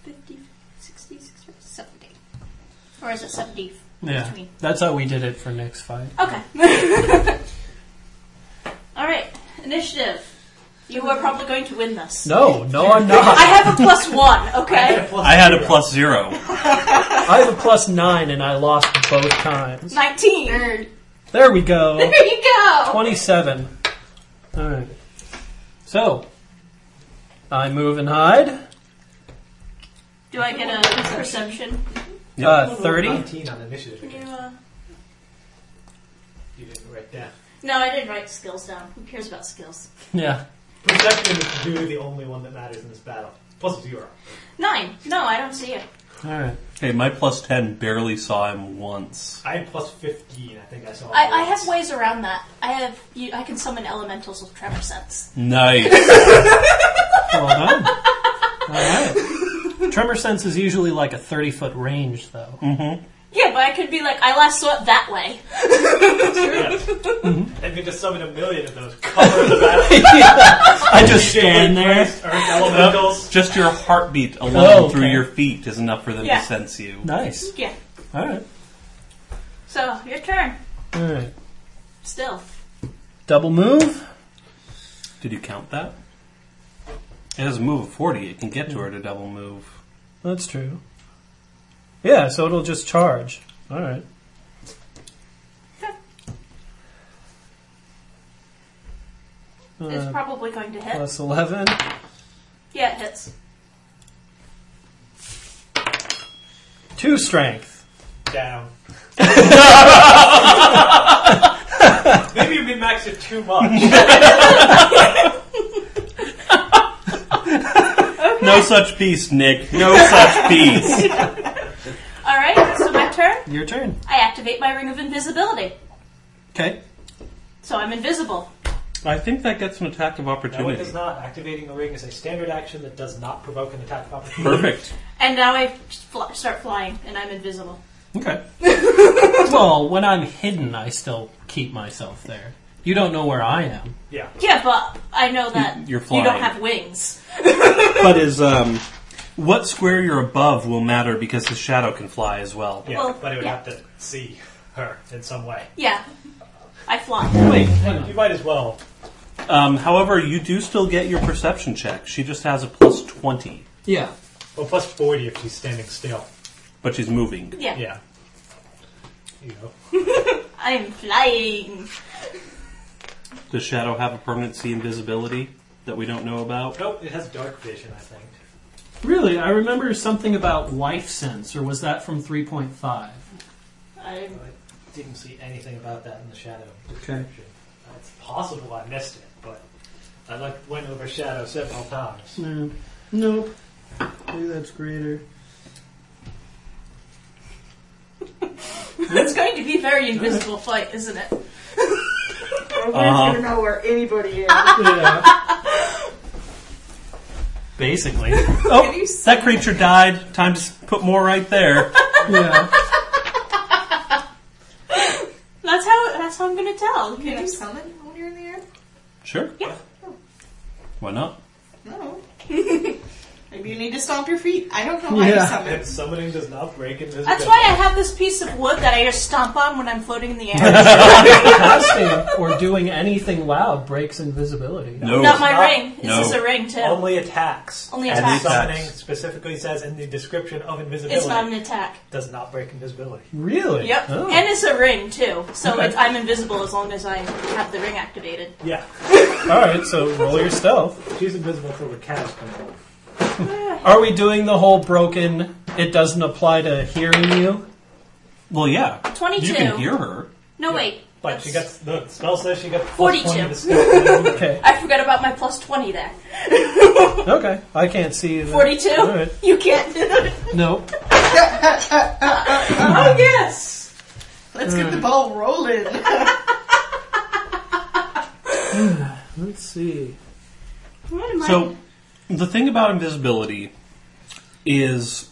Speaker 4: 50, 60, 60, 70. Or is it 70?
Speaker 1: Yeah.
Speaker 4: Between?
Speaker 1: That's how we did it for next fight.
Speaker 4: Okay. Alright, initiative. You are probably going to win this.
Speaker 1: No, no, I'm not.
Speaker 4: I have a plus one, okay?
Speaker 3: I had a plus zero.
Speaker 1: I have a plus nine, and I lost both times.
Speaker 4: 19. There
Speaker 5: Nerd.
Speaker 1: There we go.
Speaker 4: you go!
Speaker 1: Twenty-seven. All right. So I move and hide.
Speaker 4: Do I get a perception?
Speaker 1: Uh, Thirty.
Speaker 2: 19 on initiative.
Speaker 4: Can you,
Speaker 2: again.
Speaker 4: uh...
Speaker 2: You didn't write down.
Speaker 4: No, I didn't write skills down. Who cares about skills?
Speaker 1: Yeah.
Speaker 2: Perception is really the only one that matters in this battle. Plus zero.
Speaker 4: Nine. No, I don't see it.
Speaker 1: All right.
Speaker 3: Hey, my plus ten barely saw him once.
Speaker 2: I am plus 15, I think I saw.
Speaker 4: I, I have ways around that. I have. You, I can summon elementals with tremor sense.
Speaker 3: Nice.
Speaker 1: Well done. All right. Tremor sense is usually like a thirty-foot range, though.
Speaker 4: Yeah, but I could be like, I last saw it that way.
Speaker 2: And can just summon a million of those. Cover the battle.
Speaker 1: I just stand there.
Speaker 2: Earth elementals.
Speaker 3: Just your heartbeat alone
Speaker 1: Oh, okay.
Speaker 3: through your feet is enough for them
Speaker 4: Yeah.
Speaker 3: to sense you.
Speaker 1: Nice.
Speaker 4: Yeah.
Speaker 1: All right.
Speaker 4: So your turn.
Speaker 1: All right.
Speaker 4: Still.
Speaker 1: Double move.
Speaker 3: Did you count that? It has a move of 40. It can get to her to double move.
Speaker 1: That's true. Yeah, so it'll just charge. All right.
Speaker 4: It's
Speaker 1: Uh,
Speaker 4: probably going to hit.
Speaker 1: plus 11.
Speaker 4: yeah, it hits.
Speaker 1: Two strength.
Speaker 2: Down. Maybe you min-maxed it too much.
Speaker 4: Okay.
Speaker 3: No such beast, Nick. No such beast.
Speaker 4: Alright, so my turn.
Speaker 1: Your turn.
Speaker 4: I activate my ring of invisibility.
Speaker 1: Okay.
Speaker 4: So I'm invisible.
Speaker 3: I think that gets an attack of
Speaker 2: No, it
Speaker 3: opportunity.
Speaker 2: does not. Activating a ring is a standard action that does not provoke an attack of opportunity.
Speaker 3: Perfect.
Speaker 4: And now I fl- start flying, and I'm invisible.
Speaker 1: Okay. well, when I'm hidden, I still keep myself there. You don't know where I am.
Speaker 2: Yeah.
Speaker 4: Yeah, but I know that
Speaker 3: You're
Speaker 4: you don't
Speaker 3: flying.
Speaker 4: have wings.
Speaker 3: But is um, what square you're above will matter because the shadow can fly as well.
Speaker 2: Yeah,
Speaker 4: Well,
Speaker 2: but it would
Speaker 4: yeah.
Speaker 2: have to see her in some way.
Speaker 4: Yeah, I fly.
Speaker 1: Wait, hang on.
Speaker 2: You might as well.
Speaker 3: Um, however, you do still get your perception check. She just has a plus twenty,
Speaker 1: Yeah.
Speaker 2: Well, plus 40 if she's standing still.
Speaker 3: but she's moving.
Speaker 4: Yeah,
Speaker 2: Yeah. You know.
Speaker 4: I'm flying.
Speaker 3: Does shadow have a permanency invisibility that we don't know about?
Speaker 2: Nope, it has dark vision, I think.
Speaker 1: Really, I remember something about life sense, or was that from 3.5?
Speaker 4: I'm,
Speaker 2: Didn't see anything about that in the shadow
Speaker 1: Okay.
Speaker 2: description. It's possible I missed it, but I like went over shadow several times.
Speaker 1: No. Nope. Maybe that's greater.
Speaker 4: it's going to be a very invisible flight, isn't it?
Speaker 5: Nobody's
Speaker 3: Uh-huh.
Speaker 5: gonna know where anybody is.
Speaker 1: Yeah. Basically.
Speaker 5: Can you
Speaker 3: Oh,
Speaker 5: see?
Speaker 3: that creature died. Time to s- put more right there.
Speaker 1: Yeah.
Speaker 4: That's how. That's how I'm going to tell.
Speaker 5: Can
Speaker 4: Can
Speaker 5: you
Speaker 4: you-
Speaker 5: summon when you're in the air?
Speaker 3: Sure.
Speaker 4: Yeah.
Speaker 3: Why not?
Speaker 5: No. Maybe you need to stomp your feet. I don't know why
Speaker 1: Yeah.
Speaker 5: you summon.
Speaker 2: And summoning does not break invisibility.
Speaker 4: That's why I have this piece of wood that I just stomp on when I'm floating in the air.
Speaker 1: Casting or doing anything loud breaks invisibility.
Speaker 3: No.
Speaker 4: Not my
Speaker 2: not-
Speaker 4: ring. This
Speaker 3: no.
Speaker 4: is a ring too.
Speaker 2: Only attacks.
Speaker 4: Only
Speaker 2: and
Speaker 4: attacks.
Speaker 2: summoning specifically says in the description of invisibility
Speaker 4: it's not an attack.
Speaker 2: does not break invisibility.
Speaker 1: Really?
Speaker 4: Yep.
Speaker 1: Oh.
Speaker 4: And it's a ring too, so
Speaker 1: Okay.
Speaker 4: it's, I'm invisible as long as I have the ring activated.
Speaker 2: Yeah.
Speaker 1: Alright, so roll your stealth.
Speaker 2: She's invisible till the cat is coming.
Speaker 1: Are we doing the whole broken, it doesn't apply to hearing you?
Speaker 3: Well, yeah. You can
Speaker 4: 22.
Speaker 3: hear her.
Speaker 4: No wait.
Speaker 2: But she got the
Speaker 4: That's-
Speaker 2: spell says she got plus
Speaker 4: 42.
Speaker 2: 20 to stealth.
Speaker 1: Okay.
Speaker 4: I forgot about my plus 20 there.
Speaker 1: Okay. I can't see you. then.
Speaker 4: 42?
Speaker 1: Alright.
Speaker 4: You can't do it.
Speaker 1: Nope.
Speaker 4: Oh yes!
Speaker 5: Let's get the ball rolling.
Speaker 1: Let's see.
Speaker 4: What am I-
Speaker 3: So, the thing about invisibility is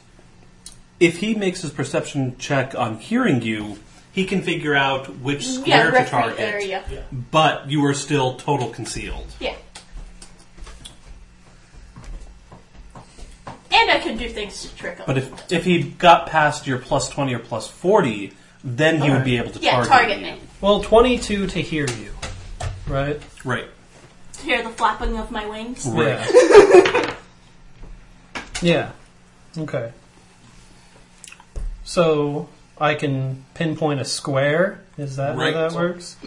Speaker 3: if he makes his perception check on hearing you, he can figure out which
Speaker 4: yeah,
Speaker 3: square to
Speaker 4: referee
Speaker 3: target.
Speaker 4: area. Yeah.
Speaker 3: But you are still total concealed.
Speaker 4: And I can do things to trick 'em.
Speaker 3: But if if he got past your plus twenty or plus forty, then he would be able to
Speaker 4: yeah, target,
Speaker 3: target, you.
Speaker 4: me.
Speaker 1: Well, 22 to hear you. Right?
Speaker 3: Right.
Speaker 4: Hear the flapping of my wings.
Speaker 3: Right.
Speaker 1: Yeah. yeah. Okay. So I can pinpoint a square. Is that
Speaker 3: Right.
Speaker 1: how that works?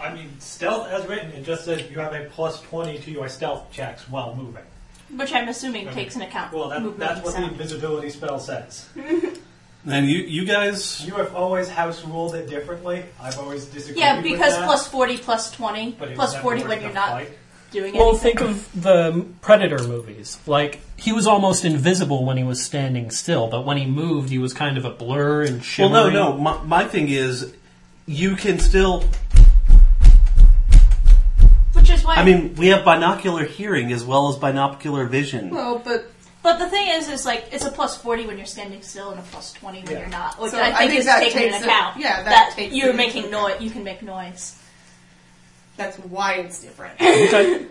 Speaker 2: I mean, stealth as written, it just says you have a plus 20 to your stealth checks while moving.
Speaker 4: Which I'm assuming takes into account
Speaker 2: Hmm. Well, that,
Speaker 4: movement
Speaker 2: that's what the
Speaker 4: sound.
Speaker 2: invisibility spell says.
Speaker 3: And you you guys
Speaker 2: You have always house ruled it differently. I've always disagreed
Speaker 4: Yeah,
Speaker 2: with
Speaker 4: because
Speaker 2: that,
Speaker 4: plus 40, plus 20,
Speaker 2: but it
Speaker 4: plus
Speaker 2: never
Speaker 4: 40
Speaker 2: worked
Speaker 4: when
Speaker 2: in
Speaker 4: you're
Speaker 2: a
Speaker 4: not
Speaker 2: fight.
Speaker 4: doing
Speaker 1: Well,
Speaker 4: anything.
Speaker 1: think of the Predator movies. Like, he was almost invisible when he was standing still, but when he moved, he was kind of a blur and
Speaker 3: Well
Speaker 1: shimmering.
Speaker 3: no no, my, my thing is you can still
Speaker 4: Which is why
Speaker 3: I mean, we have binocular hearing as well as binocular vision.
Speaker 5: well, but
Speaker 4: But the thing is, is like it's a plus forty when you're standing still and a plus twenty when you're not. Which
Speaker 5: So
Speaker 4: I
Speaker 5: I
Speaker 4: think,
Speaker 5: think
Speaker 4: is
Speaker 5: that
Speaker 4: taken
Speaker 5: takes
Speaker 4: into
Speaker 5: it-
Speaker 4: account.
Speaker 5: yeah, that takes it
Speaker 4: you're
Speaker 5: into
Speaker 4: making noise.
Speaker 5: account.
Speaker 4: You can make noise.
Speaker 5: that's why it's different.
Speaker 1: Okay.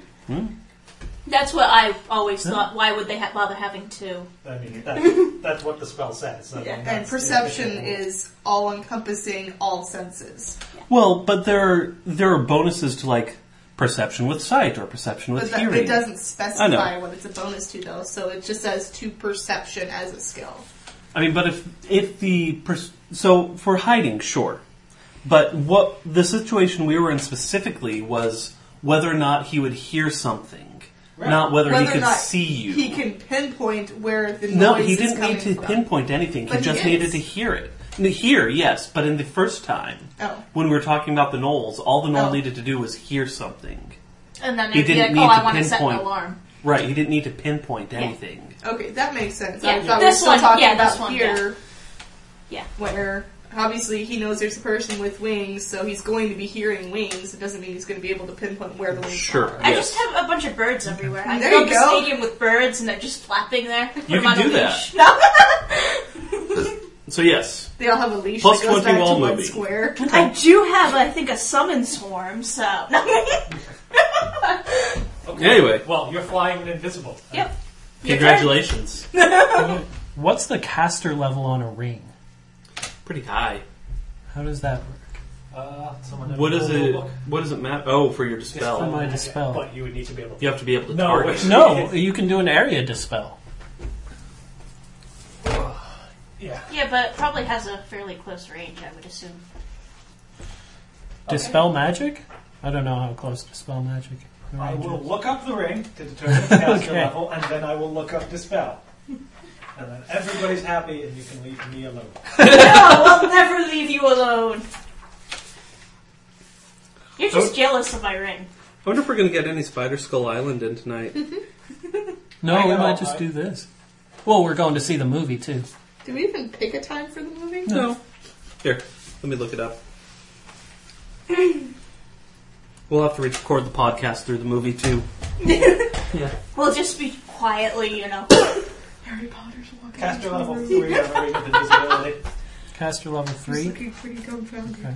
Speaker 4: That's what I always thought. Why would they ha- bother having two?
Speaker 2: I mean, that's, that's what the spell says. I mean,
Speaker 5: and
Speaker 2: that's the
Speaker 5: perception
Speaker 2: invisible-
Speaker 5: is all encompassing all senses.
Speaker 3: Well, but there are, there are bonuses to like perception with sight or perception with
Speaker 5: But that,
Speaker 3: hearing.
Speaker 5: it doesn't
Speaker 3: I
Speaker 5: specify
Speaker 3: know.
Speaker 5: what it's a bonus to, though, so it just says to perception as a skill.
Speaker 3: I mean, but if if the pers- so for hiding, sure. But what the situation we were in specifically was whether or not he would hear something, not whether, he
Speaker 5: Whether or
Speaker 3: could
Speaker 5: not
Speaker 3: see you.
Speaker 5: He can pinpoint where the noise
Speaker 3: no, he
Speaker 5: is
Speaker 3: didn't
Speaker 5: coming
Speaker 3: need to
Speaker 5: from.
Speaker 3: pinpoint anything.
Speaker 5: But
Speaker 3: he
Speaker 5: he
Speaker 3: just
Speaker 5: is.
Speaker 3: needed to hear it. N- Hear, yes, but in the first time
Speaker 5: Oh.
Speaker 3: when we were talking about the knolls, all the knoll
Speaker 5: Oh.
Speaker 3: needed to do was hear something.
Speaker 4: And then
Speaker 3: He
Speaker 4: it'd be
Speaker 3: didn't
Speaker 4: like,
Speaker 3: need
Speaker 4: oh, I
Speaker 3: to
Speaker 4: want to set an
Speaker 3: pinpoint.
Speaker 4: alarm.
Speaker 3: Right, he didn't need to pinpoint anything.
Speaker 5: Okay, that makes sense. I
Speaker 4: Yeah,
Speaker 5: thought
Speaker 4: this
Speaker 5: we were still
Speaker 4: one,
Speaker 5: talking
Speaker 4: yeah,
Speaker 5: about
Speaker 4: this one,
Speaker 5: here.
Speaker 4: yeah. Yeah.
Speaker 5: Where obviously he knows there's a person with wings, so he's going to be hearing wings. It doesn't mean he's going to be able to pinpoint where the wings
Speaker 3: Sure.
Speaker 5: are.
Speaker 4: I
Speaker 3: Yes.
Speaker 4: just have a bunch of birds everywhere. I
Speaker 5: There
Speaker 4: fill
Speaker 5: you
Speaker 4: the
Speaker 5: go.
Speaker 4: stadium with birds, and they're just flapping there. Put
Speaker 3: You can
Speaker 4: them on a
Speaker 3: do that.
Speaker 4: leash. No,
Speaker 3: So yes,
Speaker 5: They all have a leash
Speaker 3: Plus
Speaker 5: that goes
Speaker 3: 20
Speaker 5: back
Speaker 3: wall
Speaker 5: to one
Speaker 3: movie.
Speaker 5: square.
Speaker 4: I do have, I think, a summon swarm. So
Speaker 3: Anyway.
Speaker 2: Well, you're flying and invisible.
Speaker 4: yep.
Speaker 3: congratulations.
Speaker 1: What's the caster level on a ring?
Speaker 3: Pretty high.
Speaker 1: How does that work?
Speaker 2: Uh, someone had
Speaker 3: What
Speaker 2: a
Speaker 3: does
Speaker 2: little
Speaker 3: it?
Speaker 2: book.
Speaker 3: What does it matter? Oh, for your
Speaker 1: For
Speaker 3: dispel,
Speaker 1: my dispel.
Speaker 2: But you would need to be able to.
Speaker 3: you have to be able to
Speaker 2: No,
Speaker 3: target.
Speaker 2: wait.
Speaker 1: No, you can do an area dispel.
Speaker 2: Yeah.
Speaker 4: Yeah, but it probably has a fairly close range, I would assume.
Speaker 1: Dispel magic? I don't know how close dispel magic. the
Speaker 2: I
Speaker 1: range
Speaker 2: will
Speaker 1: is.
Speaker 2: look up the ring to determine the caster
Speaker 1: Okay.
Speaker 2: level, and then I will look up dispel. And then everybody's happy, and you can leave me alone.
Speaker 4: no, I'll never leave you alone. You're
Speaker 3: Oh.
Speaker 4: just jealous of my ring.
Speaker 3: I wonder if we're going to get any Spider Skull Island in tonight.
Speaker 1: No,
Speaker 2: I
Speaker 1: we
Speaker 2: know,
Speaker 1: might just
Speaker 2: I-
Speaker 1: do this. Well, we're going to see the movie too.
Speaker 5: Do we even pick a time for the movie?
Speaker 3: No. Here, let me look it up. we'll have to record the podcast through the movie too.
Speaker 4: We'll just be quietly, you know.
Speaker 5: Harry Potter's walking.
Speaker 2: Caster
Speaker 5: into the
Speaker 2: level
Speaker 5: room.
Speaker 2: 3 on a ring of invisibility.
Speaker 1: Caster level
Speaker 5: He's
Speaker 1: three.
Speaker 5: looking pretty dumbfounded.
Speaker 1: Okay.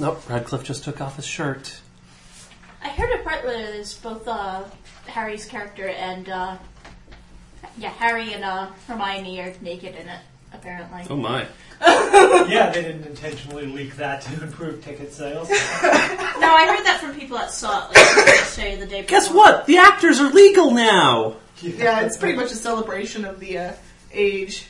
Speaker 3: Nope, Oh, Radcliffe just took off his shirt.
Speaker 4: I heard a part where there's both uh, Harry's character and uh, yeah, Harry and uh, Hermione are naked in it. Apparently,
Speaker 3: Oh my.
Speaker 2: Yeah, they didn't intentionally leak that to improve ticket sales.
Speaker 4: no, I heard that from people that saw it. Like, say the day.
Speaker 3: Guess
Speaker 4: before.
Speaker 3: what? The actors are legal now!
Speaker 5: Yeah, it's pretty much a celebration of the uh, age.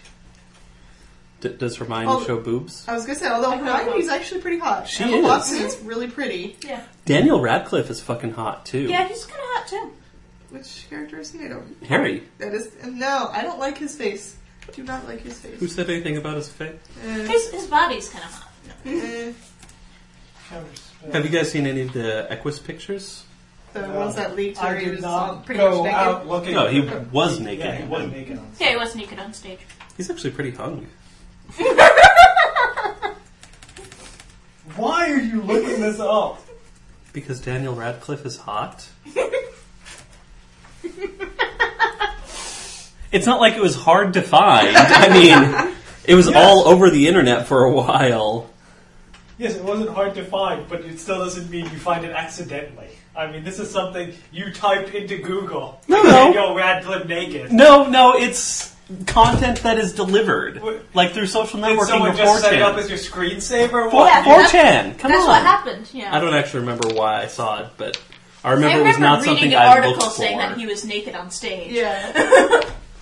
Speaker 3: D- does Hermione
Speaker 5: Oh.
Speaker 3: show boobs?
Speaker 5: I was gonna say, although
Speaker 4: I don't know.
Speaker 5: Hermione's actually pretty hot.
Speaker 3: She
Speaker 5: Emma
Speaker 3: is.
Speaker 5: Watson is
Speaker 4: Mm-hmm.
Speaker 5: really pretty.
Speaker 4: Yeah,
Speaker 3: Daniel Radcliffe is fucking hot too.
Speaker 4: yeah, he's kind of hot too.
Speaker 5: Which character is he? I don't.
Speaker 3: Harry,
Speaker 5: That is no. I don't like his face. Do not like his face.
Speaker 3: who said anything about his face?
Speaker 5: Eh,
Speaker 4: His his body's kind of hot.
Speaker 5: eh,
Speaker 3: Have you guys seen any of the Equus pictures?
Speaker 5: the
Speaker 1: Uh,
Speaker 5: ones that leaked.
Speaker 2: I
Speaker 5: where he
Speaker 2: did
Speaker 5: was
Speaker 2: not
Speaker 5: pretty
Speaker 2: go
Speaker 5: much
Speaker 2: out looking.
Speaker 3: No, he
Speaker 2: for them.
Speaker 3: was naked.
Speaker 2: Yeah, he was naked. On
Speaker 4: Yeah, he was naked on stage.
Speaker 3: He's actually pretty hung.
Speaker 2: Why are you looking this up?
Speaker 3: Because Daniel Radcliffe is hot? it's not like it was hard to find. I mean, it was all over the internet for a while.
Speaker 2: Yes, it wasn't hard to find, but it still doesn't mean you find it accidentally. I mean, this is something you typed into Google.
Speaker 3: No, no.
Speaker 2: Daniel Radcliffe naked.
Speaker 3: No, no, it's content that is delivered.
Speaker 2: What?
Speaker 3: Like through social
Speaker 2: Did
Speaker 3: networking or
Speaker 2: someone just set it up
Speaker 3: 4chan.
Speaker 2: as your screensaver? or
Speaker 3: Four-
Speaker 2: What?
Speaker 4: Yeah,
Speaker 3: 4chan, come
Speaker 4: That's
Speaker 3: on.
Speaker 4: what happened. Yeah,
Speaker 3: I don't actually remember why I saw it, but I remember,
Speaker 4: I
Speaker 3: it was not
Speaker 4: reading
Speaker 3: something
Speaker 4: an
Speaker 3: I
Speaker 4: article
Speaker 3: looked
Speaker 4: saying
Speaker 3: for.
Speaker 4: that he was naked on stage.
Speaker 5: Yeah.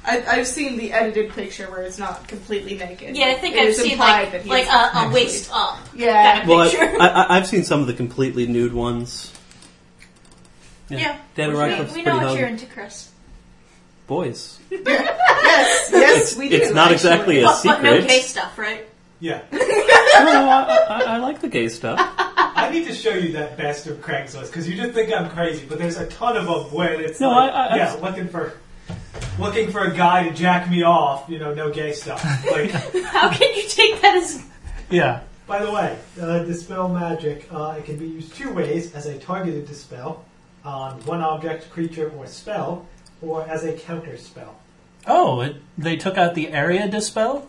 Speaker 5: I, I've seen the edited picture where it's not completely naked.
Speaker 4: Yeah, I think
Speaker 5: It
Speaker 4: I've
Speaker 5: is
Speaker 4: seen
Speaker 5: implied
Speaker 4: like
Speaker 5: that he
Speaker 4: like uh,
Speaker 5: is
Speaker 4: a, um. a
Speaker 5: actually-
Speaker 4: waist up.
Speaker 5: Yeah.
Speaker 4: kind of
Speaker 3: well, I,
Speaker 4: picture.
Speaker 3: I, I- I've seen some of the completely nude ones.
Speaker 4: yeah,
Speaker 3: Daniel Radcliffe's
Speaker 4: we, we
Speaker 3: pretty
Speaker 4: know
Speaker 3: hung.
Speaker 4: what you're into, Chris.
Speaker 3: Boys.
Speaker 5: Yes, yes,
Speaker 3: It's-
Speaker 5: we do.
Speaker 3: it's not
Speaker 5: actually.
Speaker 3: exactly a
Speaker 4: But, but no
Speaker 3: secret.
Speaker 4: gay stuff, right?
Speaker 2: Yeah.
Speaker 3: No, no, I, I, I like the gay stuff.
Speaker 2: I need to show you that bastard Craigslist because you just think I'm crazy, but there's a ton of them where it's
Speaker 3: No,
Speaker 2: like,
Speaker 3: I- I- I
Speaker 2: yeah,
Speaker 3: was-
Speaker 2: looking for looking for a guy to jack me off, you know, no gay stuff. Like,
Speaker 4: How can you take that as
Speaker 1: Yeah.
Speaker 2: by the way, uh, dispel magic. Uh, it can be used two ways: as a targeted dispel on one object, creature, or spell, or as a counter spell.
Speaker 1: Oh, it, they took out the area dispel.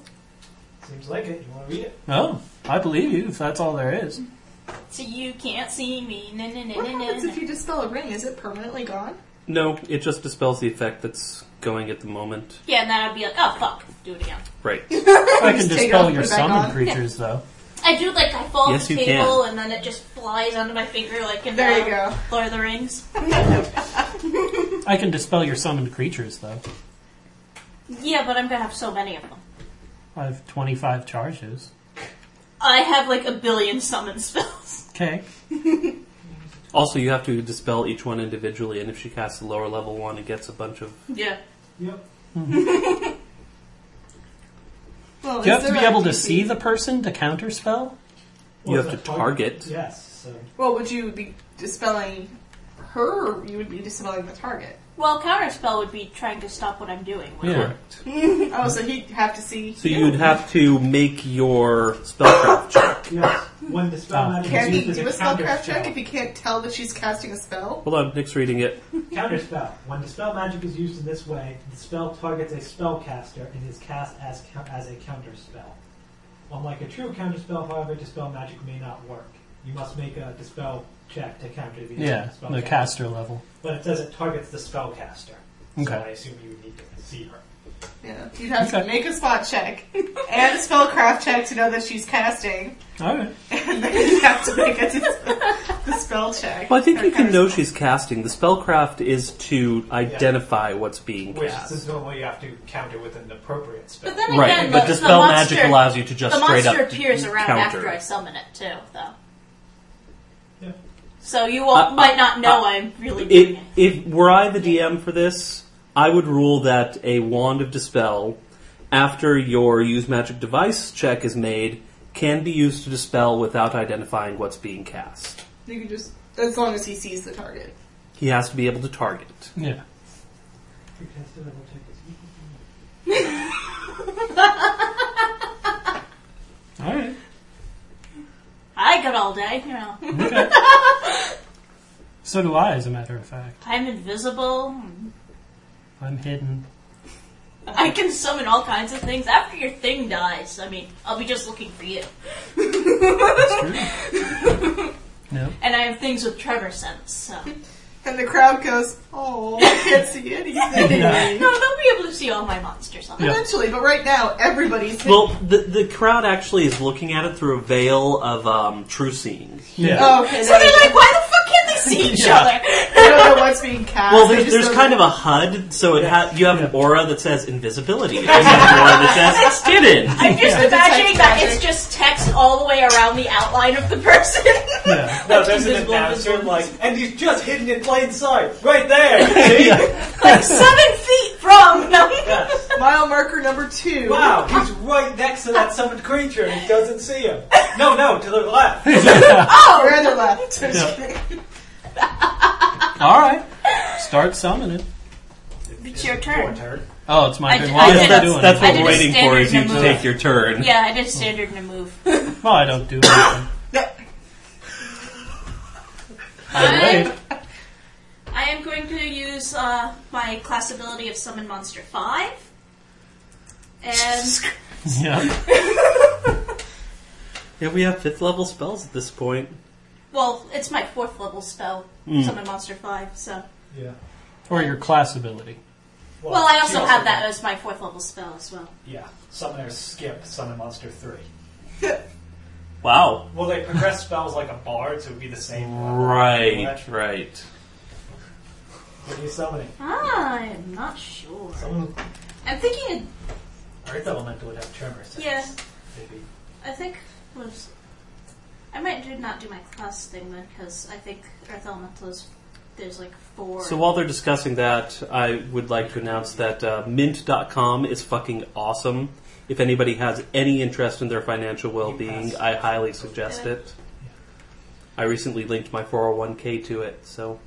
Speaker 2: Seems like it. You want to read it?
Speaker 1: Oh, I believe you. If that's all there is.
Speaker 4: so you can't see me? No, no, no,
Speaker 5: What
Speaker 4: no,
Speaker 5: happens
Speaker 4: no.
Speaker 5: if you dispel a ring? Is it permanently gone?
Speaker 3: No, it just dispels the effect that's going at the moment.
Speaker 4: Yeah, and then I'd be like, oh fuck, do it again.
Speaker 3: Right.
Speaker 1: I
Speaker 5: Just
Speaker 1: can
Speaker 5: take it
Speaker 1: dispel
Speaker 5: off,
Speaker 1: your
Speaker 5: put it back
Speaker 1: summon
Speaker 5: on.
Speaker 1: creatures though.
Speaker 4: I do like I fall
Speaker 3: Yes,
Speaker 4: off the
Speaker 3: you
Speaker 4: table and then it just flies onto my finger like in
Speaker 5: There
Speaker 4: uh,
Speaker 5: you go.
Speaker 4: Lord of the Rings.
Speaker 1: I can dispel your summoned creatures though.
Speaker 4: Yeah, but I'm gonna have so many of them.
Speaker 1: I have twenty-five charges.
Speaker 4: I have like a billion summon spells.
Speaker 1: Okay.
Speaker 3: Also, you have to dispel each one individually, and if she casts a lower level one, it gets a bunch of.
Speaker 4: yeah.
Speaker 2: Yep.
Speaker 5: Well,
Speaker 1: Do you
Speaker 5: is
Speaker 1: have to be
Speaker 5: there
Speaker 1: able to
Speaker 5: activity?
Speaker 1: see the person to counterspell?
Speaker 3: You have
Speaker 2: Well,
Speaker 3: to
Speaker 2: it's a tar-
Speaker 3: target.
Speaker 2: Yes. So
Speaker 5: Well, would you be dispelling her, you would be dispelling the target.
Speaker 4: Well, counterspell would be trying to stop what I'm doing. wouldn't
Speaker 1: Yeah.
Speaker 4: it?
Speaker 5: oh, so he'd have to see.
Speaker 3: So you'd have to make your spellcraft check.
Speaker 7: Yes. When the spell
Speaker 2: Oh.
Speaker 7: magic
Speaker 5: Can
Speaker 7: is
Speaker 5: he
Speaker 7: used as
Speaker 5: do a
Speaker 7: counter
Speaker 5: spellcraft
Speaker 7: spell,
Speaker 5: check if he can't tell that she's casting a spell?
Speaker 3: Hold on, Nick's reading it.
Speaker 7: Counter spell. When the spell magic is used in this way, the spell targets a spellcaster and is cast as cou- as a counter spell. Unlike a true counter spell, however, dispel magic may not work. You must make a dispel check to counter the
Speaker 1: Yeah,
Speaker 7: spell
Speaker 1: the caster level.
Speaker 7: But it says it targets the spellcaster. So
Speaker 1: Okay.
Speaker 7: I assume you would need to see her.
Speaker 5: Yeah. You'd have to
Speaker 1: Okay.
Speaker 5: make a spot check and a spellcraft check to know that she's casting,
Speaker 1: All right.
Speaker 5: and then you have to make a dis- the spell check.
Speaker 3: Well, I think
Speaker 5: Or
Speaker 3: you can know
Speaker 5: counterspell.
Speaker 3: she's casting. The spellcraft is to identify what's being
Speaker 7: Which
Speaker 3: cast.
Speaker 7: is normally you have to counter with an appropriate spell.
Speaker 4: But then again,
Speaker 3: Right,
Speaker 4: the,
Speaker 3: but
Speaker 4: the
Speaker 3: dispel
Speaker 4: monster,
Speaker 3: magic allows you to just
Speaker 4: the
Speaker 3: straight up
Speaker 4: monster appears around
Speaker 3: counter.
Speaker 4: after I summon it too, though.
Speaker 7: Yeah.
Speaker 4: So you all
Speaker 3: Uh,
Speaker 4: might not know
Speaker 3: uh,
Speaker 4: I'm really doing
Speaker 3: If,
Speaker 4: it.
Speaker 3: if were I the DM for this, I would rule that a wand of dispel, after your use magic device check is made, can be used to dispel without identifying what's being cast.
Speaker 5: You can just, as long as he sees the target.
Speaker 3: He has to be able to target.
Speaker 1: Yeah. All right.
Speaker 4: I got all day, you know.
Speaker 1: Okay. so do I, as a matter of fact.
Speaker 4: I'm invisible.
Speaker 1: I'm hidden.
Speaker 4: I can summon all kinds of things. After your thing dies, I mean, I'll be just looking for you.
Speaker 1: That's true. no.
Speaker 4: And I have things with Trevor sense, so.
Speaker 5: And the crowd goes, oh, I can't see anything.
Speaker 4: No, they'll be able to see all my monsters. I'll-
Speaker 1: Yeah.
Speaker 5: Eventually, but right now, everybody's hit.
Speaker 3: Well, the, the crowd actually is looking at it through a veil of um, true seeing.
Speaker 1: Yeah.
Speaker 5: oh, okay,
Speaker 4: So they're
Speaker 5: they
Speaker 4: like, why the fuck can't they see each
Speaker 1: Yeah.
Speaker 4: other?
Speaker 5: don't know what's being cast.
Speaker 3: Well,
Speaker 5: They
Speaker 3: there's,
Speaker 5: just
Speaker 3: there's
Speaker 5: don't
Speaker 3: kind of
Speaker 5: know.
Speaker 3: a HUD, so it ha- you have an
Speaker 1: Yeah.
Speaker 3: aura that says invisibility. and You have an aura that says hidden.
Speaker 4: I'm just
Speaker 5: Yeah.
Speaker 4: imagining
Speaker 5: Detect
Speaker 4: that
Speaker 5: magic.
Speaker 4: it's just text all the way around the outline of the person.
Speaker 1: Yeah.
Speaker 2: No, there's an
Speaker 4: Invisible,
Speaker 2: announcer
Speaker 4: invisible.
Speaker 2: like, and he's just hidden in plain sight, right there. See?
Speaker 4: like seven feet from them.
Speaker 2: Yes.
Speaker 5: Mile marker number two.
Speaker 2: Wow, he's right next to that summoned creature, and he doesn't see him. No, no, to the left.
Speaker 5: Oh! We're on the left.
Speaker 1: All right. Start summoning.
Speaker 4: It's your turn.
Speaker 1: Oh, it's my
Speaker 4: I
Speaker 1: turn.
Speaker 4: d-
Speaker 1: Why
Speaker 4: I
Speaker 1: am
Speaker 4: did
Speaker 1: I
Speaker 4: a-
Speaker 1: doing
Speaker 3: That's
Speaker 1: it?
Speaker 3: what we're
Speaker 4: did a
Speaker 3: waiting for, is you
Speaker 4: standard
Speaker 3: to
Speaker 4: move.
Speaker 3: take your turn.
Speaker 4: Yeah, I did standard in a move.
Speaker 1: Well, I don't do anything. I wait.
Speaker 4: I'm- I am going to use uh, my class ability of Summon Monster 5. And
Speaker 1: Yeah.
Speaker 3: Yeah, we have fifth level spells at this point.
Speaker 4: Well, it's my fourth level spell,
Speaker 3: Hmm.
Speaker 4: Summon Monster 5, so.
Speaker 2: Yeah.
Speaker 1: Or your class ability.
Speaker 4: Well, I
Speaker 2: she
Speaker 4: also have that as my fourth level spell as well.
Speaker 2: uh, Yeah, summoners skip Summon Monster 3.
Speaker 3: Wow.
Speaker 2: Well, they progress spells like a bard, so it would be the same. uh,
Speaker 3: Right, right.
Speaker 2: What are you summoning?
Speaker 4: Ah, I'm not sure.
Speaker 2: Someone
Speaker 4: I'm thinking, it-
Speaker 2: Earth Elemental would have tremor sense.
Speaker 4: yeah,
Speaker 2: Maybe.
Speaker 4: I think was. I might do not do my class thing then, because I think Earth Elemental is. There's like four.
Speaker 3: So while they're discussing that, I would like to announce that uh, Mint.com is fucking awesome. If anybody has any interest in their financial well being, I highly suggest it. I recently linked my 401k to it, so.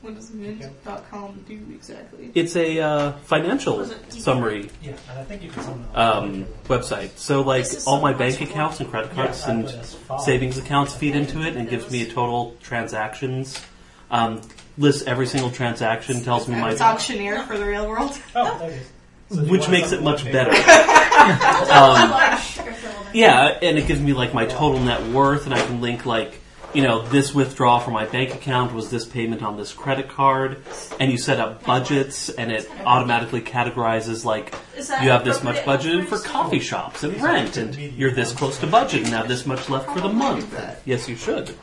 Speaker 5: What does mint.com do exactly?
Speaker 3: It's a uh, financial
Speaker 4: Was it-
Speaker 3: summary
Speaker 2: Yeah, and I think you can summon
Speaker 3: um, website. So, like,
Speaker 4: This is
Speaker 3: all my
Speaker 4: so
Speaker 3: bank
Speaker 4: much more.
Speaker 3: accounts and credit
Speaker 2: Yeah,
Speaker 3: cards
Speaker 2: I
Speaker 3: and
Speaker 2: put as five.
Speaker 3: savings accounts feed into it and gives me a total transactions. Um, lists every single transaction, tells me
Speaker 5: I
Speaker 3: my
Speaker 5: was auctioneer for the real world.
Speaker 2: Oh, there it is. So do you
Speaker 3: which
Speaker 2: want
Speaker 3: makes it
Speaker 2: someone
Speaker 3: much
Speaker 2: to-
Speaker 3: better.
Speaker 4: Large
Speaker 3: um,
Speaker 4: Earth Elemental.
Speaker 3: yeah, and it gives me like my total net worth, and I can link like you know this withdrawal from my bank account was this payment on this credit card, and you set up budgets, and it automatically categorizes like
Speaker 4: Is that
Speaker 3: you have this much
Speaker 4: appropriate
Speaker 3: budgeted for coffee shops and rent, and
Speaker 2: Medium.
Speaker 3: you're this close to budget and have this much left for the month. Yes, you should.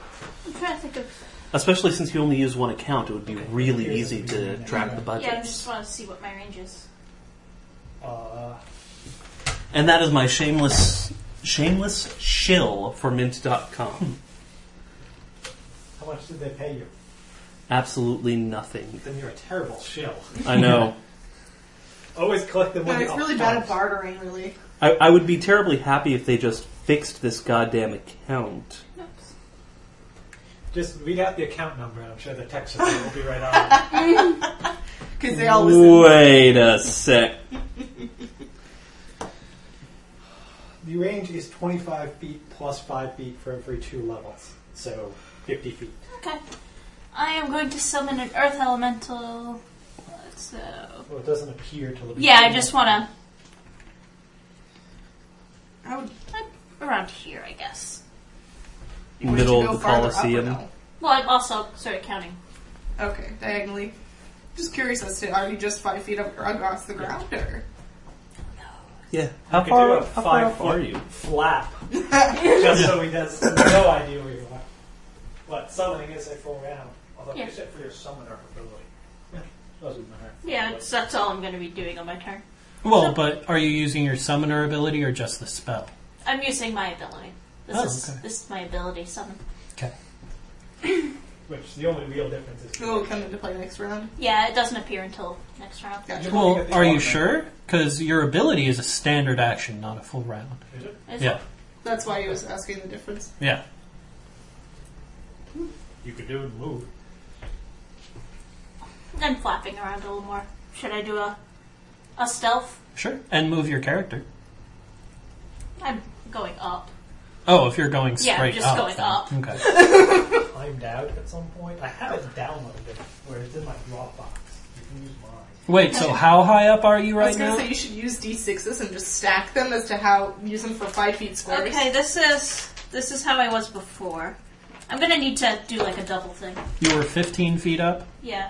Speaker 4: I'm trying to think of.
Speaker 3: Especially since you only use one account, it would be really easy to track the
Speaker 4: Yeah, I just
Speaker 3: budgets.
Speaker 4: want to see what my range is.
Speaker 2: Uh,
Speaker 3: And that is my shameless, shameless shill for Mint.com.
Speaker 2: how much did they pay you?
Speaker 3: Absolutely nothing.
Speaker 2: Then you're a terrible shill.
Speaker 3: I know.
Speaker 2: Always collect the
Speaker 5: No,
Speaker 2: money.
Speaker 5: it's really
Speaker 2: upfront.
Speaker 5: bad at bartering, really.
Speaker 3: I, I would be terribly happy if they just fixed this goddamn account.
Speaker 2: Just read out the account number, and I'm sure the text support will be right on.
Speaker 5: Because they all listen.
Speaker 3: Wait a sec.
Speaker 2: The range is 25 feet plus 5 feet for every two levels, so 50 feet.
Speaker 4: Okay. I am going to summon an earth elemental. So.
Speaker 2: Well, it doesn't appear till the
Speaker 4: Yeah, I
Speaker 2: beginning.
Speaker 4: just want
Speaker 5: I would
Speaker 4: to. Around here, I guess.
Speaker 5: would
Speaker 3: Middle
Speaker 5: you go
Speaker 3: of the
Speaker 5: farther up or
Speaker 3: Colosseum.
Speaker 5: no?
Speaker 4: Well, I'm also sort of counting.
Speaker 5: Okay, diagonally. Just curious as to are you just five feet up across the ground or?
Speaker 3: Yeah. How
Speaker 2: could
Speaker 3: far,
Speaker 2: do a
Speaker 3: how far
Speaker 2: five
Speaker 3: up
Speaker 2: foot
Speaker 3: are you?
Speaker 2: flap, just so he has no idea where you are. But summoning is a full round, although
Speaker 4: Yeah.
Speaker 2: except for your summoner ability. Yeah, those would matter.
Speaker 4: Yeah, so that's all I'm going to be doing on my turn.
Speaker 1: Well, but are you using your summoner ability or just the spell?
Speaker 4: I'm using my ability. This
Speaker 1: Oh,
Speaker 4: is
Speaker 1: okay.
Speaker 4: this is my ability summon.
Speaker 2: Which the only real difference is.
Speaker 3: Oh.
Speaker 5: It'll come into play next round.
Speaker 4: Yeah, it doesn't appear until next round.
Speaker 5: Gotcha.
Speaker 1: Well, are you sure? Because your ability is a standard action, not a full round.
Speaker 4: Is
Speaker 1: Yeah,
Speaker 5: That's why he was asking the difference.
Speaker 1: yeah.
Speaker 2: You could do it and move.
Speaker 4: it? I'm flapping around a little more. Should I do a a stealth?
Speaker 1: Sure. And move your character.
Speaker 4: I'm going up.
Speaker 1: Oh, if you're going
Speaker 4: Yeah,
Speaker 1: straight
Speaker 4: just
Speaker 1: up.
Speaker 4: going
Speaker 1: then.
Speaker 4: up.
Speaker 1: Okay.
Speaker 2: Climbed out at some point. I have it downloaded, where it's in my Dropbox. You can use mine.
Speaker 1: Wait, so how high up are you
Speaker 5: I was
Speaker 1: right
Speaker 5: gonna
Speaker 1: now?
Speaker 5: say you should use d6s and just stack them as to how use them for five feet squares.
Speaker 4: Okay, this is this is how I was before. I'm gonna need to do like a double thing.
Speaker 1: You were 15 feet up?
Speaker 4: Yeah.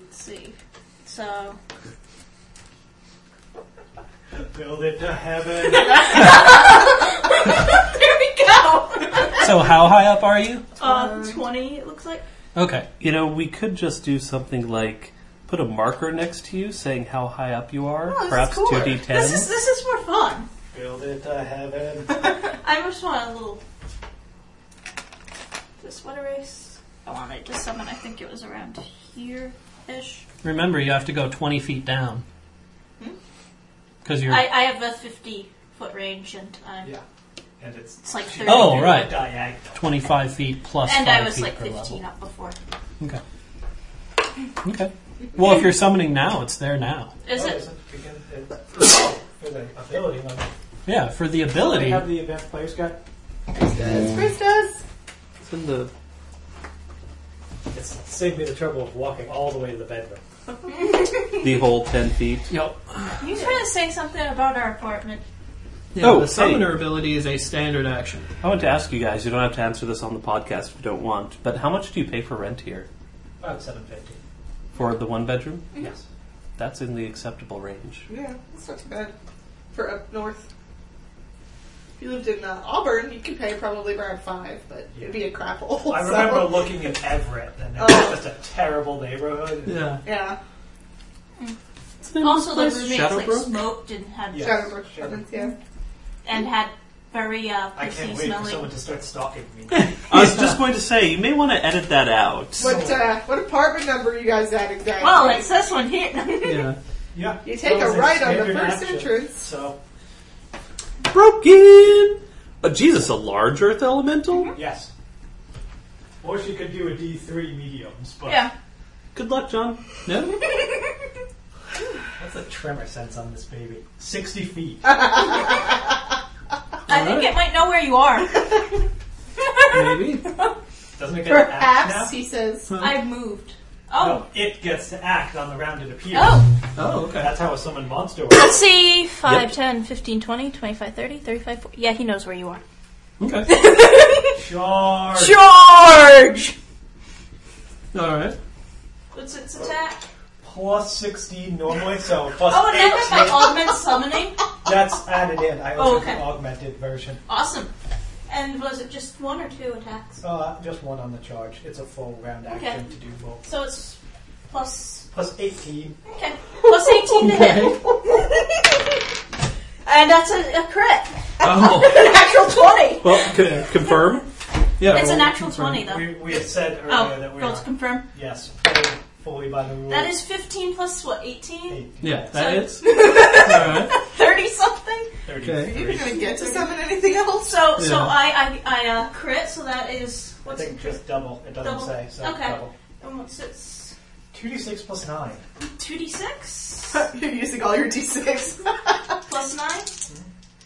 Speaker 4: Let's see. So
Speaker 2: Build it to heaven.
Speaker 4: there we go.
Speaker 1: So how high up are you?
Speaker 4: Uh, twenty. It looks like.
Speaker 1: Okay.
Speaker 3: You know, we could just do something like put a marker next to you saying how high up you are.
Speaker 4: this is
Speaker 3: Perhaps
Speaker 4: cooler.
Speaker 3: 2d10.
Speaker 4: Oh, This is this is more fun.
Speaker 2: Build it to heaven.
Speaker 4: I just want a little. This what erase? I wanted to summon. I think it was around here ish.
Speaker 1: Remember, you have to go 20 feet down. Because you're.
Speaker 4: Hmm? I, I have a fifty foot range and I'm,
Speaker 2: Yeah. And it's
Speaker 4: it's like thirty.
Speaker 1: Oh, right.
Speaker 2: diagonal.
Speaker 1: 25 feet plus
Speaker 4: And
Speaker 1: 5
Speaker 4: I was
Speaker 1: feet
Speaker 4: like
Speaker 1: per
Speaker 4: fifteen
Speaker 1: level.
Speaker 4: up before.
Speaker 1: Okay. Okay. Well, if you're summoning now, it's there now.
Speaker 4: Is
Speaker 2: Oh,
Speaker 4: it?
Speaker 2: doesn't begin at- For the ability level.
Speaker 1: Yeah, for the
Speaker 2: They
Speaker 1: ability.
Speaker 2: have the event players got.
Speaker 5: Christus, Christus.
Speaker 3: It's in the
Speaker 2: It's saved me the trouble of walking all the way to the bedroom.
Speaker 3: the whole 10 feet.
Speaker 1: Yep.
Speaker 4: You trying to say something about our apartment?
Speaker 1: Yeah,
Speaker 3: Oh,
Speaker 1: the
Speaker 3: hey.
Speaker 1: summoner ability is a standard action.
Speaker 3: I want to ask you guys, you don't have to answer this on the podcast if you don't want, but how much do you pay for rent here?
Speaker 2: About seven fifty.
Speaker 3: For the one bedroom?
Speaker 5: Mm-hmm.
Speaker 2: Yes.
Speaker 3: That's in the acceptable range.
Speaker 5: Yeah, that's not too bad for up north. If you lived in uh, Auburn, you could pay probably around five, but it'd be a crap hole.
Speaker 2: I
Speaker 5: so-
Speaker 2: remember looking at Everett, and it was
Speaker 5: Oh.
Speaker 2: just a terrible neighborhood. and
Speaker 1: Yeah.
Speaker 5: Yeah,
Speaker 4: Also, the roommates
Speaker 3: Shadowbrook?
Speaker 4: like smoked and had
Speaker 2: Yeah. Yes,
Speaker 5: Shadowbrook
Speaker 2: sure.
Speaker 5: Apartments, yeah.
Speaker 4: and had very uh,
Speaker 2: I can't
Speaker 4: pissy
Speaker 2: wait for
Speaker 4: smelling.
Speaker 2: someone to start stalking me.
Speaker 3: I was just going to say, you may want to edit that out.
Speaker 5: What, uh, what apartment number are you guys at exactly?
Speaker 4: well, it's this one here.
Speaker 1: Yeah.
Speaker 2: yeah.
Speaker 5: You take
Speaker 2: that
Speaker 5: a
Speaker 2: was
Speaker 5: right on the
Speaker 2: standard
Speaker 5: first
Speaker 2: action.
Speaker 5: entrance.
Speaker 2: So
Speaker 3: Broken! Uh, Jesus, a large earth elemental?
Speaker 2: yes. Or she could do a D three mediums, but
Speaker 4: yeah.
Speaker 3: Good luck, John.
Speaker 1: Yeah.
Speaker 2: what's the tremor sense on this baby? Sixty feet.
Speaker 4: Uh, I think it might know where you are.
Speaker 1: Maybe.
Speaker 2: Doesn't it get to
Speaker 5: Perhaps,
Speaker 2: act now?
Speaker 5: he says.
Speaker 4: I've moved. Oh.
Speaker 2: No, it gets to act on the round it appears.
Speaker 4: Oh.
Speaker 1: Oh, okay.
Speaker 2: That's how a summon monster works.
Speaker 4: Let's see. 5, 10, 15, 20, 25, 30, 35, 40. Yeah, he knows where you are.
Speaker 1: Okay.
Speaker 2: Charge.
Speaker 4: Charge!
Speaker 1: All right.
Speaker 4: What's its attack?
Speaker 2: Plus sixteen normally, so plus
Speaker 4: Oh, and
Speaker 2: eight.
Speaker 4: that was my augment summoning.
Speaker 2: That's added in. I
Speaker 4: Oh,
Speaker 2: also
Speaker 4: okay.
Speaker 2: the augmented version.
Speaker 4: Awesome. And was it just one or two attacks?
Speaker 2: Uh, just one on the charge. It's a full round action
Speaker 4: Okay.
Speaker 2: to do both.
Speaker 4: So it's plus.
Speaker 2: Plus 18.
Speaker 4: Okay. Plus 18 to hit. and that's a, a crit.
Speaker 1: Oh.
Speaker 4: An actual 20.
Speaker 3: Well, c- confirm.
Speaker 1: Yeah.
Speaker 4: It's
Speaker 1: well,
Speaker 4: an actual
Speaker 1: confirm.
Speaker 4: 20, though.
Speaker 2: We, we had said earlier that
Speaker 4: Oh,
Speaker 2: we
Speaker 4: roll
Speaker 2: are,
Speaker 4: to confirm.
Speaker 2: yes, fully, fully by the rules.
Speaker 4: That is 15 plus what, 18?
Speaker 2: 18.
Speaker 1: Yeah, that
Speaker 4: Sorry.
Speaker 1: is. All right.
Speaker 4: 30 something?
Speaker 5: Are you even
Speaker 1: 33.
Speaker 5: gonna get to summon anything else?
Speaker 4: So so
Speaker 1: Yeah.
Speaker 4: I I, I uh, crit. So that is
Speaker 2: I
Speaker 4: what's
Speaker 2: think
Speaker 4: it?
Speaker 2: just double. It doesn't
Speaker 4: Double?
Speaker 2: say. So
Speaker 4: Okay.
Speaker 2: double.
Speaker 4: And what's it's
Speaker 2: 2d6 plus 9.
Speaker 4: two d six
Speaker 5: You're using all your d6.
Speaker 4: plus nine.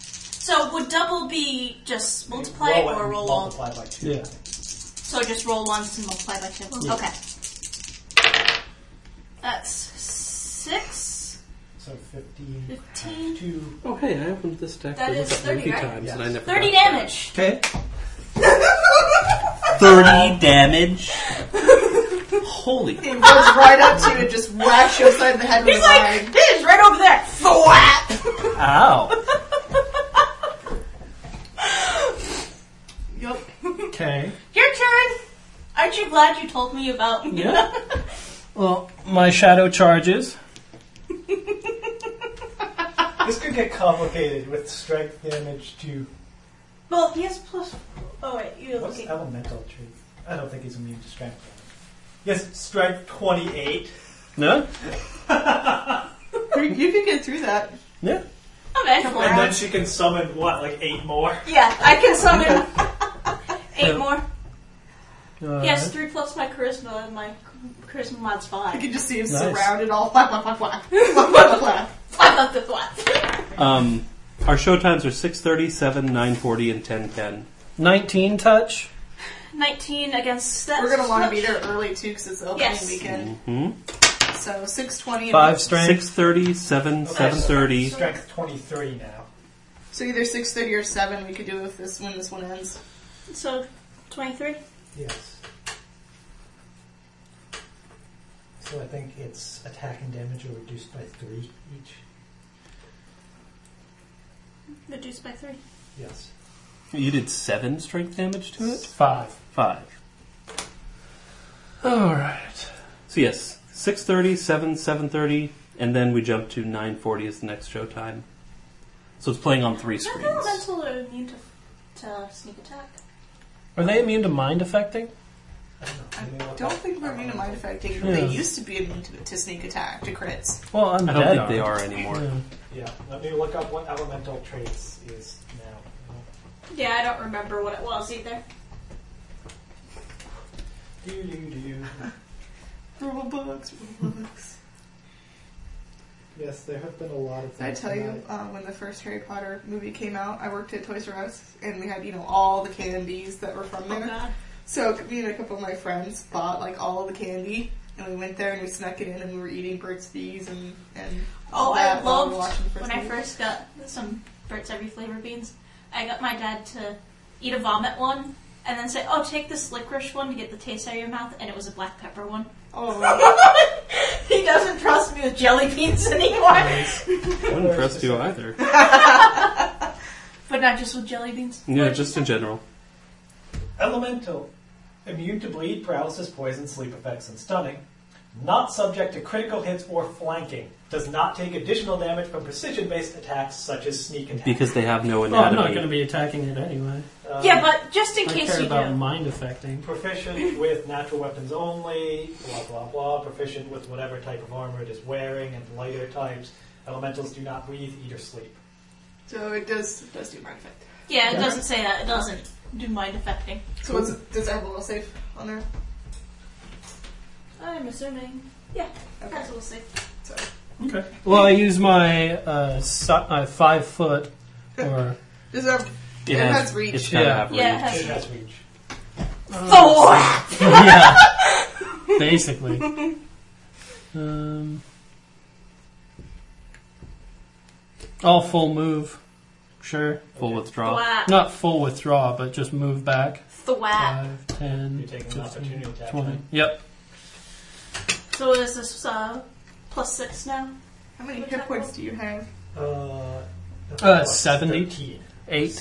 Speaker 4: So would double be just multiply
Speaker 2: Roll it
Speaker 4: or
Speaker 2: and
Speaker 4: roll all?
Speaker 2: Multiply by 2.
Speaker 1: Yeah.
Speaker 4: So just roll once and multiply by two. Okay. That's six.
Speaker 2: So 15.
Speaker 4: 15.
Speaker 2: Two.
Speaker 3: Oh, hey, I opened this deck
Speaker 4: That is 30,
Speaker 3: movie
Speaker 4: right?
Speaker 3: times and I never
Speaker 4: 30
Speaker 3: got
Speaker 4: damage.
Speaker 1: Okay.
Speaker 3: that. 30 damage? Holy.
Speaker 5: He runs right up to you and just whacks you upside the head with
Speaker 4: He's
Speaker 5: a
Speaker 4: like,
Speaker 5: line.
Speaker 4: this, right over there. Thwap!
Speaker 3: Ow.
Speaker 5: Yup.
Speaker 1: Okay.
Speaker 4: Your turn. Aren't you glad you told me about me?
Speaker 1: Yeah. Well, my shadow charges.
Speaker 2: This could get complicated with strength damage to.
Speaker 4: Well, he has plus. Oh, wait, you
Speaker 2: What's
Speaker 4: okay.
Speaker 2: elemental tree? I don't think he's immune to strength damage. Yes, strength 28.
Speaker 1: No?
Speaker 5: You you can get through that.
Speaker 1: Yeah.
Speaker 4: Eventually.
Speaker 2: And then she can summon, what, like 8 more?
Speaker 4: Yeah, I can summon eight more.
Speaker 1: Uh,
Speaker 4: Yes, three plus my charisma, and my charisma mod's
Speaker 5: You
Speaker 4: five.
Speaker 5: can just see him
Speaker 1: Nice.
Speaker 5: surrounded all whack, whack, whack, whack. Whack, whack, whack.
Speaker 4: Five up the thwap.
Speaker 3: Um, our show times are 6.30, 7, 9.40, and 10.10.
Speaker 1: 19 touch.
Speaker 4: 19 against that.
Speaker 5: We're gonna want to be there early too because it's opening
Speaker 4: Yes.
Speaker 5: weekend.
Speaker 3: Hmm?
Speaker 5: So 620.
Speaker 1: 5 strength.
Speaker 3: 6.30, 7, 7.30.
Speaker 2: Strength 23 now.
Speaker 5: So either 630 or 7 we could do if this when this one ends.
Speaker 4: So, 23?
Speaker 2: Yes. So I think it's attack and damage are reduced by three each.
Speaker 4: Reduced by three.
Speaker 2: Yes.
Speaker 3: You did 7 strength damage to it?
Speaker 2: Five.
Speaker 3: 5.
Speaker 1: Alright.
Speaker 3: So yes, 6.30, 7, 7.30, and then we jump to 9.40 is the next show time. So it's playing on three
Speaker 4: Not
Speaker 3: screens.
Speaker 4: elemental are immune to, to sneak attack.
Speaker 1: Are they immune to mind affecting?
Speaker 2: I don't, know.
Speaker 5: Don't think we're immune to mind affecting. They used to be immune to, to sneak attack to crits.
Speaker 1: Well, I'm
Speaker 3: I don't think they are anymore.
Speaker 2: Yeah, let me look up what elemental traits is now.
Speaker 4: Yeah, I don't remember what it was either.
Speaker 2: Do, do, do.
Speaker 5: Rule books, rule books.
Speaker 2: Yes, there have been a lot of
Speaker 5: Did I
Speaker 2: things.
Speaker 5: tell you uh, when the first Harry Potter movie came out? I worked at Toys R Us and we had you know all the candies that were from there. So me and a couple of my friends bought like all the candy, and we went there and we snuck it in, and we were eating Burt's Bees and and all
Speaker 4: Oh, I
Speaker 5: that while we were
Speaker 4: loved
Speaker 5: watching the
Speaker 4: when I
Speaker 5: movie.
Speaker 4: first got some Burt's Every Flavor beans. I got my dad to eat a vomit one and then say, oh, take this licorice one to get the taste out of your mouth, and it was a black pepper one.
Speaker 5: Oh,
Speaker 4: he doesn't trust me with jelly beans anymore.
Speaker 3: I wouldn't trust you either.
Speaker 4: But not just with jelly beans.
Speaker 3: Yeah, just in general.
Speaker 2: Elemental. Immune to bleed, paralysis, poison, sleep effects, and stunning. Not subject to critical hits or flanking. Does not take additional damage from precision based attacks such as sneak attack.
Speaker 3: Because they have no
Speaker 1: Well, I'm
Speaker 3: anatomy.
Speaker 1: not going to be attacking it anyway.
Speaker 2: Um,
Speaker 4: Yeah, but just in
Speaker 1: I
Speaker 4: case
Speaker 1: care
Speaker 4: you
Speaker 1: about
Speaker 4: do.
Speaker 1: mind affecting.
Speaker 2: proficient with natural weapons only, blah blah blah, proficient with whatever type of armor it is wearing, and lighter types. Elementals do not breathe, eat, or sleep.
Speaker 5: so it does it does do mind effect.
Speaker 4: Yeah, it doesn't say that. It doesn't do mind affecting.
Speaker 5: So what's does it have a little safe on there?
Speaker 4: I'm assuming. Yeah, that's what we'll see.
Speaker 5: So
Speaker 1: Okay. Well, I use my uh, si- uh, five foot or
Speaker 5: does it have?
Speaker 3: It
Speaker 5: It
Speaker 3: has-
Speaker 5: has reach.
Speaker 3: It's gotta
Speaker 1: Yeah.
Speaker 3: have reach.
Speaker 4: Yeah, it has
Speaker 2: It has reach.
Speaker 4: Thor!
Speaker 1: yeah, basically. Um, I'll full move, sure.
Speaker 3: Full withdrawal.
Speaker 4: Thwap.
Speaker 1: Not full withdraw, but just move back.
Speaker 4: Thwap.
Speaker 1: Five, ten,
Speaker 2: You're taking
Speaker 1: 15,
Speaker 2: an opportunity attack,
Speaker 1: 20.
Speaker 2: right?
Speaker 1: Yep.
Speaker 4: So is this uh, plus six now?
Speaker 5: How many hit points do you have?
Speaker 2: Uh,
Speaker 1: Uh,
Speaker 2: plus
Speaker 1: 70.
Speaker 2: 13.
Speaker 1: 8.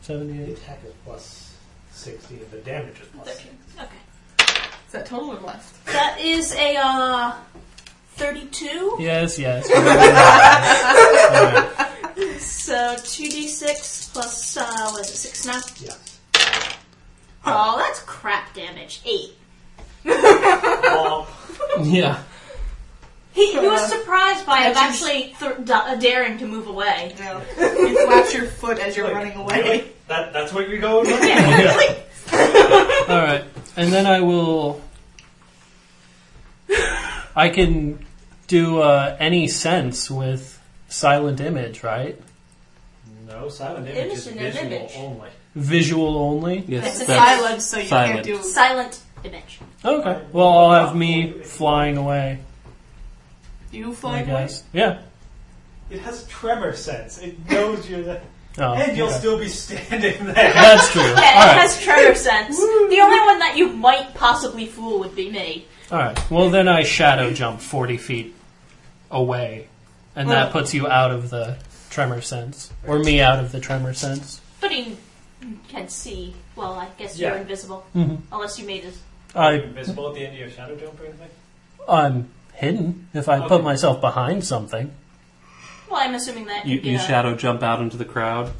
Speaker 2: The
Speaker 1: 78.
Speaker 2: attack is plus 60, and the damage is plus 60.
Speaker 4: Thirteen. Okay.
Speaker 5: Is that total or left?
Speaker 4: That is a uh, 32.
Speaker 1: Yes, yes. Alright.
Speaker 4: So 2d6 plus, uh, what is it, 6 now?
Speaker 2: Yes.
Speaker 4: Oh, that's crap damage. 8.
Speaker 2: Well,
Speaker 1: Yeah.
Speaker 4: He, you was surprised by him
Speaker 5: That's
Speaker 4: actually th- da- daring to move away.
Speaker 5: No. you flaps your foot as you're
Speaker 2: Like,
Speaker 5: running away.
Speaker 2: really? That, that's what you're going with?
Speaker 1: All right, and then I will. I can do uh, any sense with silent image, right?
Speaker 2: No, silent image is
Speaker 4: Image is an
Speaker 2: visual
Speaker 4: image.
Speaker 2: only.
Speaker 1: Visual only.
Speaker 3: Yes,
Speaker 4: It's a
Speaker 3: that's-
Speaker 4: silent,
Speaker 5: so you
Speaker 3: silent.
Speaker 5: can't do.
Speaker 4: silent image.
Speaker 1: Okay. Well, I'll have me flying away.
Speaker 5: You
Speaker 1: I
Speaker 5: fly away.
Speaker 1: guess. Yeah.
Speaker 2: It has tremor sense. It knows you're there.
Speaker 1: Oh,
Speaker 2: and you'll
Speaker 1: okay.
Speaker 2: still be standing there.
Speaker 1: That's true.
Speaker 4: Yeah,
Speaker 1: All
Speaker 4: it
Speaker 1: right.
Speaker 4: has tremor sense. the only one that you might possibly fool would be me.
Speaker 1: All right. Well, then I shadow jump forty feet away, and that puts you out of the tremor sense, or me out of the tremor sense.
Speaker 4: But he can see. Well, I guess
Speaker 2: Yeah.
Speaker 4: you're invisible.
Speaker 1: Mhm.
Speaker 4: Unless you made it.
Speaker 1: I
Speaker 2: Invisible at the end of your shadow jump or anything?
Speaker 1: I'm hidden if I put
Speaker 2: Okay.
Speaker 1: myself behind something.
Speaker 4: Well, I'm assuming that
Speaker 3: You,
Speaker 4: could be
Speaker 3: you
Speaker 4: a-
Speaker 3: shadow jump out into the crowd.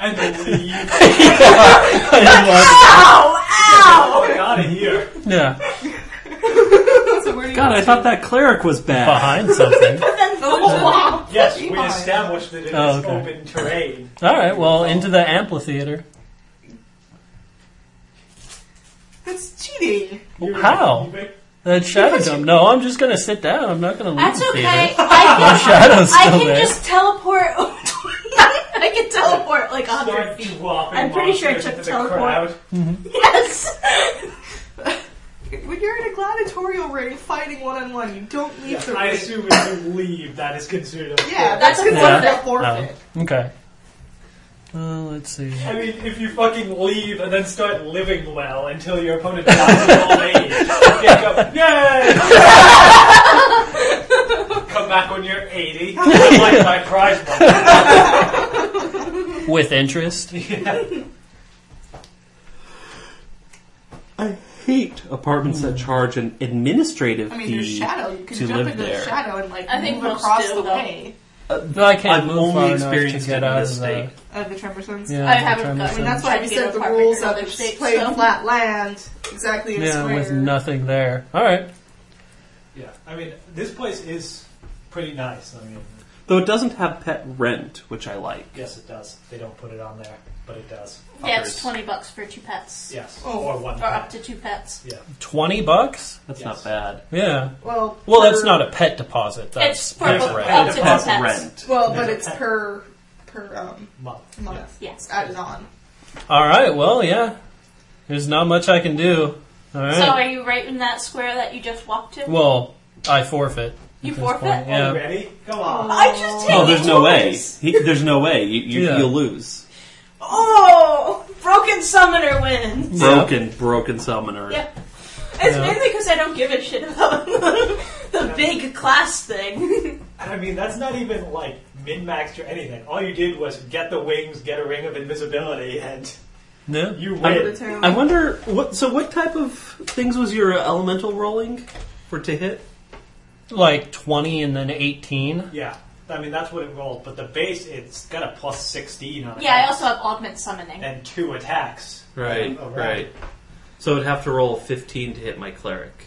Speaker 2: And leave.
Speaker 4: Ow! Ow!
Speaker 2: I got it here.
Speaker 1: yeah,
Speaker 5: So where do you
Speaker 3: God, I thought that cleric was bad.
Speaker 1: behind something.
Speaker 4: then the whole
Speaker 5: Oh,
Speaker 4: wall.
Speaker 2: Yes, we
Speaker 5: Behind.
Speaker 2: established that it
Speaker 1: Oh,
Speaker 2: is
Speaker 1: okay.
Speaker 2: open terrain.
Speaker 1: All right. Well, into the amphitheater.
Speaker 5: That's cheating.
Speaker 2: You're-
Speaker 1: How?
Speaker 2: you make-
Speaker 1: That Uh, shadow jump. No, I'm just gonna sit down. I'm not gonna leave.
Speaker 4: That's
Speaker 1: the
Speaker 4: okay.
Speaker 1: Theater. My
Speaker 4: I can,
Speaker 1: shadow's
Speaker 4: I
Speaker 1: still
Speaker 4: can
Speaker 1: there.
Speaker 4: just teleport. I can teleport like a hundred
Speaker 2: Start
Speaker 4: feet.
Speaker 2: dropping
Speaker 4: I'm pretty sure it
Speaker 2: monsters into
Speaker 4: took
Speaker 2: the
Speaker 4: teleport.
Speaker 2: crowd.
Speaker 4: Yes.
Speaker 5: When you're in a gladiatorial ring fighting one on one, you don't leave the
Speaker 2: I
Speaker 5: ring.
Speaker 2: assume if you leave, that is considered a
Speaker 5: yeah, that's
Speaker 4: That's a
Speaker 5: considered
Speaker 1: forfeit.
Speaker 5: a forfeit.
Speaker 1: Oh, okay. Well, let's see.
Speaker 2: I mean, if you fucking leave and then start living well until your opponent dies of old age, you go, yay! Come back when you're 80. I like my prize money.
Speaker 1: With interest.
Speaker 3: I hate apartments that charge an administrative
Speaker 5: I mean, there's
Speaker 3: fee.
Speaker 5: shadow. You can
Speaker 3: to
Speaker 5: jump
Speaker 3: live
Speaker 5: into
Speaker 3: there.
Speaker 5: the shadow and like
Speaker 4: I think
Speaker 5: move
Speaker 4: most
Speaker 5: across
Speaker 4: do,
Speaker 5: the
Speaker 4: though.
Speaker 5: way
Speaker 1: No, I can't
Speaker 3: Uh, I've
Speaker 1: move
Speaker 3: only
Speaker 1: far enough
Speaker 3: experienced
Speaker 1: to get
Speaker 3: it in
Speaker 1: out
Speaker 3: this
Speaker 1: of the.
Speaker 3: state.
Speaker 5: of the tremor zones.
Speaker 1: Yeah,
Speaker 4: I
Speaker 1: the
Speaker 4: haven't
Speaker 1: tremor
Speaker 4: gotten-
Speaker 5: I mean,
Speaker 1: sense.
Speaker 5: that's why
Speaker 4: Trying
Speaker 5: we
Speaker 4: to get
Speaker 5: said the
Speaker 4: apartment
Speaker 5: rules
Speaker 4: in
Speaker 5: of
Speaker 4: other
Speaker 5: it's
Speaker 4: states,
Speaker 5: playing
Speaker 4: so.
Speaker 5: flat land exactly in a
Speaker 1: Yeah,
Speaker 5: square.
Speaker 1: with nothing there. All right.
Speaker 2: Yeah, I mean, this place is pretty nice. I mean,
Speaker 3: Though it doesn't have pet rent, which I like.
Speaker 2: yes, it does. They don't put it on there, but it does.
Speaker 4: yeah, it's twenty bucks for two pets,
Speaker 2: Yes,
Speaker 5: Oh,
Speaker 2: or one.
Speaker 4: or up to two pets.
Speaker 2: Yeah.
Speaker 1: Twenty bucks.
Speaker 3: That's
Speaker 2: Yes.
Speaker 3: not bad.
Speaker 1: Yeah.
Speaker 5: Well,
Speaker 1: Well, that's
Speaker 5: per-
Speaker 1: not a pet deposit. That's
Speaker 4: it's for
Speaker 1: pet
Speaker 2: both-
Speaker 1: rent.
Speaker 5: Oh,
Speaker 4: up to two
Speaker 3: Pet
Speaker 4: pets.
Speaker 3: rent.
Speaker 5: Well, but it's per per um
Speaker 2: Month.
Speaker 5: month.
Speaker 4: Yes.
Speaker 5: It's added on.
Speaker 1: All right. Well, yeah. There's not much I can do. All right.
Speaker 4: So are you right in that square that you just walked to?
Speaker 1: well, I forfeit.
Speaker 4: You
Speaker 1: at this
Speaker 4: forfeit?
Speaker 1: point,
Speaker 2: Yeah.
Speaker 1: Yeah.
Speaker 2: Ready? Come on.
Speaker 4: I just take
Speaker 3: Oh, there's no way.
Speaker 4: yours.
Speaker 3: He, there's no way. You, you,
Speaker 1: Yeah.
Speaker 3: You'll lose.
Speaker 4: Oh, broken summoner wins.
Speaker 1: Yeah.
Speaker 3: Broken, broken summoner.
Speaker 4: Yeah. It's
Speaker 1: Yeah.
Speaker 4: mainly because I don't give a shit about the big class thing.
Speaker 2: And I mean, that's not even like min maxed or anything. All you did was get the wings, get a ring of invisibility, and
Speaker 1: No.
Speaker 2: you
Speaker 3: I-
Speaker 2: win.
Speaker 3: I wonder what. So, what type of things was your elemental rolling for to hit?
Speaker 1: Like twenty and then eighteen.
Speaker 2: Yeah, I mean that's what it rolled. But the base, it's got a plus sixteen on it.
Speaker 4: yeah, I also have augment summoning.
Speaker 2: and two attacks.
Speaker 3: Right,
Speaker 2: Oh,
Speaker 3: right. So, I'd have to roll 15 to hit my cleric.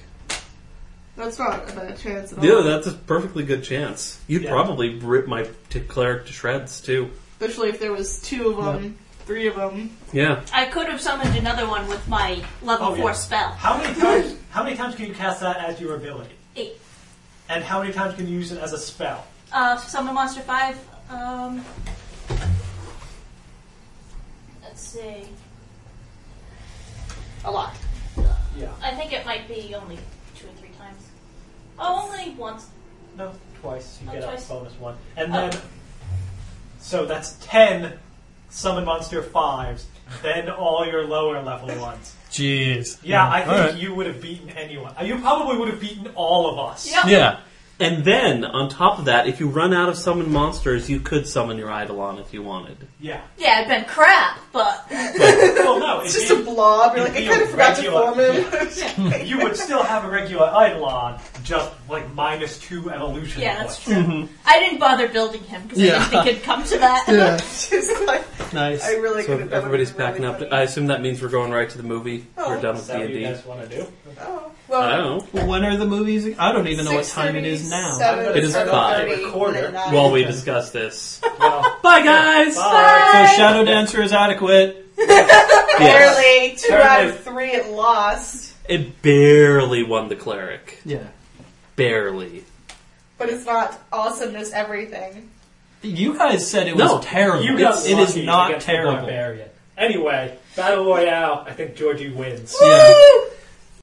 Speaker 5: That's not a bad chance at all.
Speaker 3: Yeah, that's a perfectly good chance. You'd
Speaker 2: Yeah.
Speaker 3: probably rip my t- cleric to shreds too.
Speaker 5: Especially if there was two of them, three of them.
Speaker 3: Yeah,
Speaker 4: I could have summoned another one with my level
Speaker 2: Oh, yeah.
Speaker 4: four spell.
Speaker 2: How many times? How many times can you cast that as your ability?
Speaker 4: Eight.
Speaker 2: And how many times can you use it as a spell?
Speaker 4: Uh, summon monster five. Um, let's see. A lot.
Speaker 2: Yeah.
Speaker 4: I think it might be only two or three times. Oh, only once.
Speaker 2: No, twice. You
Speaker 4: Oh,
Speaker 2: get
Speaker 4: twice.
Speaker 2: a bonus one, and
Speaker 4: Oh.
Speaker 2: then so that's ten. Summon monster fives, then all your lower level ones.
Speaker 1: Jeez.
Speaker 2: Yeah, I
Speaker 1: All
Speaker 2: think
Speaker 1: right.
Speaker 2: you would have beaten anyone. Uh, You probably would have beaten all of us.
Speaker 4: Yeah.
Speaker 1: Yeah.
Speaker 3: and then on top of that, if you run out of summon monsters, you could summon your Eidolon if you wanted.
Speaker 2: Yeah.
Speaker 4: Yeah, it'd been crap, but
Speaker 2: Well, no,
Speaker 5: It's
Speaker 2: it'd
Speaker 5: just a blob. You're like, I
Speaker 2: It'd be
Speaker 5: kind
Speaker 2: a
Speaker 5: of forgot to
Speaker 2: regular-
Speaker 5: form him.
Speaker 2: be- you would still have a regular Eidolon, just like minus two evolution.
Speaker 4: yeah, that's
Speaker 2: points.
Speaker 4: true.
Speaker 1: Mm-hmm.
Speaker 4: I didn't bother building him because I
Speaker 1: Yeah.
Speaker 4: didn't think it'd come to that.
Speaker 5: just like,
Speaker 1: Nice.
Speaker 5: I really
Speaker 3: So
Speaker 5: could have done
Speaker 3: everybody's
Speaker 5: it really
Speaker 3: packing up.
Speaker 5: funny.
Speaker 3: I assume that means we're going right to the movie.
Speaker 5: Oh.
Speaker 3: we're done
Speaker 2: Is
Speaker 3: with D
Speaker 2: that what you guys want
Speaker 3: and D.
Speaker 2: to do?
Speaker 5: Oh, Well,
Speaker 3: I don't know.
Speaker 1: When are the movies? I don't even know what time it is now.
Speaker 3: It is five.
Speaker 2: Recorder.
Speaker 3: While we discuss this.
Speaker 2: Well,
Speaker 3: Bye, guys!
Speaker 1: So Shadow Dancer is adequate.
Speaker 3: Yeah.
Speaker 5: Barely two
Speaker 2: Turn
Speaker 5: out
Speaker 2: it.
Speaker 5: of three it lost,
Speaker 3: It barely won the cleric.
Speaker 1: Yeah.
Speaker 3: Barely.
Speaker 5: but it's not awesomeness everything.
Speaker 1: You guys said it was
Speaker 3: No,
Speaker 1: terrible.
Speaker 2: you
Speaker 1: It's-
Speaker 2: got
Speaker 1: it is
Speaker 2: lucky
Speaker 1: not
Speaker 2: against the
Speaker 1: terrible.
Speaker 2: Barbarian. Anyway, battle royale. I think Georgie wins.
Speaker 1: Yeah.
Speaker 5: Woo!